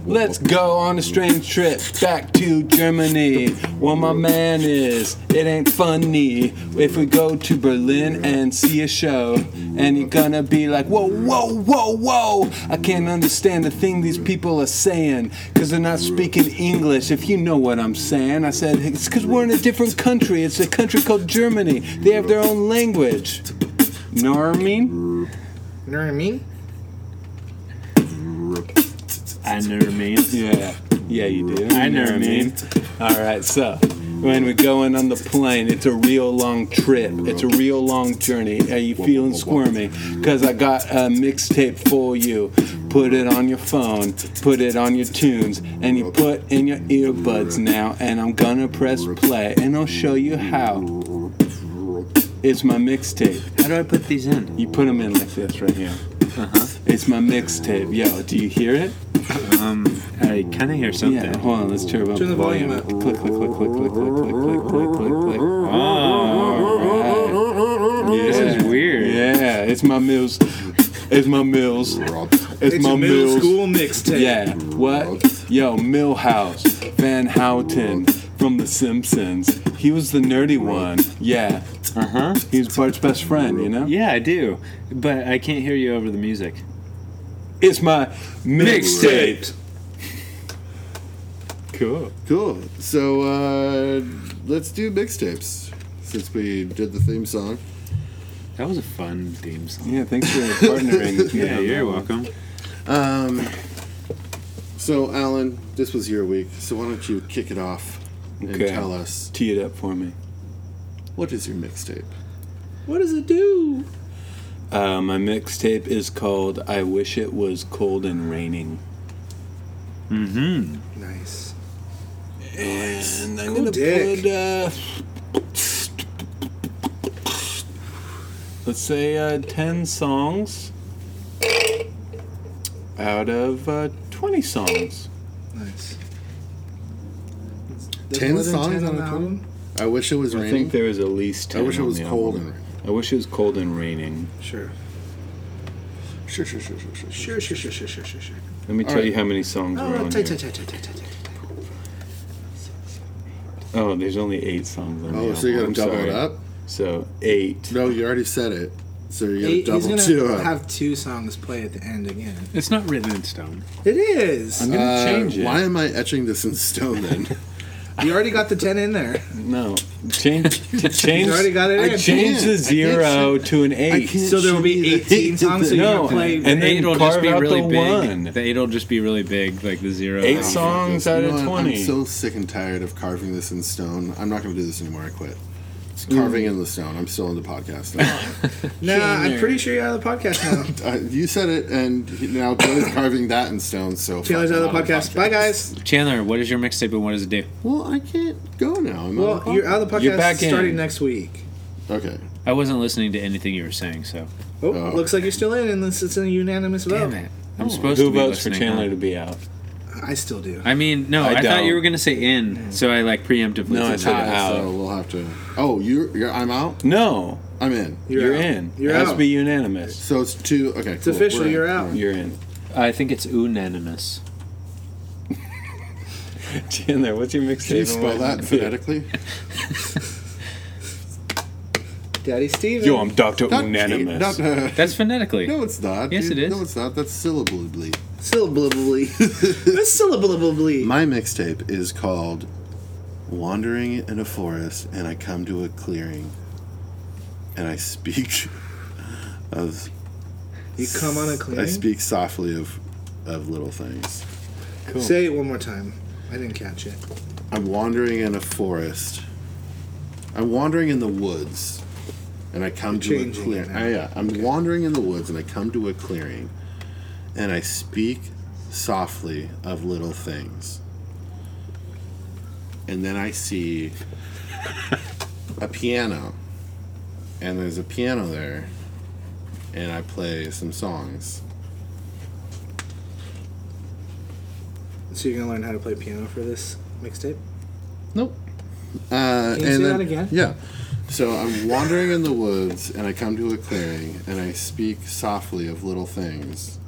[SPEAKER 2] let's go on a strange trip back to Germany. Where my man is, it ain't funny. If we go to Berlin and see a show, and you're gonna be like, whoa, whoa, whoa, whoa. I can't understand the thing these people are saying, because they're not speaking English, if you know what I'm saying. I said, it's because we're in a different country. It's a country called Germany. They have their own language. Know what I mean?
[SPEAKER 3] You know what I mean?
[SPEAKER 9] I never mean.
[SPEAKER 2] Yeah. Yeah, you do.
[SPEAKER 9] I know
[SPEAKER 2] You
[SPEAKER 9] what I mean.
[SPEAKER 2] All right, so when we're going on the plane, it's a real long trip. It's a real long journey. Are you feeling squirmy? Because I got a mixtape for you. Put it on your phone, put it on your tunes, and you put in your earbuds now. And I'm gonna press play, and I'll show you how. It's my mixtape.
[SPEAKER 9] How do I put these in?
[SPEAKER 2] You put them in like this right here. It's my mixtape. Yo, do you hear it? uh,
[SPEAKER 9] I kind of hear something.
[SPEAKER 2] Yeah, hold on, let's turn up
[SPEAKER 3] Turn the volume up.
[SPEAKER 2] Click, click, click, click, click, click, click, click, click, click, click. All right.
[SPEAKER 9] Oh, This is
[SPEAKER 2] Oh, Yeah.
[SPEAKER 9] weird.
[SPEAKER 2] Yeah, it's my mills. It's my mills. It's,
[SPEAKER 3] It's
[SPEAKER 2] my
[SPEAKER 3] a middle
[SPEAKER 2] mills.
[SPEAKER 3] school mixtape.
[SPEAKER 2] Yeah. What? Yo, Millhouse, Van Houten from The Simpsons. He was the nerdy one. Yeah.
[SPEAKER 9] Uh huh.
[SPEAKER 2] He was Bart's best friend, you know?
[SPEAKER 9] Yeah, I do, but I can't hear you over the music.
[SPEAKER 2] It's my mixtape. Cool.
[SPEAKER 1] Cool. So uh, let's do mixtapes since we did the theme song.
[SPEAKER 9] That was a fun theme song.
[SPEAKER 2] Yeah, thanks for partnering with me.
[SPEAKER 9] Yeah,
[SPEAKER 2] on that
[SPEAKER 9] you're
[SPEAKER 2] one.
[SPEAKER 9] welcome.
[SPEAKER 1] Um, so, Alan, this was your week. So, why don't you kick it off and
[SPEAKER 2] Okay.
[SPEAKER 1] tell us
[SPEAKER 2] Tee it up for me.
[SPEAKER 1] what is your mixtape?
[SPEAKER 3] What does it do?
[SPEAKER 2] Uh, my mixtape is called "I Wish It Was Cold and Raining,"
[SPEAKER 3] Nice.
[SPEAKER 2] and I'm
[SPEAKER 3] Cool dick.
[SPEAKER 2] put. Uh, let's say uh, ten songs out of uh, twenty songs.
[SPEAKER 3] Nice.
[SPEAKER 1] Ten
[SPEAKER 3] There's more than
[SPEAKER 1] songs on
[SPEAKER 3] the
[SPEAKER 1] the I wish it was
[SPEAKER 2] I
[SPEAKER 1] raining.
[SPEAKER 2] think there was at least
[SPEAKER 1] I
[SPEAKER 2] ten.
[SPEAKER 1] wish it
[SPEAKER 2] on
[SPEAKER 1] was
[SPEAKER 2] the
[SPEAKER 1] cold and
[SPEAKER 2] album.
[SPEAKER 1] raining.
[SPEAKER 2] I wish it was cold and raining.
[SPEAKER 3] Sure.
[SPEAKER 1] Sure, sure, sure, sure, sure.
[SPEAKER 3] Sure, sure, sure, sure, sure, sure, sure.
[SPEAKER 2] Let me tell
[SPEAKER 1] right.
[SPEAKER 2] you how many songs
[SPEAKER 3] Oh,
[SPEAKER 2] were on
[SPEAKER 3] tight, tight,
[SPEAKER 2] here.
[SPEAKER 3] tight, tight, tight, tight, tight.
[SPEAKER 2] Oh, there's only eight songs on the
[SPEAKER 1] Oh, so you gotta
[SPEAKER 2] album. I'm
[SPEAKER 1] double it
[SPEAKER 2] sorry.
[SPEAKER 1] up?
[SPEAKER 2] So eight.
[SPEAKER 1] No, you already said it. So you gotta
[SPEAKER 3] Eight, he's
[SPEAKER 1] double
[SPEAKER 3] gonna
[SPEAKER 1] two up.
[SPEAKER 3] have two songs play at the end again.
[SPEAKER 4] It's not written in stone.
[SPEAKER 3] It is.
[SPEAKER 2] I'm gonna
[SPEAKER 1] Uh,
[SPEAKER 2] change it.
[SPEAKER 1] Why am I etching this in stone then?
[SPEAKER 3] you already got the ten in there.
[SPEAKER 2] No, change to change.
[SPEAKER 3] already got it
[SPEAKER 2] I
[SPEAKER 3] in.
[SPEAKER 2] changed
[SPEAKER 1] I
[SPEAKER 2] the
[SPEAKER 1] can't
[SPEAKER 2] zero to an eight.
[SPEAKER 1] can't
[SPEAKER 3] So there will be
[SPEAKER 1] Shouldn't be the-
[SPEAKER 3] 18 songs, so you're
[SPEAKER 2] no,
[SPEAKER 3] gonna play.
[SPEAKER 2] and
[SPEAKER 9] The
[SPEAKER 2] then
[SPEAKER 9] eight will
[SPEAKER 2] carve
[SPEAKER 9] just be
[SPEAKER 2] out
[SPEAKER 9] really
[SPEAKER 2] the
[SPEAKER 9] big.
[SPEAKER 2] one.
[SPEAKER 9] The eight will just be really big, like the zero.
[SPEAKER 2] Eight
[SPEAKER 9] Oh.
[SPEAKER 2] songs out
[SPEAKER 1] You know
[SPEAKER 2] of
[SPEAKER 1] what?
[SPEAKER 2] twenty.
[SPEAKER 1] I'm so sick and tired of carving this in stone. I'm not gonna do this anymore. I quit. It's
[SPEAKER 2] Mm.
[SPEAKER 1] carving in the stone. I'm still in the podcast.
[SPEAKER 3] nah, I'm pretty sure you're out of the podcast now.
[SPEAKER 1] uh, you said it, and he- now Taylor's carving that in stone. So
[SPEAKER 3] Taylor's
[SPEAKER 1] fuck,
[SPEAKER 3] out of
[SPEAKER 1] I'm
[SPEAKER 3] the
[SPEAKER 1] on
[SPEAKER 3] podcast. Bye, guys.
[SPEAKER 9] Chandler, what is your mixtape and what does it do?
[SPEAKER 1] Well, I can't go now. I'm
[SPEAKER 3] Well, you're out of the podcast
[SPEAKER 2] You're back in.
[SPEAKER 3] starting next week.
[SPEAKER 1] okay.
[SPEAKER 9] I wasn't listening to anything you were saying, so
[SPEAKER 3] Oh,
[SPEAKER 1] Oh.
[SPEAKER 3] looks like you're still in unless it's a unanimous vote.
[SPEAKER 9] damn it. I'm supposed
[SPEAKER 2] Who
[SPEAKER 9] to be
[SPEAKER 2] votes for
[SPEAKER 9] listening,
[SPEAKER 2] Chandler
[SPEAKER 9] huh?
[SPEAKER 2] to be out?
[SPEAKER 3] I still do.
[SPEAKER 9] I mean, no,
[SPEAKER 2] I
[SPEAKER 9] I, thought
[SPEAKER 2] don't.
[SPEAKER 9] you were gonna say in, so I like preemptively.
[SPEAKER 2] No,
[SPEAKER 9] did
[SPEAKER 2] I said
[SPEAKER 9] that.
[SPEAKER 1] Yeah,
[SPEAKER 2] out.
[SPEAKER 1] So we'll have to. Oh, you're, you're. I'm out.
[SPEAKER 2] No,
[SPEAKER 1] I'm in.
[SPEAKER 2] you're,
[SPEAKER 3] out.
[SPEAKER 2] in.
[SPEAKER 3] You're
[SPEAKER 2] it has
[SPEAKER 3] out.
[SPEAKER 2] to be unanimous.
[SPEAKER 1] So it's two. Okay,
[SPEAKER 3] It's official. You're out.
[SPEAKER 2] You're in.
[SPEAKER 9] I think it's unanimous.
[SPEAKER 2] Chandler, what's your mixtape?
[SPEAKER 1] Can you
[SPEAKER 2] and
[SPEAKER 1] spell
[SPEAKER 2] what does
[SPEAKER 1] that
[SPEAKER 2] it do?
[SPEAKER 1] phonetically?
[SPEAKER 3] Daddy Steven.
[SPEAKER 2] Yo, I'm Doctor
[SPEAKER 1] Not-
[SPEAKER 2] Unanimous.
[SPEAKER 1] not- uh,
[SPEAKER 9] That's phonetically.
[SPEAKER 1] no, it's not.
[SPEAKER 9] Yes,
[SPEAKER 1] dude.
[SPEAKER 9] it is.
[SPEAKER 1] No, it's not. That's syllably.
[SPEAKER 3] Syllably. That's syllably.
[SPEAKER 1] My mixtape is called Wandering in a Forest and I Come to a Clearing and I speak of
[SPEAKER 3] You come on a
[SPEAKER 1] I
[SPEAKER 3] cleaning.
[SPEAKER 1] speak softly of of little things.
[SPEAKER 2] Cool.
[SPEAKER 3] Say it one more time. I didn't catch it.
[SPEAKER 1] I'm wandering in a forest. I'm wandering in the woods and I come
[SPEAKER 3] You're
[SPEAKER 1] to a
[SPEAKER 3] changing it
[SPEAKER 1] clearing.
[SPEAKER 3] now.
[SPEAKER 1] I, yeah, I'm wandering in the woods and I come to a clearing and I speak softly of little things. And then I see a piano. And there's a piano there. And I play some songs.
[SPEAKER 3] So you're gonna learn how to play piano for this mixtape?
[SPEAKER 1] Nope. Uh,
[SPEAKER 3] Can
[SPEAKER 1] and
[SPEAKER 3] you say
[SPEAKER 1] then-
[SPEAKER 3] that again?
[SPEAKER 1] Yeah. So I'm wandering in the woods, and I come to a clearing, and I speak softly of little things,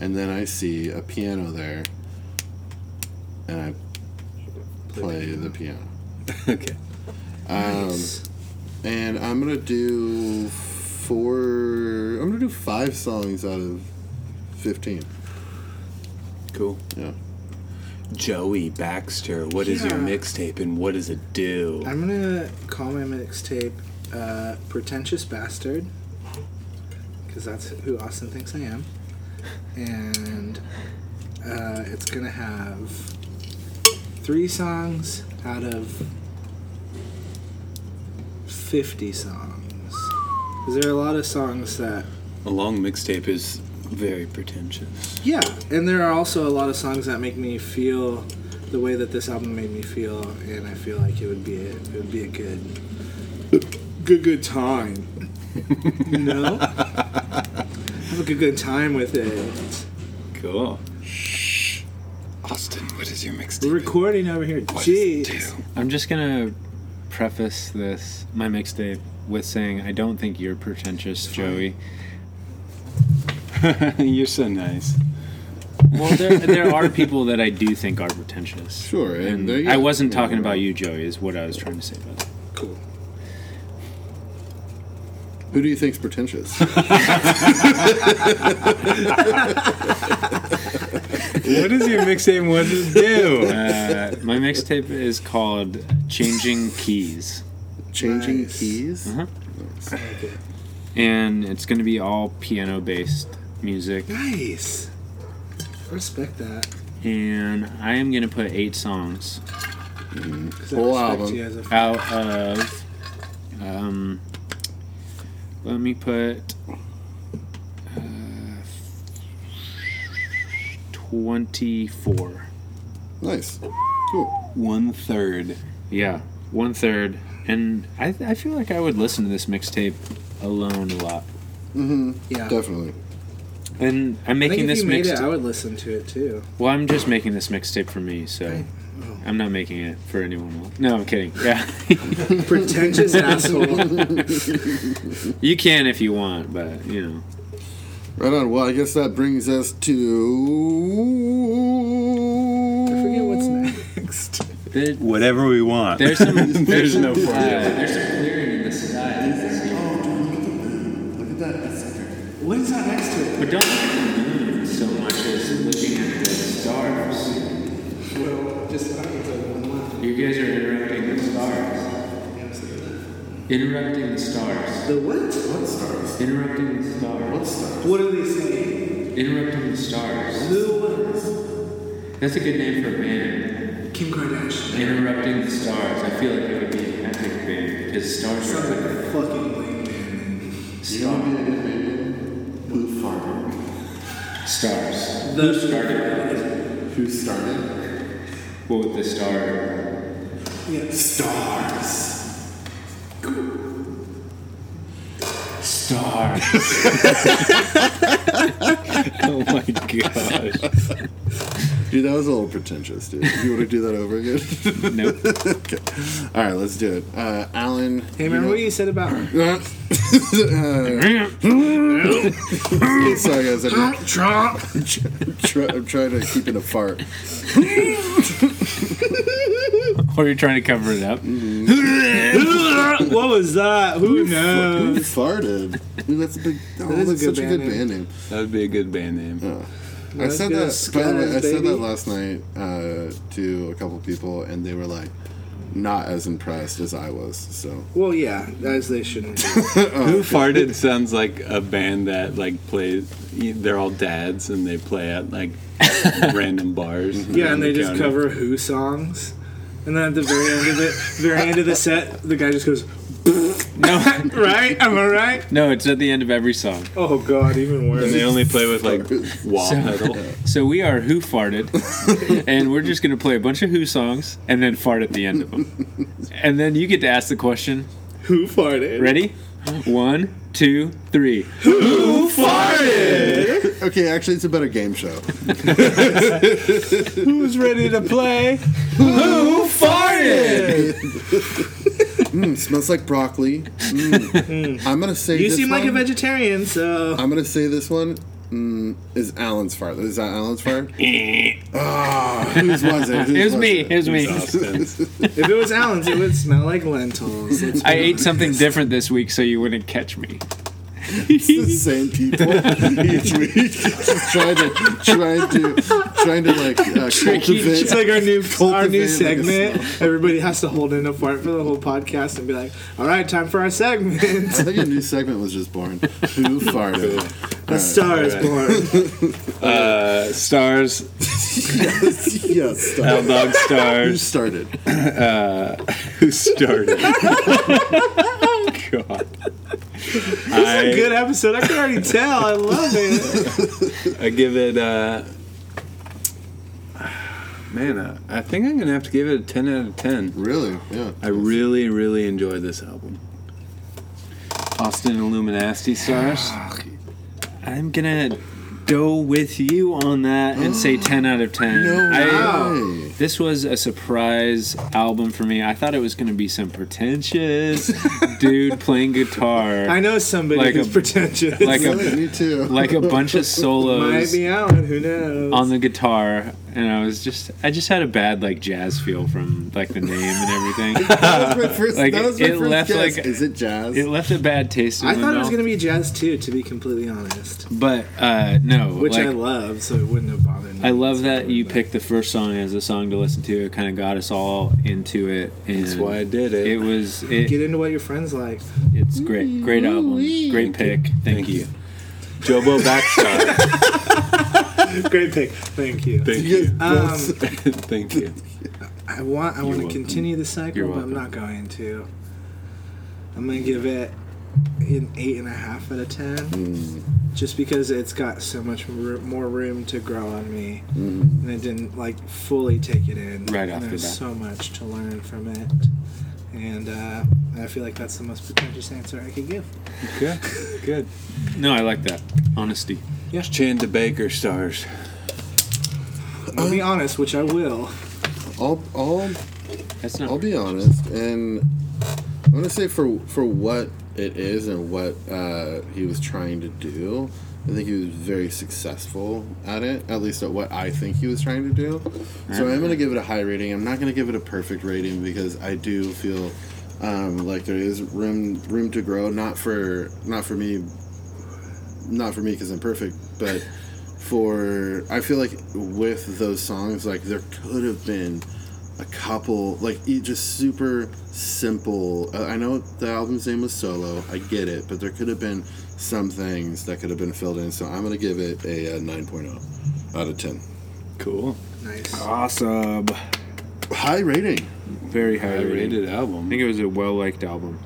[SPEAKER 1] and then I see a piano there, and I play the piano. Um,
[SPEAKER 2] okay.
[SPEAKER 1] And I'm gonna do four. I'm gonna do five songs out of fifteen.
[SPEAKER 2] Cool.
[SPEAKER 1] Yeah.
[SPEAKER 2] Joey Baxter, what is your
[SPEAKER 3] Yeah.
[SPEAKER 2] mixtape and what does it do?
[SPEAKER 3] I'm gonna call my mixtape uh, "Pretentious Bastard" because that's who Austin thinks I am, and uh, it's gonna have three songs out of fifty songs. 'Cause There are a lot of songs that,
[SPEAKER 2] A long mixtape is very pretentious.
[SPEAKER 3] yeah, and there are also a lot of songs that make me feel the way that this album made me feel, and I feel like it would be a, it would be a good good good time. you know? Have a good good time with it.
[SPEAKER 2] Cool. Austin, what is your mixtape?
[SPEAKER 3] We're recording over here.
[SPEAKER 2] What does it
[SPEAKER 3] Jeez.
[SPEAKER 2] do?
[SPEAKER 4] I'm just gonna preface this my mixtape with saying I don't think you're pretentious, Joey.
[SPEAKER 2] You're so nice.
[SPEAKER 4] Well, there, there are people that I do think are pretentious.
[SPEAKER 1] Sure, and
[SPEAKER 4] and
[SPEAKER 1] they-
[SPEAKER 4] I wasn't
[SPEAKER 1] yeah,
[SPEAKER 4] talking
[SPEAKER 1] right.
[SPEAKER 4] about you, Joey. Is what I was trying to say about that.
[SPEAKER 3] Cool.
[SPEAKER 1] Who do you think's pretentious?
[SPEAKER 2] What is your mixtape and what does it do?
[SPEAKER 4] Uh, my mixtape is called "Changing Keys,"
[SPEAKER 1] Changing
[SPEAKER 3] Nice.
[SPEAKER 1] keys.
[SPEAKER 4] Uh-huh.
[SPEAKER 1] Nice.
[SPEAKER 3] Okay.
[SPEAKER 4] and it's gonna be all piano-based music.
[SPEAKER 3] Nice. I respect that.
[SPEAKER 4] And I am gonna put eight songs
[SPEAKER 3] 'cause I
[SPEAKER 1] Whole
[SPEAKER 3] respect
[SPEAKER 1] album.
[SPEAKER 3] you as a f-
[SPEAKER 4] out of. Um, let me put. Uh, 24.
[SPEAKER 1] Nice. Cool.
[SPEAKER 2] One third.
[SPEAKER 4] Yeah, one third. And I, I feel like I would listen to this mixtape alone a lot.
[SPEAKER 3] yeah.
[SPEAKER 1] Definitely.
[SPEAKER 4] And I'm
[SPEAKER 3] I think
[SPEAKER 4] making
[SPEAKER 3] if
[SPEAKER 4] this
[SPEAKER 3] you made it, I
[SPEAKER 4] mixtape.
[SPEAKER 3] would listen to it too.
[SPEAKER 4] Well, I'm just making this mixtape for me, so I'm not making it for anyone else. No, I'm kidding. Yeah,
[SPEAKER 3] Pretentious asshole.
[SPEAKER 4] you can if you want, but you know.
[SPEAKER 1] Right on. Well, I guess that brings us to.
[SPEAKER 3] I forget what's next.
[SPEAKER 4] There,
[SPEAKER 2] Whatever we want.
[SPEAKER 4] there's some. There's,
[SPEAKER 2] There's
[SPEAKER 4] some,
[SPEAKER 2] no formula.
[SPEAKER 4] uh, there's some clearing in the society,
[SPEAKER 1] Look at that. That's
[SPEAKER 3] What is that next to it?
[SPEAKER 4] but don't look at the moon Mm, so much as looking at the stars.
[SPEAKER 3] Well, just I think it's like one left.
[SPEAKER 4] You guys are interrupting the stars. Interrupting the stars.
[SPEAKER 3] The what?
[SPEAKER 1] what stars?
[SPEAKER 4] Interrupting the stars.
[SPEAKER 1] What stars?
[SPEAKER 3] What are they saying?
[SPEAKER 4] Interrupting the Stars.
[SPEAKER 3] Lou
[SPEAKER 4] That's a good name for a band.
[SPEAKER 3] Kim Kardashian.
[SPEAKER 4] Interrupting the Stars. I feel like it would be an epic band because stars
[SPEAKER 3] Sounds like
[SPEAKER 4] are
[SPEAKER 3] a fucking lame man.
[SPEAKER 4] stars.
[SPEAKER 1] Who farted?
[SPEAKER 4] stars.
[SPEAKER 3] The-
[SPEAKER 4] Who started? it?
[SPEAKER 1] Who started?
[SPEAKER 4] What with the star?
[SPEAKER 3] Yeah.
[SPEAKER 1] Stars.
[SPEAKER 4] Star.
[SPEAKER 2] oh my gosh.
[SPEAKER 1] Dude, that was a little pretentious, dude. You want to do that over again?
[SPEAKER 4] nope.
[SPEAKER 1] okay. All right, let's do it. Uh, Alan.
[SPEAKER 3] Hey, remember what you said about
[SPEAKER 1] Uh, sorry, guys. I'm,
[SPEAKER 3] Trump?
[SPEAKER 1] try, I'm trying to keep it apart.
[SPEAKER 4] Or you're trying to cover it up?
[SPEAKER 3] what was that? Who knows?
[SPEAKER 1] Who farted? Dude, that's a big. Oh,
[SPEAKER 3] is a
[SPEAKER 1] that's
[SPEAKER 3] good
[SPEAKER 1] such a
[SPEAKER 3] band
[SPEAKER 1] good band name.
[SPEAKER 2] That would be a good band name.
[SPEAKER 1] I said
[SPEAKER 3] good.
[SPEAKER 1] that. By the way, I
[SPEAKER 3] Skies,
[SPEAKER 1] said
[SPEAKER 3] baby.
[SPEAKER 1] that last night uh, to a couple people, and they were like, not as impressed as I was. So
[SPEAKER 3] Well, yeah, as they shouldn't. be.
[SPEAKER 2] Who farted sounds like a band that like plays. They're all dads and they play at like random bars.
[SPEAKER 3] yeah,
[SPEAKER 2] around
[SPEAKER 3] and they
[SPEAKER 2] the
[SPEAKER 3] just
[SPEAKER 2] county.
[SPEAKER 3] cover Who songs, and then at the very end of it, very end of the set, the guy just goes,
[SPEAKER 4] No.
[SPEAKER 3] "Right, am I right?"
[SPEAKER 4] No, it's at the end of every song.
[SPEAKER 3] Oh God, even
[SPEAKER 2] And
[SPEAKER 3] worse.
[SPEAKER 2] they only play with like wah
[SPEAKER 4] So-
[SPEAKER 2] pedal.
[SPEAKER 4] So we are Who Farted, and we're just going to play a bunch of Who songs and then fart at the end of them. And then you get to ask the question
[SPEAKER 3] Who farted?
[SPEAKER 4] Ready? One, two, three.
[SPEAKER 1] okay, actually, it's a better game show.
[SPEAKER 2] Who's ready to play?
[SPEAKER 1] Mm, smells like broccoli. Mm. I'm gonna say
[SPEAKER 3] You
[SPEAKER 1] this
[SPEAKER 3] seem like a
[SPEAKER 1] one-
[SPEAKER 3] vegetarian, so
[SPEAKER 1] I'm gonna say this one. Hmm, Is Alan's fart? Is that Alan's fart? Ah, whose was it? Whose
[SPEAKER 4] It was me. It was me.
[SPEAKER 2] Austin.
[SPEAKER 3] If it was Alan's, it would smell like lentils. Let's
[SPEAKER 4] I ate something different this week, so you wouldn't catch me.
[SPEAKER 1] the same people each week, just trying to, trying to, trying to like uh, cultivate.
[SPEAKER 3] It's like our new our new
[SPEAKER 1] Cultivate
[SPEAKER 3] segment. Everybody has to hold in a fart for the whole podcast and be like, "All right, time for our segment."
[SPEAKER 1] I think a new segment was just born. Who farted?
[SPEAKER 3] A star is born.
[SPEAKER 2] Uh, stars,
[SPEAKER 1] yes, stop.
[SPEAKER 2] L Dog
[SPEAKER 1] Who
[SPEAKER 2] Stars.
[SPEAKER 1] started?
[SPEAKER 2] Who started? God. I,
[SPEAKER 3] Good episode. I can already tell. I love it.
[SPEAKER 2] I give it. Uh, man, uh, I think I'm gonna have to give it a ten out of ten.
[SPEAKER 1] Really? Yeah.
[SPEAKER 2] I really, really enjoy this album. Austin Illuminati stars.
[SPEAKER 4] Ah, I'm gonna go with you on that and say 10 out of 10.
[SPEAKER 1] No
[SPEAKER 4] I-
[SPEAKER 1] way.
[SPEAKER 4] This was a surprise album for me. I thought it was going to be some pretentious dude playing guitar,
[SPEAKER 3] I know somebody
[SPEAKER 4] Like
[SPEAKER 3] who's
[SPEAKER 4] a-
[SPEAKER 3] pretentious.
[SPEAKER 4] like a-
[SPEAKER 1] Really? Me too.
[SPEAKER 4] like a bunch of
[SPEAKER 3] might
[SPEAKER 4] solos
[SPEAKER 3] be Alan. Who knows?
[SPEAKER 4] on the guitar, and I was just I just had a bad like jazz feel from like the name and everything.
[SPEAKER 1] that was my first.
[SPEAKER 4] Like,
[SPEAKER 1] that was my
[SPEAKER 4] it
[SPEAKER 1] first
[SPEAKER 4] left,
[SPEAKER 1] guess.
[SPEAKER 4] like-
[SPEAKER 1] Is it jazz?
[SPEAKER 4] It left a bad taste in
[SPEAKER 3] I
[SPEAKER 4] my
[SPEAKER 3] thought it was
[SPEAKER 4] mouth.
[SPEAKER 3] gonna be jazz too, to be completely honest.
[SPEAKER 4] but uh, no,
[SPEAKER 3] Which
[SPEAKER 4] like,
[SPEAKER 3] I love, so it wouldn't have bothered me.
[SPEAKER 4] I love that you picked the first song as a song to listen to. It kind of got us all into it. And
[SPEAKER 2] That's why I did it.
[SPEAKER 4] It was it,
[SPEAKER 3] Get into what your friends like.
[SPEAKER 4] it's great, great album, great pick. Thank, you.
[SPEAKER 2] Jobo Backstar.
[SPEAKER 3] Great pick. Thank you.
[SPEAKER 2] Thank you.
[SPEAKER 3] Um,
[SPEAKER 2] Thank you.
[SPEAKER 3] I want I want to
[SPEAKER 2] welcome.
[SPEAKER 3] continue the cycle,
[SPEAKER 2] You're
[SPEAKER 3] but I'm
[SPEAKER 2] welcome.
[SPEAKER 3] not going to. I'm gonna give it an eight and a half out of ten, just because it's got so much ro- more room to grow on me, and I didn't like fully take it in.
[SPEAKER 4] Right
[SPEAKER 3] and
[SPEAKER 4] off the
[SPEAKER 3] there's
[SPEAKER 4] bat.
[SPEAKER 3] so much to learn from it, and uh, I feel like that's the most pretentious answer I could give.
[SPEAKER 2] Good. Good.
[SPEAKER 4] No, I like that honesty.
[SPEAKER 2] Chan the Baker stars.
[SPEAKER 3] I'm gonna be honest, which I will.
[SPEAKER 1] I'll, I'll,
[SPEAKER 4] That's not.
[SPEAKER 1] I'll be honest, and I'm gonna say for for what it is and what uh, he was trying to do, I think he was very successful at it. At least at what I think he was trying to do. So I'm gonna give it a high rating. I'm not gonna give it a perfect rating because I do feel um, like there is room room to grow. Not for not for me not for me because I'm perfect, but for I feel like with those songs, like there could have been a couple, like e- just super simple. Uh, I know the album's name was Solo, I get it, but there could have been some things that could have been filled in. So I'm gonna give it a, uh 9.0 out of 10.
[SPEAKER 2] Cool.
[SPEAKER 3] Nice.
[SPEAKER 4] Awesome.
[SPEAKER 1] High rating.
[SPEAKER 4] Very high
[SPEAKER 2] I
[SPEAKER 4] rated.
[SPEAKER 2] rated album.
[SPEAKER 4] I think it was a well liked album.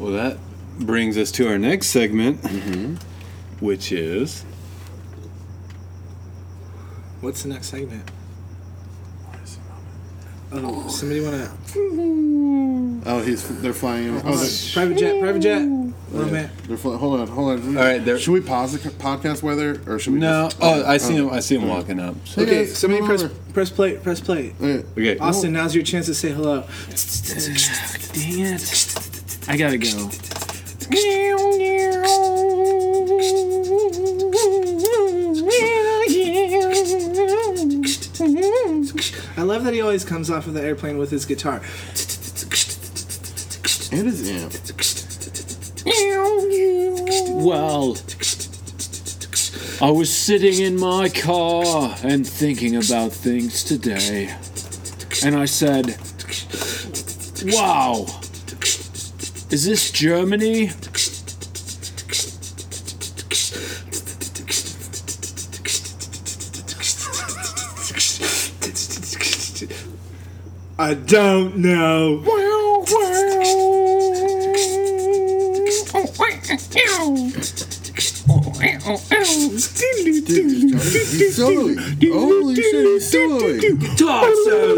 [SPEAKER 2] Well, that brings us to our next segment, which is
[SPEAKER 3] What's the next segment? Oh, somebody wanna
[SPEAKER 1] Oh, he's they're flying. him. Oh, they're,
[SPEAKER 3] private jet? Private jet? Where am I?
[SPEAKER 1] they're flying. Hold on, hold on.
[SPEAKER 2] All right, they're-
[SPEAKER 1] should we pause the co- podcast weather or should we?
[SPEAKER 2] no.
[SPEAKER 1] just-
[SPEAKER 2] Oh, I see him. I see him walking up. So-
[SPEAKER 3] Okay,
[SPEAKER 1] guys,
[SPEAKER 3] somebody
[SPEAKER 1] come
[SPEAKER 3] press
[SPEAKER 1] over.
[SPEAKER 3] press play press play.
[SPEAKER 1] Okay.
[SPEAKER 2] Okay.
[SPEAKER 3] Austin, now's your chance to say hello.
[SPEAKER 4] Dang it. I gotta go.
[SPEAKER 3] I love that he always comes off of the airplane with his guitar.
[SPEAKER 1] And his amp.
[SPEAKER 4] Well, I was sitting in my car and thinking about things today. And I said, Wow, is this Germany?
[SPEAKER 3] I don't know.
[SPEAKER 1] Dude, he's soloing. Holy shit, he's soloing.
[SPEAKER 4] Guitar solo.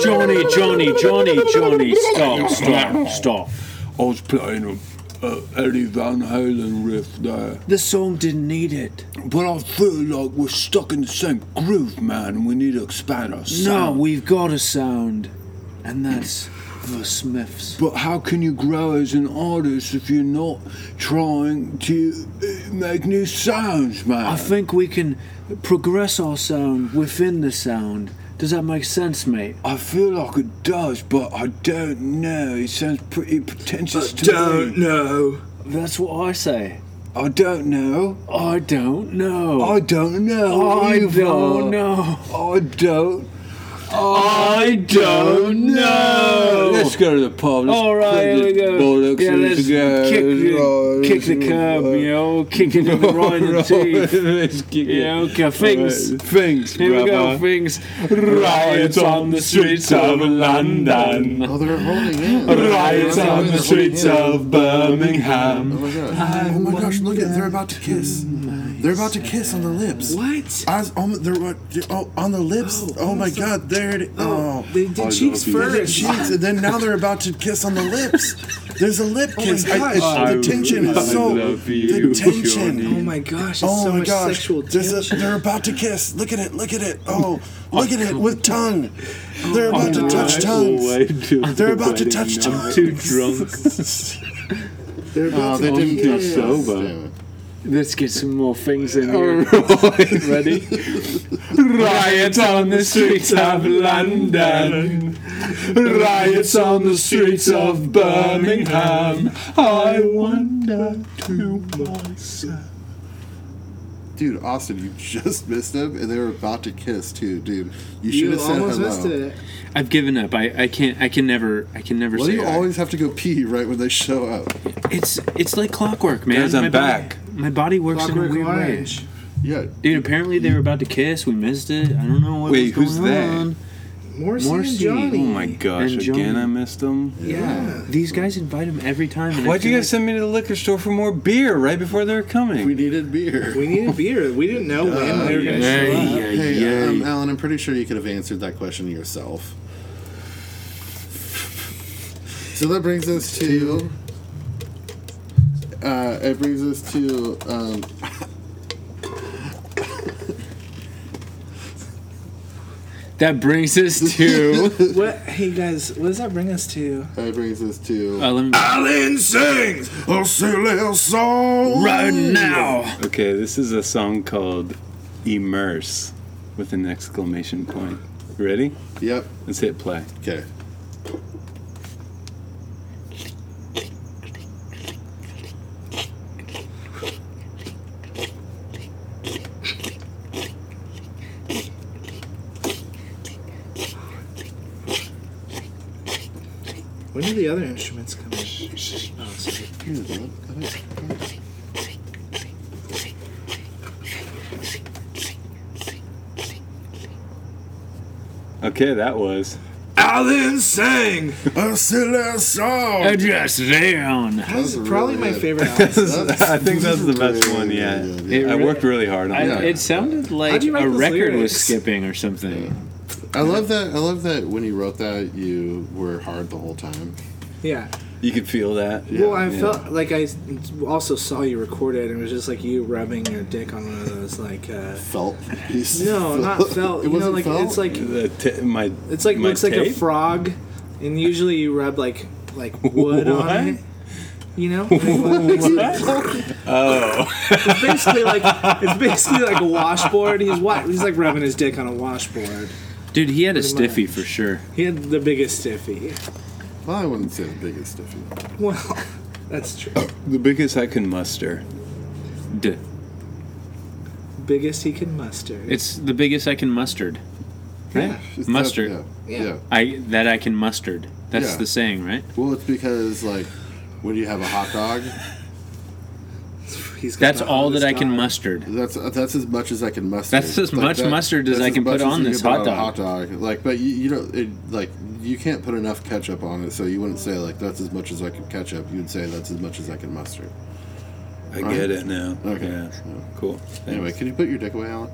[SPEAKER 4] Johnny, Johnny, Johnny, Johnny, stop, stop, stop.
[SPEAKER 2] I was playing a, a Eddie Van Halen riff there,
[SPEAKER 4] The song didn't need it.
[SPEAKER 2] but I feel like we're stuck in the same groove, man. and We need to expand our
[SPEAKER 4] No,
[SPEAKER 2] sound.
[SPEAKER 4] we've got a sound, and that's
[SPEAKER 2] the Smiths.
[SPEAKER 6] But how can you grow as an artist if you're not trying to uh, make new sounds, man?
[SPEAKER 2] I think we can progress our sound within the sound. Does that make sense, mate?
[SPEAKER 6] I feel like it does, but I don't know. It sounds pretty pretentious to
[SPEAKER 3] Don't
[SPEAKER 6] me.
[SPEAKER 3] know.
[SPEAKER 2] That's what I say.
[SPEAKER 6] I don't know.
[SPEAKER 2] I don't know.
[SPEAKER 6] I don't know.
[SPEAKER 2] I
[SPEAKER 6] either.
[SPEAKER 2] don't know.
[SPEAKER 6] I don't.
[SPEAKER 2] I don't know.
[SPEAKER 6] Let's go to the pub. Let's
[SPEAKER 2] Oh, All right, here
[SPEAKER 6] put
[SPEAKER 2] we
[SPEAKER 6] the
[SPEAKER 2] go.
[SPEAKER 6] bollocks
[SPEAKER 2] Yeah,
[SPEAKER 6] in
[SPEAKER 2] let's
[SPEAKER 6] together.
[SPEAKER 2] kick the,
[SPEAKER 6] Right,
[SPEAKER 2] kick the curb,
[SPEAKER 6] right.
[SPEAKER 2] you know, kick it in the right in the teeth.
[SPEAKER 6] Let's kick it.
[SPEAKER 2] You know, okay, things.
[SPEAKER 6] Right, Thanks,
[SPEAKER 2] Here we
[SPEAKER 6] brother.
[SPEAKER 2] go, things.
[SPEAKER 6] Riots on the streets of London.
[SPEAKER 1] Oh, they're holding in.
[SPEAKER 6] Riots
[SPEAKER 1] They're
[SPEAKER 6] on
[SPEAKER 1] holding
[SPEAKER 6] the
[SPEAKER 1] in.
[SPEAKER 6] streets of
[SPEAKER 1] Oh
[SPEAKER 6] Birmingham.
[SPEAKER 1] my gosh! Oh my gosh! Look at they're about to kiss. They're about to kiss on the lips.
[SPEAKER 3] What?
[SPEAKER 1] I was on the, they're what? Oh, on the lips. Oh, my God! There it. Oh.
[SPEAKER 3] They did
[SPEAKER 6] I
[SPEAKER 3] cheeks
[SPEAKER 6] love you.
[SPEAKER 3] first.
[SPEAKER 1] Jeez, and then now they're about to kiss on the lips. There's a lip kiss. I-
[SPEAKER 3] gosh.
[SPEAKER 1] it's- the
[SPEAKER 6] I
[SPEAKER 1] tension is so.
[SPEAKER 6] love you,
[SPEAKER 1] The tension.
[SPEAKER 3] Oh my gosh, it's
[SPEAKER 1] Oh
[SPEAKER 3] so
[SPEAKER 1] my
[SPEAKER 3] much
[SPEAKER 1] gosh!
[SPEAKER 3] sexual
[SPEAKER 1] There's a-
[SPEAKER 3] tension.
[SPEAKER 1] they're about to kiss. Look at it! Look at it! Oh, look at it with tongue. They're about to touch tongues. They're about to touch
[SPEAKER 2] I'm
[SPEAKER 1] tongues.
[SPEAKER 2] too drunk.
[SPEAKER 1] They're about to
[SPEAKER 2] didn't
[SPEAKER 1] kiss.
[SPEAKER 2] kiss. Sober.
[SPEAKER 1] Damn it.
[SPEAKER 2] Let's get some more things in
[SPEAKER 1] Oh,
[SPEAKER 2] here. Ready? Riots on the streets of London. Riots on the streets of Birmingham. I wonder to myself.
[SPEAKER 1] Dude, Austin, you just missed them, and they were about to kiss too, dude. You should
[SPEAKER 3] You
[SPEAKER 1] have said
[SPEAKER 3] almost
[SPEAKER 1] hello.
[SPEAKER 3] missed it.
[SPEAKER 4] I've given up. I, I can't. I can never. I can never
[SPEAKER 1] Why do
[SPEAKER 4] say.
[SPEAKER 1] you
[SPEAKER 4] I.
[SPEAKER 1] always have to go pee right when they show up?
[SPEAKER 4] It's it's like clockwork, man.
[SPEAKER 2] Guys, I'm
[SPEAKER 4] My body-
[SPEAKER 2] back.
[SPEAKER 4] my body works
[SPEAKER 3] Clockwork
[SPEAKER 4] in a weird way.
[SPEAKER 3] Orange.
[SPEAKER 1] Yeah,
[SPEAKER 4] Dude, apparently they were about to kiss. We missed it. I don't know what
[SPEAKER 2] Wait,
[SPEAKER 4] was
[SPEAKER 2] who's
[SPEAKER 4] going
[SPEAKER 2] that?
[SPEAKER 4] on.
[SPEAKER 3] Morrissey,
[SPEAKER 4] Morrissey.
[SPEAKER 3] and Johnny.
[SPEAKER 2] Oh my gosh,
[SPEAKER 4] And Johnny.
[SPEAKER 2] again I missed them.
[SPEAKER 3] Yeah.
[SPEAKER 4] These guys invite him every time. and I
[SPEAKER 2] Why'd you
[SPEAKER 4] feel
[SPEAKER 2] guys send me to the liquor store for more beer right before they were
[SPEAKER 1] we
[SPEAKER 2] coming?
[SPEAKER 1] needed beer.
[SPEAKER 3] We needed beer. We didn't know when they were going to show up.
[SPEAKER 4] like- Yeah, yeah.
[SPEAKER 1] Hey, um, Alan, I'm pretty sure you could have answered that question yourself. So that brings us to. Uh, it brings us to. Um,
[SPEAKER 4] That brings us to.
[SPEAKER 3] What? Hey guys, what does that bring us to?
[SPEAKER 1] it brings us to.
[SPEAKER 4] Uh, let me-
[SPEAKER 1] Alan sings a silly song
[SPEAKER 4] right now.
[SPEAKER 2] Okay, this is a song called Immerse with an exclamation point. Ready?
[SPEAKER 1] Yep.
[SPEAKER 2] Let's hit play.
[SPEAKER 1] Okay.
[SPEAKER 3] When do the other instruments come in? Oh, sorry.
[SPEAKER 2] Okay, that was.
[SPEAKER 3] Alan sang.
[SPEAKER 1] A silly song.
[SPEAKER 4] Address down.
[SPEAKER 3] That was
[SPEAKER 1] That was
[SPEAKER 3] probably
[SPEAKER 1] really
[SPEAKER 3] my
[SPEAKER 1] good.
[SPEAKER 3] favorite. Alan.
[SPEAKER 2] I think that's the best one yet.
[SPEAKER 1] Yeah.
[SPEAKER 2] I worked really hard on
[SPEAKER 4] I,
[SPEAKER 2] that.
[SPEAKER 4] It sounded like
[SPEAKER 3] How'd you write
[SPEAKER 4] a
[SPEAKER 3] those
[SPEAKER 4] record
[SPEAKER 3] lyrics?
[SPEAKER 4] was skipping or something.
[SPEAKER 1] I love that. I love that when you wrote that, you were hard the whole time.
[SPEAKER 3] yeah.
[SPEAKER 2] You could feel that.
[SPEAKER 3] Well, I felt like I s- also saw you record it, and it was just like you rubbing your dick on one of those like. Uh,
[SPEAKER 1] Felt.
[SPEAKER 3] no, not felt.
[SPEAKER 1] It
[SPEAKER 3] you know,
[SPEAKER 1] wasn't
[SPEAKER 3] like
[SPEAKER 1] felt.
[SPEAKER 3] it's like
[SPEAKER 2] The t- my
[SPEAKER 3] it's like
[SPEAKER 2] my
[SPEAKER 3] looks like a
[SPEAKER 2] tape?
[SPEAKER 3] frog, and usually you rub like like
[SPEAKER 2] What?
[SPEAKER 3] wood on it. You know,
[SPEAKER 2] Oh.
[SPEAKER 3] it's basically like it's basically like a washboard. He's wa- he's like rubbing his dick on a washboard.
[SPEAKER 4] Dude, he had a stiffy
[SPEAKER 3] much.
[SPEAKER 4] for sure.
[SPEAKER 3] He had the biggest stiffy.
[SPEAKER 1] Well, I wouldn't say the biggest stiffy.
[SPEAKER 3] Well, that's true.
[SPEAKER 2] the biggest I can muster.
[SPEAKER 4] D.
[SPEAKER 3] biggest he could muster.
[SPEAKER 4] It's the biggest I can mustered. Right?
[SPEAKER 1] It's
[SPEAKER 4] Mustard.
[SPEAKER 1] tough, yeah.
[SPEAKER 3] Yeah.
[SPEAKER 1] yeah.
[SPEAKER 4] I that I can mustard. That's
[SPEAKER 1] Yeah.
[SPEAKER 4] the saying, right?
[SPEAKER 1] Well, it's because like when you have a hot dog,
[SPEAKER 3] He's got
[SPEAKER 4] That's
[SPEAKER 3] the
[SPEAKER 4] all that
[SPEAKER 3] hottest
[SPEAKER 4] I can
[SPEAKER 3] dog.
[SPEAKER 4] muster.
[SPEAKER 1] that's that's as much as I can muster.
[SPEAKER 4] That's as much mustard as
[SPEAKER 1] that's
[SPEAKER 4] I can
[SPEAKER 1] much
[SPEAKER 4] put
[SPEAKER 1] as
[SPEAKER 4] on
[SPEAKER 1] you
[SPEAKER 4] this
[SPEAKER 1] can put on
[SPEAKER 4] hot
[SPEAKER 1] a
[SPEAKER 4] dog.
[SPEAKER 1] hot dog, like, but you, you don't it, like you can't put enough ketchup on it, so you wouldn't say like that's as much as I can ketchup. You'd say that's as much as I can mustard.
[SPEAKER 2] I get it now.
[SPEAKER 1] Okay.
[SPEAKER 2] Yeah. Cool.
[SPEAKER 1] Anyway, can you put your dick away, Alan?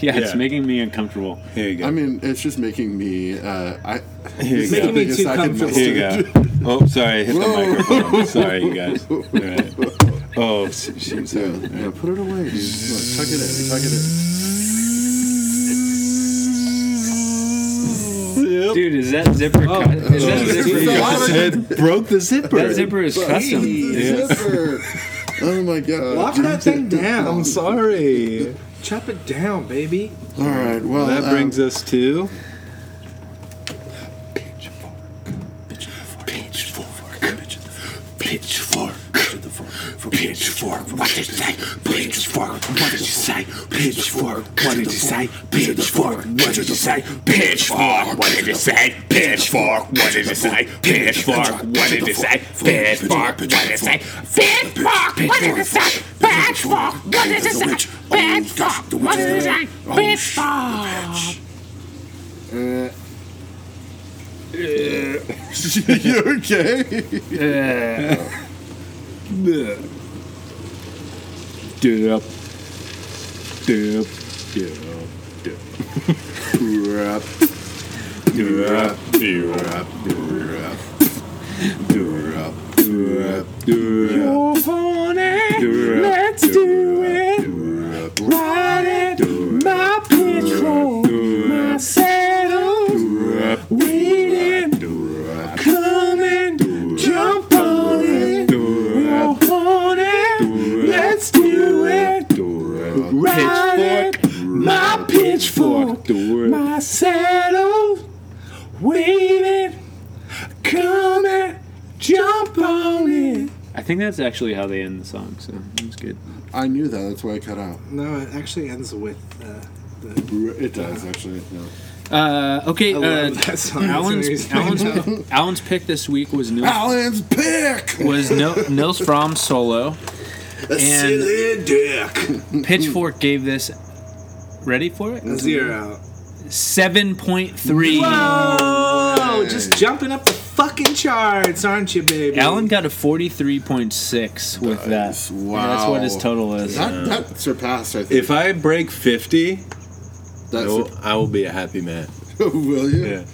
[SPEAKER 4] Yeah, it's
[SPEAKER 2] Yeah.
[SPEAKER 4] making me uncomfortable.
[SPEAKER 2] Here you go.
[SPEAKER 1] I mean, it's just making me. Uh, I
[SPEAKER 2] Here you
[SPEAKER 1] it's the
[SPEAKER 2] go.
[SPEAKER 3] Making me
[SPEAKER 1] biggest
[SPEAKER 3] too
[SPEAKER 1] I can
[SPEAKER 3] comfortable.
[SPEAKER 2] Here
[SPEAKER 1] muster.
[SPEAKER 2] you go. Oh, sorry, I hit the microphone. Sorry, you guys. All right. Oh, s- shit, sorry.
[SPEAKER 1] Yeah, yeah, put it away, dude. Look, tuck it in. Tuck it in.
[SPEAKER 2] Yeah,
[SPEAKER 3] Nope.
[SPEAKER 4] Dude, is that zipper?
[SPEAKER 3] Oh.
[SPEAKER 4] cut? Is that
[SPEAKER 3] Oh,
[SPEAKER 4] zipper?
[SPEAKER 1] so hard.
[SPEAKER 2] It broke the zipper.
[SPEAKER 4] That zipper is custom.
[SPEAKER 1] Zipper. Oh my god.
[SPEAKER 3] Lock that thing down.
[SPEAKER 2] I'm sorry.
[SPEAKER 3] Chop it down, baby.
[SPEAKER 1] All right. Well, um,
[SPEAKER 2] that brings us to
[SPEAKER 6] Pitchfork. Pitchfork. What did you say? Pitchfork. What did you say? Pitchfork. What did you say? Pitchfork. What did you say? Pitchfork. What did you say? Pitchfork. What did you say? Pitchfork. What did you say? Pitchfork. What did you say? Pitchfork. What did you say? Pitchfork. What did you say? Pitchfork. What did you say? Pitchfork.
[SPEAKER 1] you okay?
[SPEAKER 2] Dip. Dip.
[SPEAKER 1] Let's do it. Ride it. My pitchfork. My saddle. Waiting. Coming. Jump on it. Roll on it. Let's do it. Ride it. My pitchfork. My saddle. Waiting. Coming. Jump on it.
[SPEAKER 4] I think that's actually how they end the song, so it's good.
[SPEAKER 1] I knew that. That's why I cut out.
[SPEAKER 3] No, it actually ends with. Uh, the,
[SPEAKER 1] It does actually. No.
[SPEAKER 4] Uh, okay,
[SPEAKER 3] I love
[SPEAKER 4] uh,
[SPEAKER 3] that song.
[SPEAKER 4] Alan's,
[SPEAKER 3] It's amazing.
[SPEAKER 4] Alan's, Alan's pick this week was Nils,
[SPEAKER 1] Alan's pick.
[SPEAKER 4] was no, Nils Fromm solo. And
[SPEAKER 3] Silly dick.
[SPEAKER 4] Pitchfork gave this, ready for it?
[SPEAKER 3] Zero.
[SPEAKER 4] 7.3.
[SPEAKER 3] Oh, just jumping up the fucking charts, aren't you, baby?
[SPEAKER 4] Alan got a 43.6 with
[SPEAKER 1] Nice.
[SPEAKER 4] that. That's what his
[SPEAKER 1] Wow.
[SPEAKER 4] total is.
[SPEAKER 1] That, that surpassed, I think.
[SPEAKER 2] If I break 50, I
[SPEAKER 1] That's
[SPEAKER 2] will, I will be a happy man.
[SPEAKER 1] will you?
[SPEAKER 2] Yeah.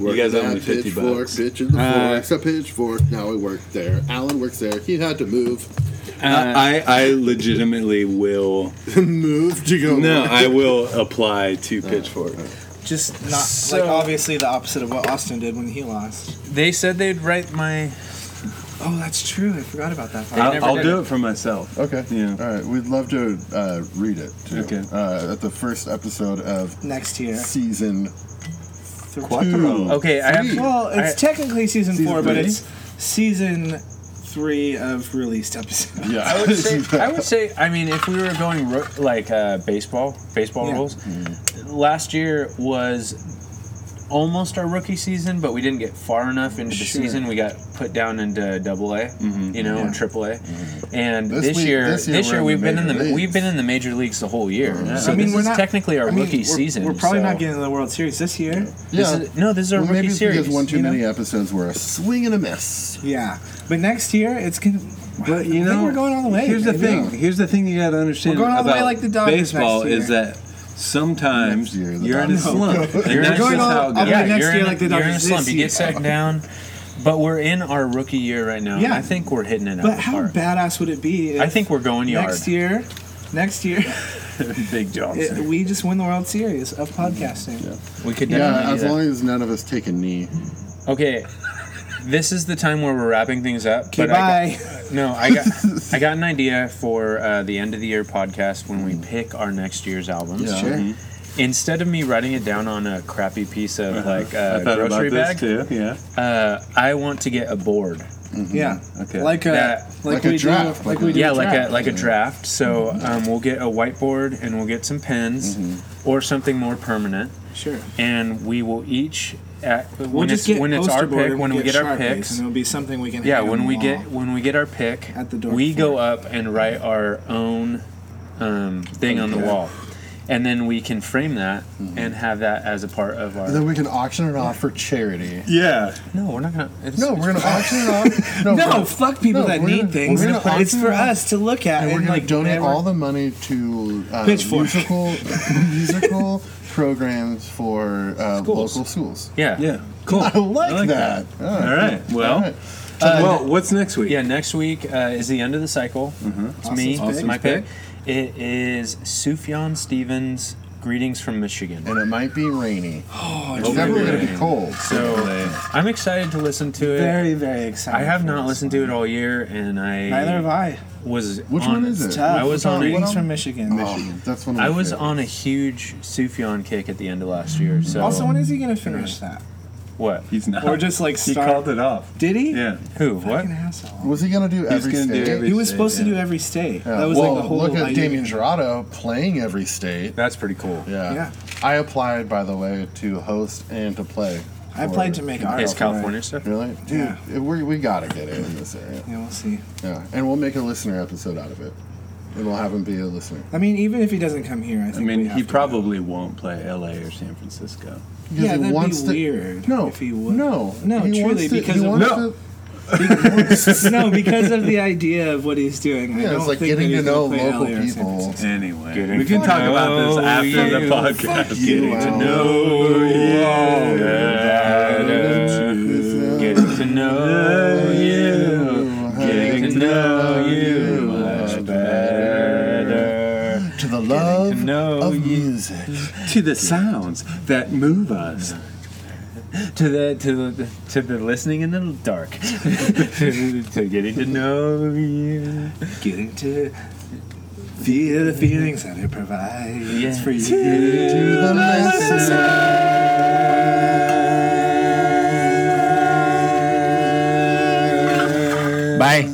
[SPEAKER 1] Work
[SPEAKER 2] guys owe
[SPEAKER 1] that
[SPEAKER 2] me 50
[SPEAKER 1] pitchfork,
[SPEAKER 2] bucks.
[SPEAKER 1] Pitch in the
[SPEAKER 4] Uh,
[SPEAKER 1] forks, a pitchfork. Now we work there. Alan works there. He had to move.
[SPEAKER 4] Uh,
[SPEAKER 2] I, I legitimately will.
[SPEAKER 1] move to Uh, go.
[SPEAKER 2] No, I will apply to Pitchfork.
[SPEAKER 3] Just not like obviously the opposite of what Austin did when he lost.
[SPEAKER 4] they said they'd write my.
[SPEAKER 3] Oh, that's true. I forgot about that.
[SPEAKER 4] Uh,
[SPEAKER 3] part.
[SPEAKER 2] I'll, I'll do it for myself.
[SPEAKER 1] Okay.
[SPEAKER 2] Yeah.
[SPEAKER 1] All right. We'd love to uh, read it. Too.
[SPEAKER 2] Okay.
[SPEAKER 1] Uh, at the first episode of
[SPEAKER 3] Next year.
[SPEAKER 1] season.
[SPEAKER 2] Quattro.
[SPEAKER 4] Okay, I have.
[SPEAKER 3] Well, it's
[SPEAKER 4] I-
[SPEAKER 3] technically season, four, but
[SPEAKER 2] three?
[SPEAKER 3] it's season three of released episodes.
[SPEAKER 1] Yeah.
[SPEAKER 4] I would say, I would say, I mean, if we were going ro- like uh, baseball, baseball
[SPEAKER 3] Yeah.
[SPEAKER 4] rules, last year was almost our rookie season, but we didn't get far enough into the
[SPEAKER 3] Sure.
[SPEAKER 4] season. We got put down into Double A, you know, and
[SPEAKER 3] Yeah.
[SPEAKER 4] Triple A, and
[SPEAKER 1] This
[SPEAKER 4] this,
[SPEAKER 1] week-
[SPEAKER 4] year,
[SPEAKER 1] this
[SPEAKER 4] this
[SPEAKER 1] year
[SPEAKER 4] year,
[SPEAKER 1] we're in
[SPEAKER 4] we've
[SPEAKER 1] the
[SPEAKER 4] been in the
[SPEAKER 1] major leagues.
[SPEAKER 4] we've been in the major leagues the whole year. So
[SPEAKER 3] I mean,
[SPEAKER 4] this
[SPEAKER 3] we're
[SPEAKER 4] is
[SPEAKER 3] not-
[SPEAKER 4] technically our
[SPEAKER 3] I mean,
[SPEAKER 4] rookie
[SPEAKER 3] we're-
[SPEAKER 4] season.
[SPEAKER 3] We're probably
[SPEAKER 4] so
[SPEAKER 3] not getting to the World Series this year.
[SPEAKER 4] This
[SPEAKER 1] yeah.
[SPEAKER 4] is, no, this is our
[SPEAKER 1] Well,
[SPEAKER 4] rookie
[SPEAKER 1] maybe it's
[SPEAKER 4] series.
[SPEAKER 1] because one too
[SPEAKER 4] you know?
[SPEAKER 1] many episodes were a swing and a miss.
[SPEAKER 3] Yeah, but next year it's gonna. I
[SPEAKER 2] But you
[SPEAKER 3] think
[SPEAKER 2] know,
[SPEAKER 3] we're going all the way.
[SPEAKER 2] Here's the
[SPEAKER 3] baby.
[SPEAKER 2] thing. Here's the thing you got to understand
[SPEAKER 3] We're going all the way
[SPEAKER 2] about
[SPEAKER 3] like the Dodgers next
[SPEAKER 2] baseball
[SPEAKER 3] year.
[SPEAKER 2] is that
[SPEAKER 1] Next
[SPEAKER 2] sometimes
[SPEAKER 1] year, the
[SPEAKER 2] you're in a
[SPEAKER 1] Dodgers.
[SPEAKER 2] slump. and
[SPEAKER 4] You're
[SPEAKER 2] that's
[SPEAKER 4] going
[SPEAKER 2] just
[SPEAKER 3] all-
[SPEAKER 2] how it
[SPEAKER 3] I'll
[SPEAKER 2] goes.
[SPEAKER 3] be Yeah, next
[SPEAKER 4] you're
[SPEAKER 3] year
[SPEAKER 4] in a-
[SPEAKER 3] like the
[SPEAKER 4] You're in a
[SPEAKER 3] Dodgers
[SPEAKER 4] slump.
[SPEAKER 3] this
[SPEAKER 4] You
[SPEAKER 3] year.
[SPEAKER 4] get set down, but we're in our rookie year right now. and
[SPEAKER 3] Yeah.
[SPEAKER 4] I think we're hitting it out
[SPEAKER 3] But
[SPEAKER 4] of the
[SPEAKER 3] how
[SPEAKER 4] park.
[SPEAKER 3] badass would it be? If
[SPEAKER 4] I think we're going yard.
[SPEAKER 3] next year. Next year,
[SPEAKER 4] Big Johnson.
[SPEAKER 3] it- we just win the World Series of podcasting.
[SPEAKER 4] We could definitely.
[SPEAKER 1] Yeah,
[SPEAKER 4] do
[SPEAKER 1] as
[SPEAKER 4] that.
[SPEAKER 1] long as none of us take a knee.
[SPEAKER 4] okay, this is the time where we're wrapping things up.
[SPEAKER 3] Okay,
[SPEAKER 4] but I
[SPEAKER 3] bye.
[SPEAKER 4] got, no, I got I got an idea for uh, the end of the year podcast when we pick our next year's albums.
[SPEAKER 1] Yeah.
[SPEAKER 3] Mm. Sure.
[SPEAKER 4] Instead of me writing it down on a crappy piece of
[SPEAKER 3] Uh-huh.
[SPEAKER 4] like
[SPEAKER 2] I
[SPEAKER 4] uh,
[SPEAKER 2] thought
[SPEAKER 4] grocery
[SPEAKER 2] about
[SPEAKER 4] bag,
[SPEAKER 2] this too. Yeah.
[SPEAKER 4] uh, I want to get a board.
[SPEAKER 3] Yeah.
[SPEAKER 2] Mm-hmm. Okay.
[SPEAKER 3] Like a
[SPEAKER 4] That-
[SPEAKER 3] like,
[SPEAKER 1] Like a
[SPEAKER 3] we do-
[SPEAKER 1] draft,
[SPEAKER 3] like
[SPEAKER 1] like
[SPEAKER 3] we
[SPEAKER 1] a-
[SPEAKER 3] do.
[SPEAKER 4] yeah, like
[SPEAKER 3] draft.
[SPEAKER 4] a like a draft. So um, we'll get a whiteboard and we'll get some pens
[SPEAKER 3] Mm-hmm.
[SPEAKER 4] or something more permanent,
[SPEAKER 3] Sure.
[SPEAKER 4] and we will each at,
[SPEAKER 3] We'll
[SPEAKER 4] when
[SPEAKER 3] just
[SPEAKER 4] it's
[SPEAKER 3] get
[SPEAKER 4] when it's our
[SPEAKER 3] poster board
[SPEAKER 4] pick
[SPEAKER 3] and
[SPEAKER 4] when we get our
[SPEAKER 3] Sharpies,
[SPEAKER 4] picks.
[SPEAKER 3] and it'll be something we can.
[SPEAKER 4] Yeah,
[SPEAKER 3] hang on
[SPEAKER 4] when
[SPEAKER 3] the
[SPEAKER 4] we
[SPEAKER 3] wall.
[SPEAKER 4] get when we get our pick,
[SPEAKER 3] At the door
[SPEAKER 4] we
[SPEAKER 3] for
[SPEAKER 4] go up and write our own um, thing on the wall, and then we can frame that
[SPEAKER 3] Mm-hmm.
[SPEAKER 4] and have that as a part of our.
[SPEAKER 1] Then we can auction it off for charity.
[SPEAKER 2] Yeah.
[SPEAKER 4] No, we're not gonna. It's,
[SPEAKER 1] No, we're gonna auction it off. No,
[SPEAKER 3] No,
[SPEAKER 1] we're-
[SPEAKER 3] fuck people
[SPEAKER 1] No,
[SPEAKER 3] that
[SPEAKER 1] we're
[SPEAKER 3] need
[SPEAKER 1] gonna-
[SPEAKER 3] things.
[SPEAKER 1] we're gonna
[SPEAKER 3] it's for
[SPEAKER 1] auction it
[SPEAKER 3] us to look at
[SPEAKER 1] And
[SPEAKER 3] and,
[SPEAKER 1] we're going
[SPEAKER 3] like
[SPEAKER 1] to donate
[SPEAKER 3] never-
[SPEAKER 1] all the money to uh,
[SPEAKER 3] Pitchfork.
[SPEAKER 1] musical musical programs for uh, local schools.
[SPEAKER 4] Yeah.
[SPEAKER 2] Yeah. Cool.
[SPEAKER 1] I like,
[SPEAKER 2] I like
[SPEAKER 1] that.
[SPEAKER 2] All right. Well.
[SPEAKER 1] All right.
[SPEAKER 2] well, what's next week?
[SPEAKER 4] Yeah, next week uh, is the end of the cycle. It's me,
[SPEAKER 3] Austin's
[SPEAKER 4] my
[SPEAKER 2] pick.
[SPEAKER 4] pick. It is Sufjan Stevens' Greetings from Michigan.
[SPEAKER 1] and it might be rainy.
[SPEAKER 4] Oh,
[SPEAKER 1] It's definitely gonna be cold.
[SPEAKER 4] So I'm excited to listen to it.
[SPEAKER 3] Very, very excited.
[SPEAKER 4] I have
[SPEAKER 3] for
[SPEAKER 4] not
[SPEAKER 3] this
[SPEAKER 4] listened
[SPEAKER 3] one.
[SPEAKER 4] to it all year, and I
[SPEAKER 3] Neither have I.
[SPEAKER 4] was
[SPEAKER 1] Which
[SPEAKER 4] on,
[SPEAKER 1] one is it?
[SPEAKER 3] Tough.
[SPEAKER 4] I was on a-
[SPEAKER 3] Greetings from Michigan.
[SPEAKER 1] Oh, that's one of my
[SPEAKER 4] I was
[SPEAKER 1] favorites.
[SPEAKER 4] on a huge Sufjan kick at the end of last year. So
[SPEAKER 3] Also, when is he gonna finish that?
[SPEAKER 4] what?
[SPEAKER 2] He's not.
[SPEAKER 3] Or just like
[SPEAKER 2] he
[SPEAKER 3] start?
[SPEAKER 2] called it off.
[SPEAKER 3] Did he?
[SPEAKER 2] Yeah.
[SPEAKER 4] Who? What?
[SPEAKER 3] Fucking asshole.
[SPEAKER 1] Was he gonna do every
[SPEAKER 2] gonna do
[SPEAKER 1] state?
[SPEAKER 2] every-
[SPEAKER 3] He was
[SPEAKER 2] state,
[SPEAKER 3] supposed to
[SPEAKER 2] yeah.
[SPEAKER 3] do every state.
[SPEAKER 1] Yeah,
[SPEAKER 3] That was
[SPEAKER 1] well,
[SPEAKER 3] like the whole.
[SPEAKER 1] look at
[SPEAKER 3] idea.
[SPEAKER 1] Damien Gerardo playing every state.
[SPEAKER 4] That's pretty cool.
[SPEAKER 1] Yeah.
[SPEAKER 3] Yeah.
[SPEAKER 1] I applied, by the way, to host and to play.
[SPEAKER 3] I
[SPEAKER 1] for-
[SPEAKER 3] applied to make art.
[SPEAKER 4] Is California stuff?
[SPEAKER 1] Really? Dude,
[SPEAKER 3] Yeah.
[SPEAKER 1] it- we, we gotta get it in this area.
[SPEAKER 3] Yeah, we'll see.
[SPEAKER 1] Yeah. And we'll make a listener episode out of it. And we'll have him be a listener.
[SPEAKER 3] I mean, even if he doesn't come here, I
[SPEAKER 2] I
[SPEAKER 3] think. we
[SPEAKER 2] mean,
[SPEAKER 3] have
[SPEAKER 2] he
[SPEAKER 3] to-
[SPEAKER 2] probably won't play L.A. or San Francisco.
[SPEAKER 1] Because
[SPEAKER 3] Yeah,
[SPEAKER 1] he
[SPEAKER 3] that'd
[SPEAKER 1] wants
[SPEAKER 3] be
[SPEAKER 1] to-
[SPEAKER 3] weird.
[SPEAKER 1] No.
[SPEAKER 3] if he would.
[SPEAKER 1] No.
[SPEAKER 3] No,
[SPEAKER 1] he wants
[SPEAKER 3] truly,
[SPEAKER 1] to- he
[SPEAKER 3] because of-
[SPEAKER 1] wants
[SPEAKER 2] No.
[SPEAKER 1] to-
[SPEAKER 3] no, because of the idea of what he's doing. I
[SPEAKER 1] Yeah,
[SPEAKER 3] don't
[SPEAKER 1] it's like
[SPEAKER 3] think
[SPEAKER 1] getting
[SPEAKER 3] that
[SPEAKER 1] to
[SPEAKER 3] he's gonna
[SPEAKER 1] know
[SPEAKER 3] play LA
[SPEAKER 1] local
[SPEAKER 3] or San
[SPEAKER 1] people.
[SPEAKER 3] Francisco.
[SPEAKER 2] Anyway,
[SPEAKER 4] Getting
[SPEAKER 2] we can
[SPEAKER 4] to
[SPEAKER 2] talk about this
[SPEAKER 4] know
[SPEAKER 2] after the
[SPEAKER 4] you.
[SPEAKER 2] podcast.
[SPEAKER 1] you,
[SPEAKER 2] Getting to
[SPEAKER 1] Alan.
[SPEAKER 2] know you.
[SPEAKER 4] Getting to know you. Getting to know you much better.
[SPEAKER 1] To the love
[SPEAKER 4] know
[SPEAKER 1] of
[SPEAKER 4] you.
[SPEAKER 1] music.
[SPEAKER 2] To the sounds that move us.
[SPEAKER 4] To the to the to the listening in the dark. to, to getting to know you.
[SPEAKER 3] Getting to feel the feelings that it provides
[SPEAKER 4] Yeah.
[SPEAKER 3] for you.
[SPEAKER 1] To the listener.
[SPEAKER 4] Bye.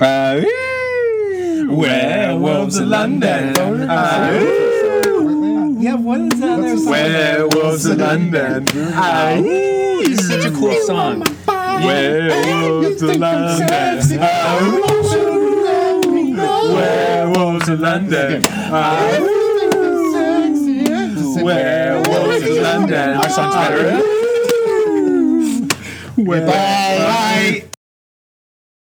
[SPEAKER 4] Uh, werewolves of London. Uh,
[SPEAKER 3] Yeah, what is that other song?
[SPEAKER 2] Werewolves in London. Uh,
[SPEAKER 4] It's such a cool song.
[SPEAKER 2] Werewolves in London. Uh, Werewolves in London. Uh, Werewolves in London.
[SPEAKER 1] Our song's better.
[SPEAKER 2] Werewolves